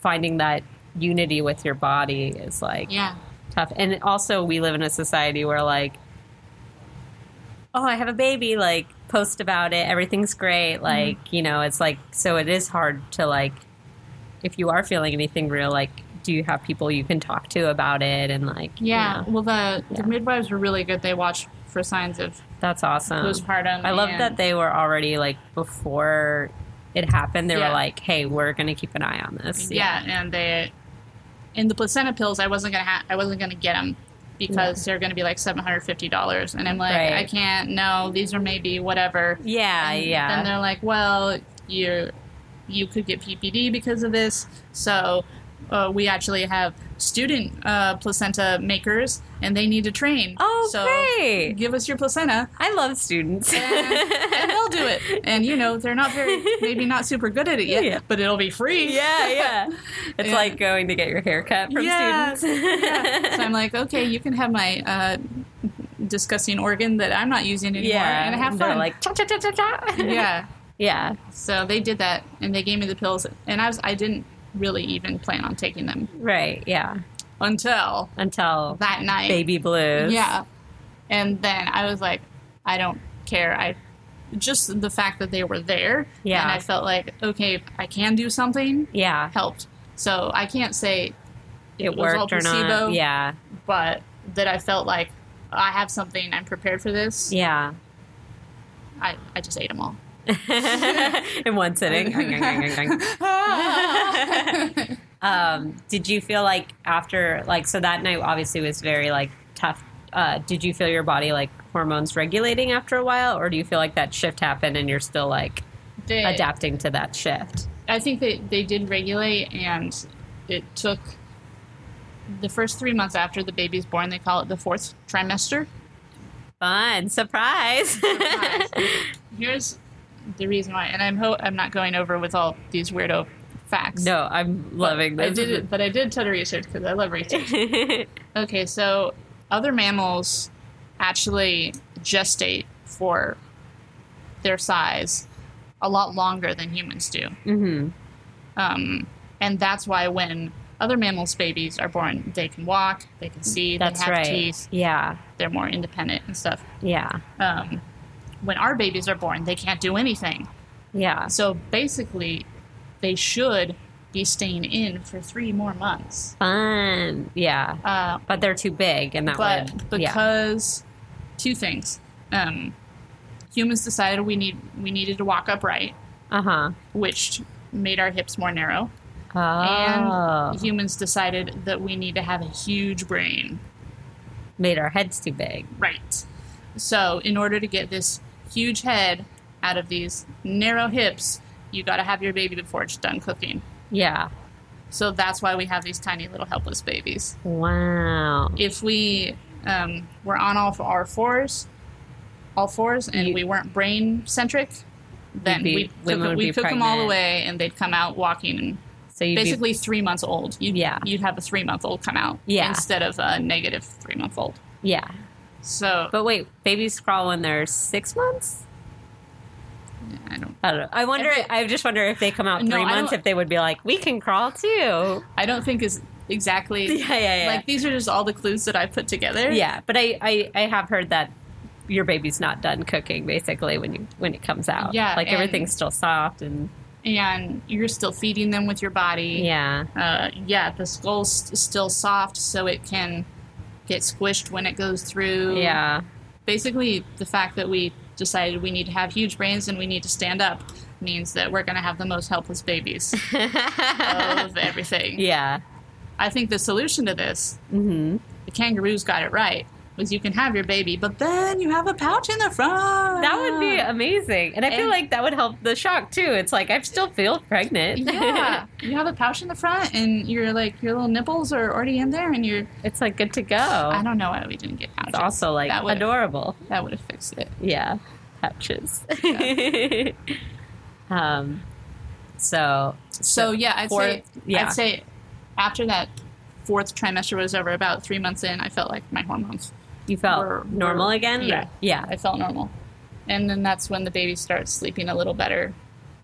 Speaker 2: finding that unity with your body is like
Speaker 3: Yeah.
Speaker 2: tough. And also, we live in a society where, like, oh, I have a baby, like, post about it, everything's great.
Speaker 3: Mm-hmm.
Speaker 2: Like, you know, it's like, so it is hard to, like, if you are feeling anything real, like, do you have people you can talk to about it? And, like, you
Speaker 3: Yeah.
Speaker 2: know,
Speaker 3: Well, the,
Speaker 2: Yeah.
Speaker 3: the midwives were really good. They watched for signs of
Speaker 2: that's awesome.
Speaker 3: postpartum.
Speaker 2: Um, I love
Speaker 3: and-
Speaker 2: that they were already, like, before it happened, they were
Speaker 3: Yeah.
Speaker 2: like, hey, we're going to keep an eye on this.
Speaker 3: Yeah, and they in the placenta pills, I wasn't gonna ha- I wasn't gonna get them because they're gonna be like seven hundred fifty dollars, and I'm like,
Speaker 2: Right.
Speaker 3: I can't. No, these are maybe whatever.
Speaker 2: Yeah.
Speaker 3: And
Speaker 2: yeah.
Speaker 3: Then they're like, well, you're you could get PPD because of this. So uh, we actually have student uh, placenta makers, and they need to train.
Speaker 2: Oh,
Speaker 3: so
Speaker 2: great.
Speaker 3: Give us your placenta.
Speaker 2: I love students.
Speaker 3: And, and they'll do it. And you know, they're not very, maybe not super good at it
Speaker 2: *laughs*
Speaker 3: yet,
Speaker 2: Yeah.
Speaker 3: but it'll be free.
Speaker 2: Yeah,
Speaker 3: *laughs*
Speaker 2: yeah. It's
Speaker 3: Yeah.
Speaker 2: like going to get your hair cut from *laughs*
Speaker 3: Yeah,
Speaker 2: students.
Speaker 3: Yeah. So I'm like, okay, you can have my uh, disgusting organ that I'm not using anymore, and have
Speaker 2: they're
Speaker 3: fun.
Speaker 2: like cha cha cha cha cha.
Speaker 3: *laughs*
Speaker 2: *laughs*
Speaker 3: yeah.
Speaker 2: yeah,
Speaker 3: So they did that, and they gave me the pills, and I was I didn't really even plan on taking them
Speaker 2: right, yeah.
Speaker 3: until
Speaker 2: Until
Speaker 3: that night.
Speaker 2: baby blues.
Speaker 3: Yeah. And then I was like, I don't care. I just the fact that they were there.
Speaker 2: Yeah.
Speaker 3: And I felt like, okay, I can do something.
Speaker 2: yeah.
Speaker 3: Helped. So I can't say
Speaker 2: It,
Speaker 3: was all
Speaker 2: worked or
Speaker 3: placebo.
Speaker 2: not? Yeah,
Speaker 3: but that I felt like I have something. I'm prepared for this.
Speaker 2: yeah.
Speaker 3: I, I just ate them all.
Speaker 2: in one sitting.
Speaker 3: *laughs*
Speaker 2: *laughs* um, did you feel like after like so that night obviously was very like tough. Uh, did you feel your body like hormones regulating after a while, or do you feel like that shift happened and you're still like
Speaker 3: They-
Speaker 2: adapting to that shift?
Speaker 3: I think they, they did regulate, and it took the first three months after the baby's born, they call it the fourth *laughs* trimester.
Speaker 2: Fun surprise. *laughs*
Speaker 3: Here's the reason why, and I'm ho- I'm not going over with all these weirdo facts.
Speaker 2: no, I'm loving
Speaker 3: I
Speaker 2: this.
Speaker 3: did it, but I did ton of research because I love research.
Speaker 2: *laughs*
Speaker 3: Okay, so other mammals actually gestate for their size a lot longer than humans do.
Speaker 2: hmm
Speaker 3: Um, and that's why when other mammals' babies are born, they can walk, they can see,
Speaker 2: That's
Speaker 3: they have
Speaker 2: right.
Speaker 3: teeth,
Speaker 2: Yeah.
Speaker 3: they're more independent and stuff.
Speaker 2: Yeah.
Speaker 3: Um, when our babies are born, they can't do anything.
Speaker 2: Yeah.
Speaker 3: So basically, they should be staying in for three more months.
Speaker 2: Fun. Yeah.
Speaker 3: Uh,
Speaker 2: But they're too big and that
Speaker 3: but
Speaker 2: would yeah.
Speaker 3: because two things, um, humans decided we need we needed to walk upright,
Speaker 2: Uh-huh.
Speaker 3: which made our hips more narrow.
Speaker 2: Oh. Ah.
Speaker 3: And humans decided that we need to have a huge brain.
Speaker 2: made our heads too big.
Speaker 3: Right. So, in order to get this huge head out of these narrow hips, you got to have your baby before it's done cooking.
Speaker 2: Yeah.
Speaker 3: So, that's why we have these tiny little helpless babies.
Speaker 2: Wow.
Speaker 3: If we um, were on all f- our fours, all fours, and
Speaker 2: You-
Speaker 3: we weren't brain centric,
Speaker 2: You'd
Speaker 3: then
Speaker 2: be-
Speaker 3: we cook,
Speaker 2: women would
Speaker 3: we
Speaker 2: be
Speaker 3: cook them all
Speaker 2: pregnant.
Speaker 3: away and they'd come out walking and
Speaker 2: So you
Speaker 3: basically three months old. You'd,
Speaker 2: Yeah.
Speaker 3: you'd have a three month old come out
Speaker 2: Yeah.
Speaker 3: instead of a negative three month old.
Speaker 2: yeah.
Speaker 3: So
Speaker 2: But wait, babies crawl when they're six months.
Speaker 3: I don't
Speaker 2: I don't know. I wonder.
Speaker 3: Every-
Speaker 2: I just wonder if they come out three
Speaker 3: No, I
Speaker 2: months,
Speaker 3: don't-
Speaker 2: if they would be like, we can crawl too. Yeah,
Speaker 3: *laughs* I don't think is
Speaker 2: *laughs*
Speaker 3: exactly
Speaker 2: yeah, yeah.
Speaker 3: like these are just all the clues that I put together.
Speaker 2: yeah, but I, I, I have heard that your baby's not done cooking basically when you when it comes out.
Speaker 3: Yeah,
Speaker 2: like
Speaker 3: and-
Speaker 2: everything's still soft and
Speaker 3: And you're still feeding them with your body.
Speaker 2: yeah,
Speaker 3: Uh, yeah, the skull's st- still soft, so it can get squished when it goes through.
Speaker 2: yeah,
Speaker 3: Basically, the fact that we decided we need to have huge brains and we need to stand up means that we're going to have the most helpless
Speaker 2: *laughs*
Speaker 3: babies *laughs* of everything.
Speaker 2: yeah.
Speaker 3: I think the solution to this,
Speaker 2: hmm
Speaker 3: the kangaroos got it right, was you can have your baby, but then you have a pouch in the front.
Speaker 2: That would be amazing, and I feel
Speaker 3: And-
Speaker 2: like that would help the shock too. It's like I still feel pregnant.
Speaker 3: *laughs* yeah, you have a pouch in the front, and your like your little nipples are already in there, and you're.
Speaker 2: *laughs* it's like good to go.
Speaker 3: I don't know why we didn't get pouches.
Speaker 2: Oh. It's also like
Speaker 3: that would
Speaker 2: adorable.
Speaker 3: that would have fixed it.
Speaker 2: Yeah,
Speaker 3: *laughs*
Speaker 2: pouches. *laughs* um, so
Speaker 3: So yeah, I'd
Speaker 2: Fourth-
Speaker 3: say
Speaker 2: yeah.
Speaker 3: I'd say after that fourth trimester was over, about three months in, I felt like my hormones.
Speaker 2: you felt
Speaker 3: We're-
Speaker 2: normal
Speaker 3: we're-
Speaker 2: again.
Speaker 3: yeah.
Speaker 2: yeah,
Speaker 3: I felt normal, and then that's when the baby starts sleeping a little better.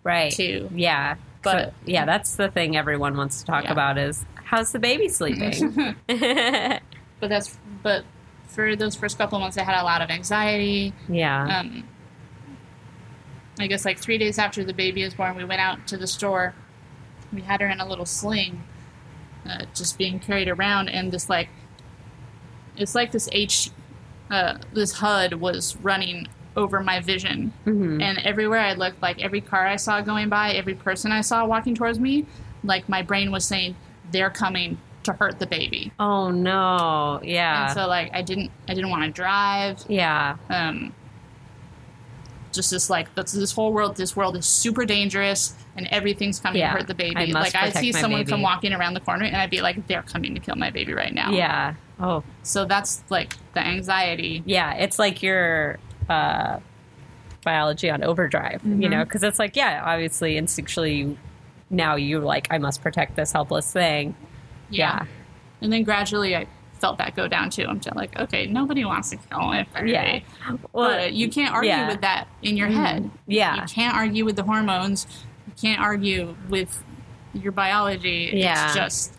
Speaker 2: right.
Speaker 3: too.
Speaker 2: Yeah,
Speaker 3: But-
Speaker 2: So- yeah, that's the thing everyone wants to talk
Speaker 3: Yeah.
Speaker 2: about is how's the baby
Speaker 3: *laughs*
Speaker 2: sleeping? yeah,
Speaker 3: But that's but for those first couple months, I had a lot of anxiety. um, I guess like three days after the baby was born, we went out to the store. We had her in a little sling, uh, just being carried around, and this like, it's like this H, uh, this HUD was running over my vision,
Speaker 2: Mhm.
Speaker 3: and everywhere I looked, like every car I saw going by, every person I saw walking towards me, like my brain was saying, "They're coming to hurt the baby,"
Speaker 2: Oh no. Yeah.
Speaker 3: and so like I didn't, I didn't want to drive
Speaker 2: yeah.
Speaker 3: um, just this like this, this whole world this world is super dangerous and everything's coming
Speaker 2: Yeah,
Speaker 3: to hurt the baby
Speaker 2: I must
Speaker 3: like i
Speaker 2: protect
Speaker 3: see
Speaker 2: my
Speaker 3: someone
Speaker 2: baby.
Speaker 3: come walking around the corner and i'd be like they're coming to kill my baby right now
Speaker 2: Yeah. Oh
Speaker 3: so that's like the anxiety
Speaker 2: yeah, it's like your uh, biology on overdrive,
Speaker 3: Mm-hmm.
Speaker 2: you know, because it's like, yeah, obviously, instinctually, you- now you're like, I must protect this helpless thing. Yeah.
Speaker 3: and then gradually i felt that go down too i'm just like okay nobody wants to kill my baby
Speaker 2: Yeah.
Speaker 3: but you can't argue
Speaker 2: yeah. Mm-hmm.
Speaker 3: with that in your head
Speaker 2: yeah,
Speaker 3: you can't argue with the hormones you can't argue with your biology
Speaker 2: Yeah.
Speaker 3: it's just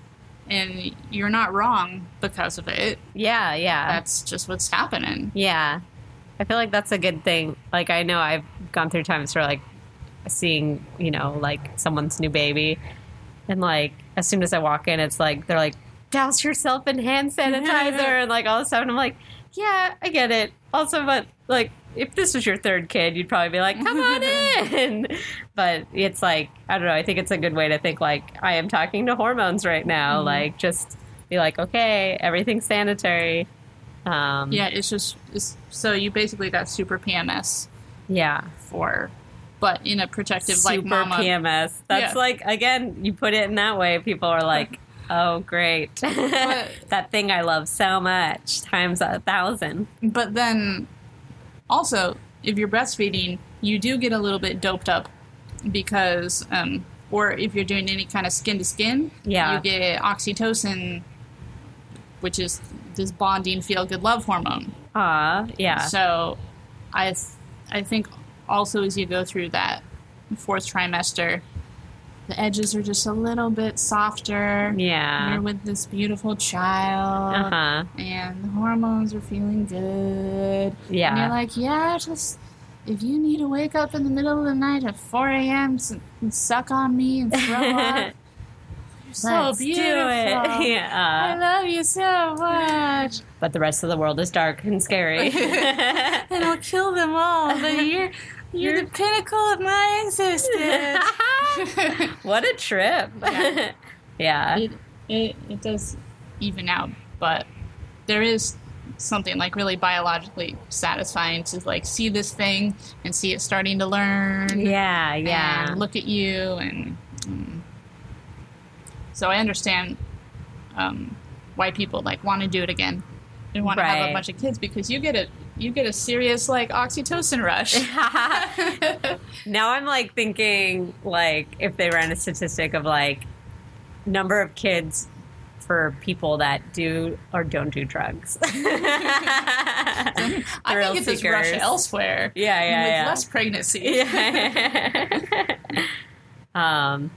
Speaker 3: and you're not wrong because of it
Speaker 2: yeah, Mm-hmm. yeah.
Speaker 3: that's just what's happening.
Speaker 2: Yeah. I feel like that's a good thing. Like I know I've gone through times where like seeing, you know, like someone's new baby and like as soon as I walk in it's like they're like, douse yourself in hand sanitizer and like all of a sudden I'm like, Yeah, I get it. Also but like if this was your third kid, you'd probably be like, come on in. But it's like, I don't know. I think it's a good way to think, like, I am talking to hormones right now. Like, just be like, okay, everything's sanitary. Um,
Speaker 3: Yeah, it's just it's, so you basically got super PMS
Speaker 2: Yeah.
Speaker 3: for, but in a protective like
Speaker 2: Super
Speaker 3: mama.
Speaker 2: PMS. That's
Speaker 3: Yeah.
Speaker 2: like, again, you put it in that way, people are
Speaker 3: *laughs*
Speaker 2: like, oh, great. *laughs* that thing I love so much times a thousand.
Speaker 3: But then, also, if you're breastfeeding, you do get a little bit doped up because, um, or if you're doing any kind of skin to skin,
Speaker 2: Yeah.
Speaker 3: you get oxytocin, which is this bonding, feel good love hormone.
Speaker 2: Aw, yeah.
Speaker 3: So, I, th- I think also as you go through that fourth trimester, the edges are just a little bit softer. You're
Speaker 2: yeah.
Speaker 3: with this beautiful child
Speaker 2: Uh huh.
Speaker 3: and the hormones are feeling good. And
Speaker 2: Yeah.
Speaker 3: you're like, yeah, just if you need to wake up in the middle of the night at 4 a.m. s- and suck on me *laughs* and
Speaker 2: *laughs*
Speaker 3: throw up, you're so
Speaker 2: Let's do it.
Speaker 3: beautiful.
Speaker 2: *laughs*
Speaker 3: I
Speaker 2: Yeah.
Speaker 3: love you so much.
Speaker 2: But the rest of the world is dark and scary.
Speaker 3: *laughs* And I'll kill them all.
Speaker 2: *laughs*
Speaker 3: *laughs* But you're you're, the pinnacle of my existence.
Speaker 2: what a trip. *laughs* Yeah.
Speaker 3: *laughs* it, it it does even out, but there is something like really biologically satisfying to like see this thing and see it starting to learn.
Speaker 2: Yeah, yeah.
Speaker 3: and look at you and mm. so i understand um, why people like want to do it again and want to have
Speaker 2: Right.
Speaker 3: a bunch of kids because you get a you get a serious like
Speaker 2: *laughs*
Speaker 3: oxytocin rush
Speaker 2: now I'm like thinking like if they ran a statistic of like number of kids for people that do or don't do drugs. *laughs*
Speaker 3: *laughs*
Speaker 2: yeah,
Speaker 3: i
Speaker 2: Thrill
Speaker 3: can get this rush
Speaker 2: seekers.
Speaker 3: elsewhere
Speaker 2: yeah,
Speaker 3: with
Speaker 2: yeah.
Speaker 3: less pregnancy
Speaker 2: yeah. *laughs* um,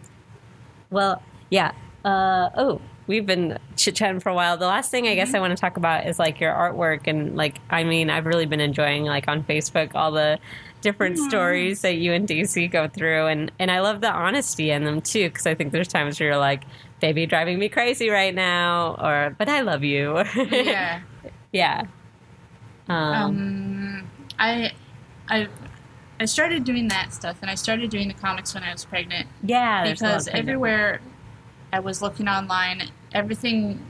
Speaker 2: well, yeah. Uh, oh, we've been chit chatting for a while. The last thing I
Speaker 3: Mm-hmm.
Speaker 2: guess I want to talk about is like your artwork and like I mean I've really been enjoying like on Facebook all the different stories that you and DC go through and and I love the honesty in them too because I think there's times where you're like baby driving me crazy right now or but I love you
Speaker 3: yeah
Speaker 2: *laughs* *laughs* yeah um,
Speaker 3: *laughs* um, i i i started doing that stuff and i started doing the comics when i was pregnant
Speaker 2: yeah there's a lot
Speaker 3: because
Speaker 2: of pregnant-
Speaker 3: everywhere I was looking online, everything,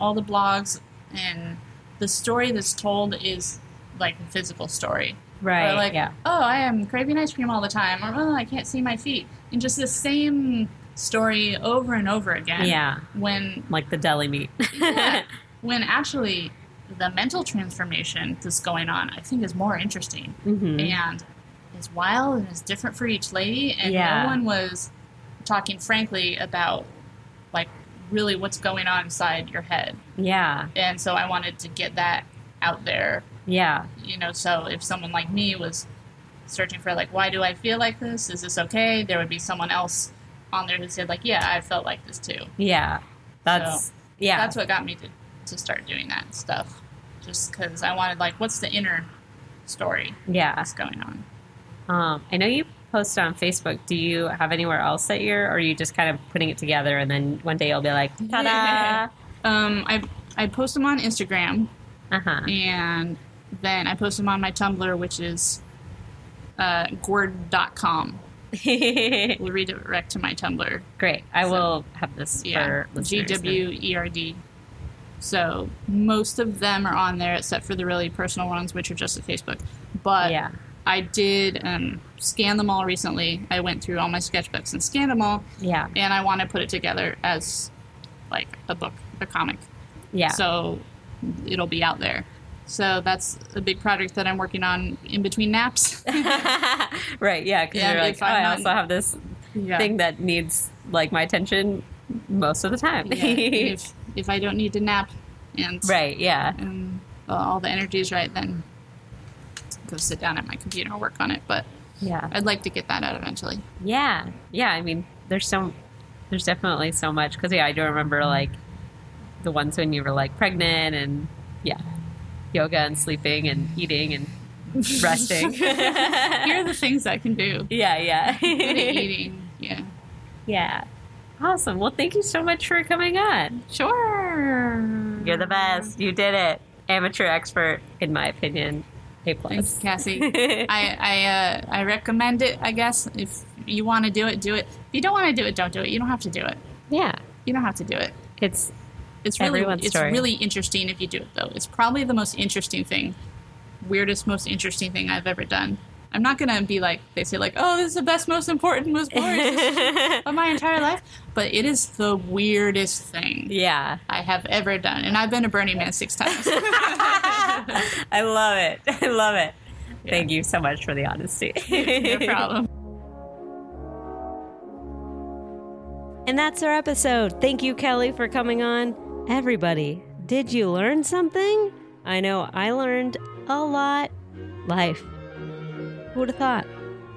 Speaker 3: all the blogs, and the story that's told is like a physical story. Or
Speaker 2: right
Speaker 3: like,
Speaker 2: yeah
Speaker 3: oh, I am craving ice cream all the time, or oh, I can't see my feet, and just the same story over and over again.
Speaker 2: yeah *laughs*
Speaker 3: When
Speaker 2: like the deli meat.
Speaker 3: *laughs* Yeah. when actually the mental transformation that's going on, I think, is more interesting
Speaker 2: Mhm.
Speaker 3: and is wild and is different for each lady. And
Speaker 2: Yeah.
Speaker 3: no one was talking frankly about like really what's going on inside your head.
Speaker 2: Yeah,
Speaker 3: And so I wanted to get that out there,
Speaker 2: yeah,
Speaker 3: you know. So if someone like me was searching for like, why do I feel like this? Is this okay? There would be someone else on there who said like, yeah, I felt like this too.
Speaker 2: yeah. That's
Speaker 3: So,
Speaker 2: yeah,
Speaker 3: That's what got me to, to start doing that stuff, just because I wanted like, what's the inner story
Speaker 2: yeah.
Speaker 3: that's going on?
Speaker 2: Um, I know you post on Facebook. Do you have anywhere else that you're, or are you just kind of putting it together and then one day you'll be like, ta
Speaker 3: *laughs*
Speaker 2: da?
Speaker 3: Um, I I post them on Instagram,
Speaker 2: Uh huh.
Speaker 3: and then I post them on my Tumblr, which is uh, gourd.com. We'll redirect to my Tumblr.
Speaker 2: *laughs* Great. I
Speaker 3: So-
Speaker 2: will have this
Speaker 3: Yeah,
Speaker 2: for
Speaker 3: G
Speaker 2: listeners.
Speaker 3: W E R D. So most of them are on there, except for the really personal ones, which are just at Facebook. But
Speaker 2: Yeah.
Speaker 3: I did um, scan them all recently. I went through all my sketchbooks and scanned them all,
Speaker 2: Yeah.
Speaker 3: and I want to put it together as like a book, a comic.
Speaker 2: Yeah.
Speaker 3: So it'll be out there. So that's a big project that I'm working on in between
Speaker 2: *laughs*
Speaker 3: naps.
Speaker 2: right. Yeah. Because
Speaker 3: Yeah,
Speaker 2: you're like,
Speaker 3: if
Speaker 2: oh,
Speaker 3: I'm
Speaker 2: I
Speaker 3: not-
Speaker 2: also have this
Speaker 3: yeah.
Speaker 2: thing that needs like my attention most of the time.
Speaker 3: Yeah. And if, if I don't need to nap and,
Speaker 2: *laughs* right. Yeah.
Speaker 3: and uh, all the energy is right, then go sit down at my computer and work on it. But
Speaker 2: Yeah.
Speaker 3: I'd like to get that out
Speaker 2: *laughs*
Speaker 3: eventually.
Speaker 2: Yeah, yeah. I mean, there's so there's definitely so much because yeah, I do remember like the ones when you were like pregnant and yeah, yoga and sleeping and eating
Speaker 3: *laughs*
Speaker 2: and resting.
Speaker 3: Here
Speaker 2: yeah,
Speaker 3: are the things I can do.
Speaker 2: *laughs* yeah,
Speaker 3: Eating. Yeah.
Speaker 2: yeah. Awesome. Well, thank you so much for coming on.
Speaker 3: Sure.
Speaker 2: You're the best. You did it. Amateur expert, in my opinion. A plus. *laughs*
Speaker 3: Thanks, Cassie. I I, uh, I recommend it. I guess if you want to do it, do it. If you don't want to do it, don't do it. You don't have to do it.
Speaker 2: Yeah.
Speaker 3: You don't have to do it.
Speaker 2: It's
Speaker 3: It's really
Speaker 2: Everyone's
Speaker 3: it's
Speaker 2: story.
Speaker 3: really interesting if you do it though. It's probably the most interesting thing, weirdest, most interesting thing I've ever done. I'm not gonna be like they say like oh this is the best, most
Speaker 2: *laughs*
Speaker 3: important, most boring decision of my entire life, but it is the weirdest thing
Speaker 2: yeah.
Speaker 3: I have ever done, and I've been to Burning Man six
Speaker 2: *laughs*
Speaker 3: times. *laughs*
Speaker 2: I love it. I love it. Thank you so much for the honesty.
Speaker 3: no problem.
Speaker 2: And that's our episode. Thank you, Kelly, for coming on. Everybody, did you learn something? I know I learned a lot. Life. Who would have thought?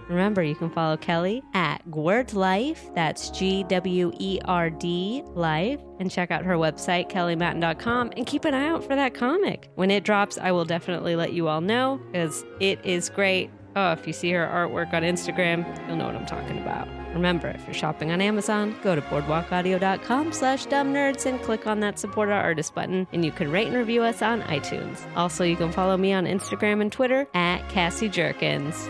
Speaker 2: Remember, you can follow Kelly at Gwerd Life. That's G W E R D Life. And check out her website, kellymatten.com, and keep an eye out for that comic. When it drops, I will definitely let you all know because it is great. Oh, if you see her artwork on Instagram, you'll know what I'm talking about. Remember, if you're shopping on Amazon, go to boardwalkaudio.com slash dumbnerds and click on that support our artist button, and you can rate and review us on iTunes. Also, you can follow me on Instagram and Twitter at Cassie Jerkins.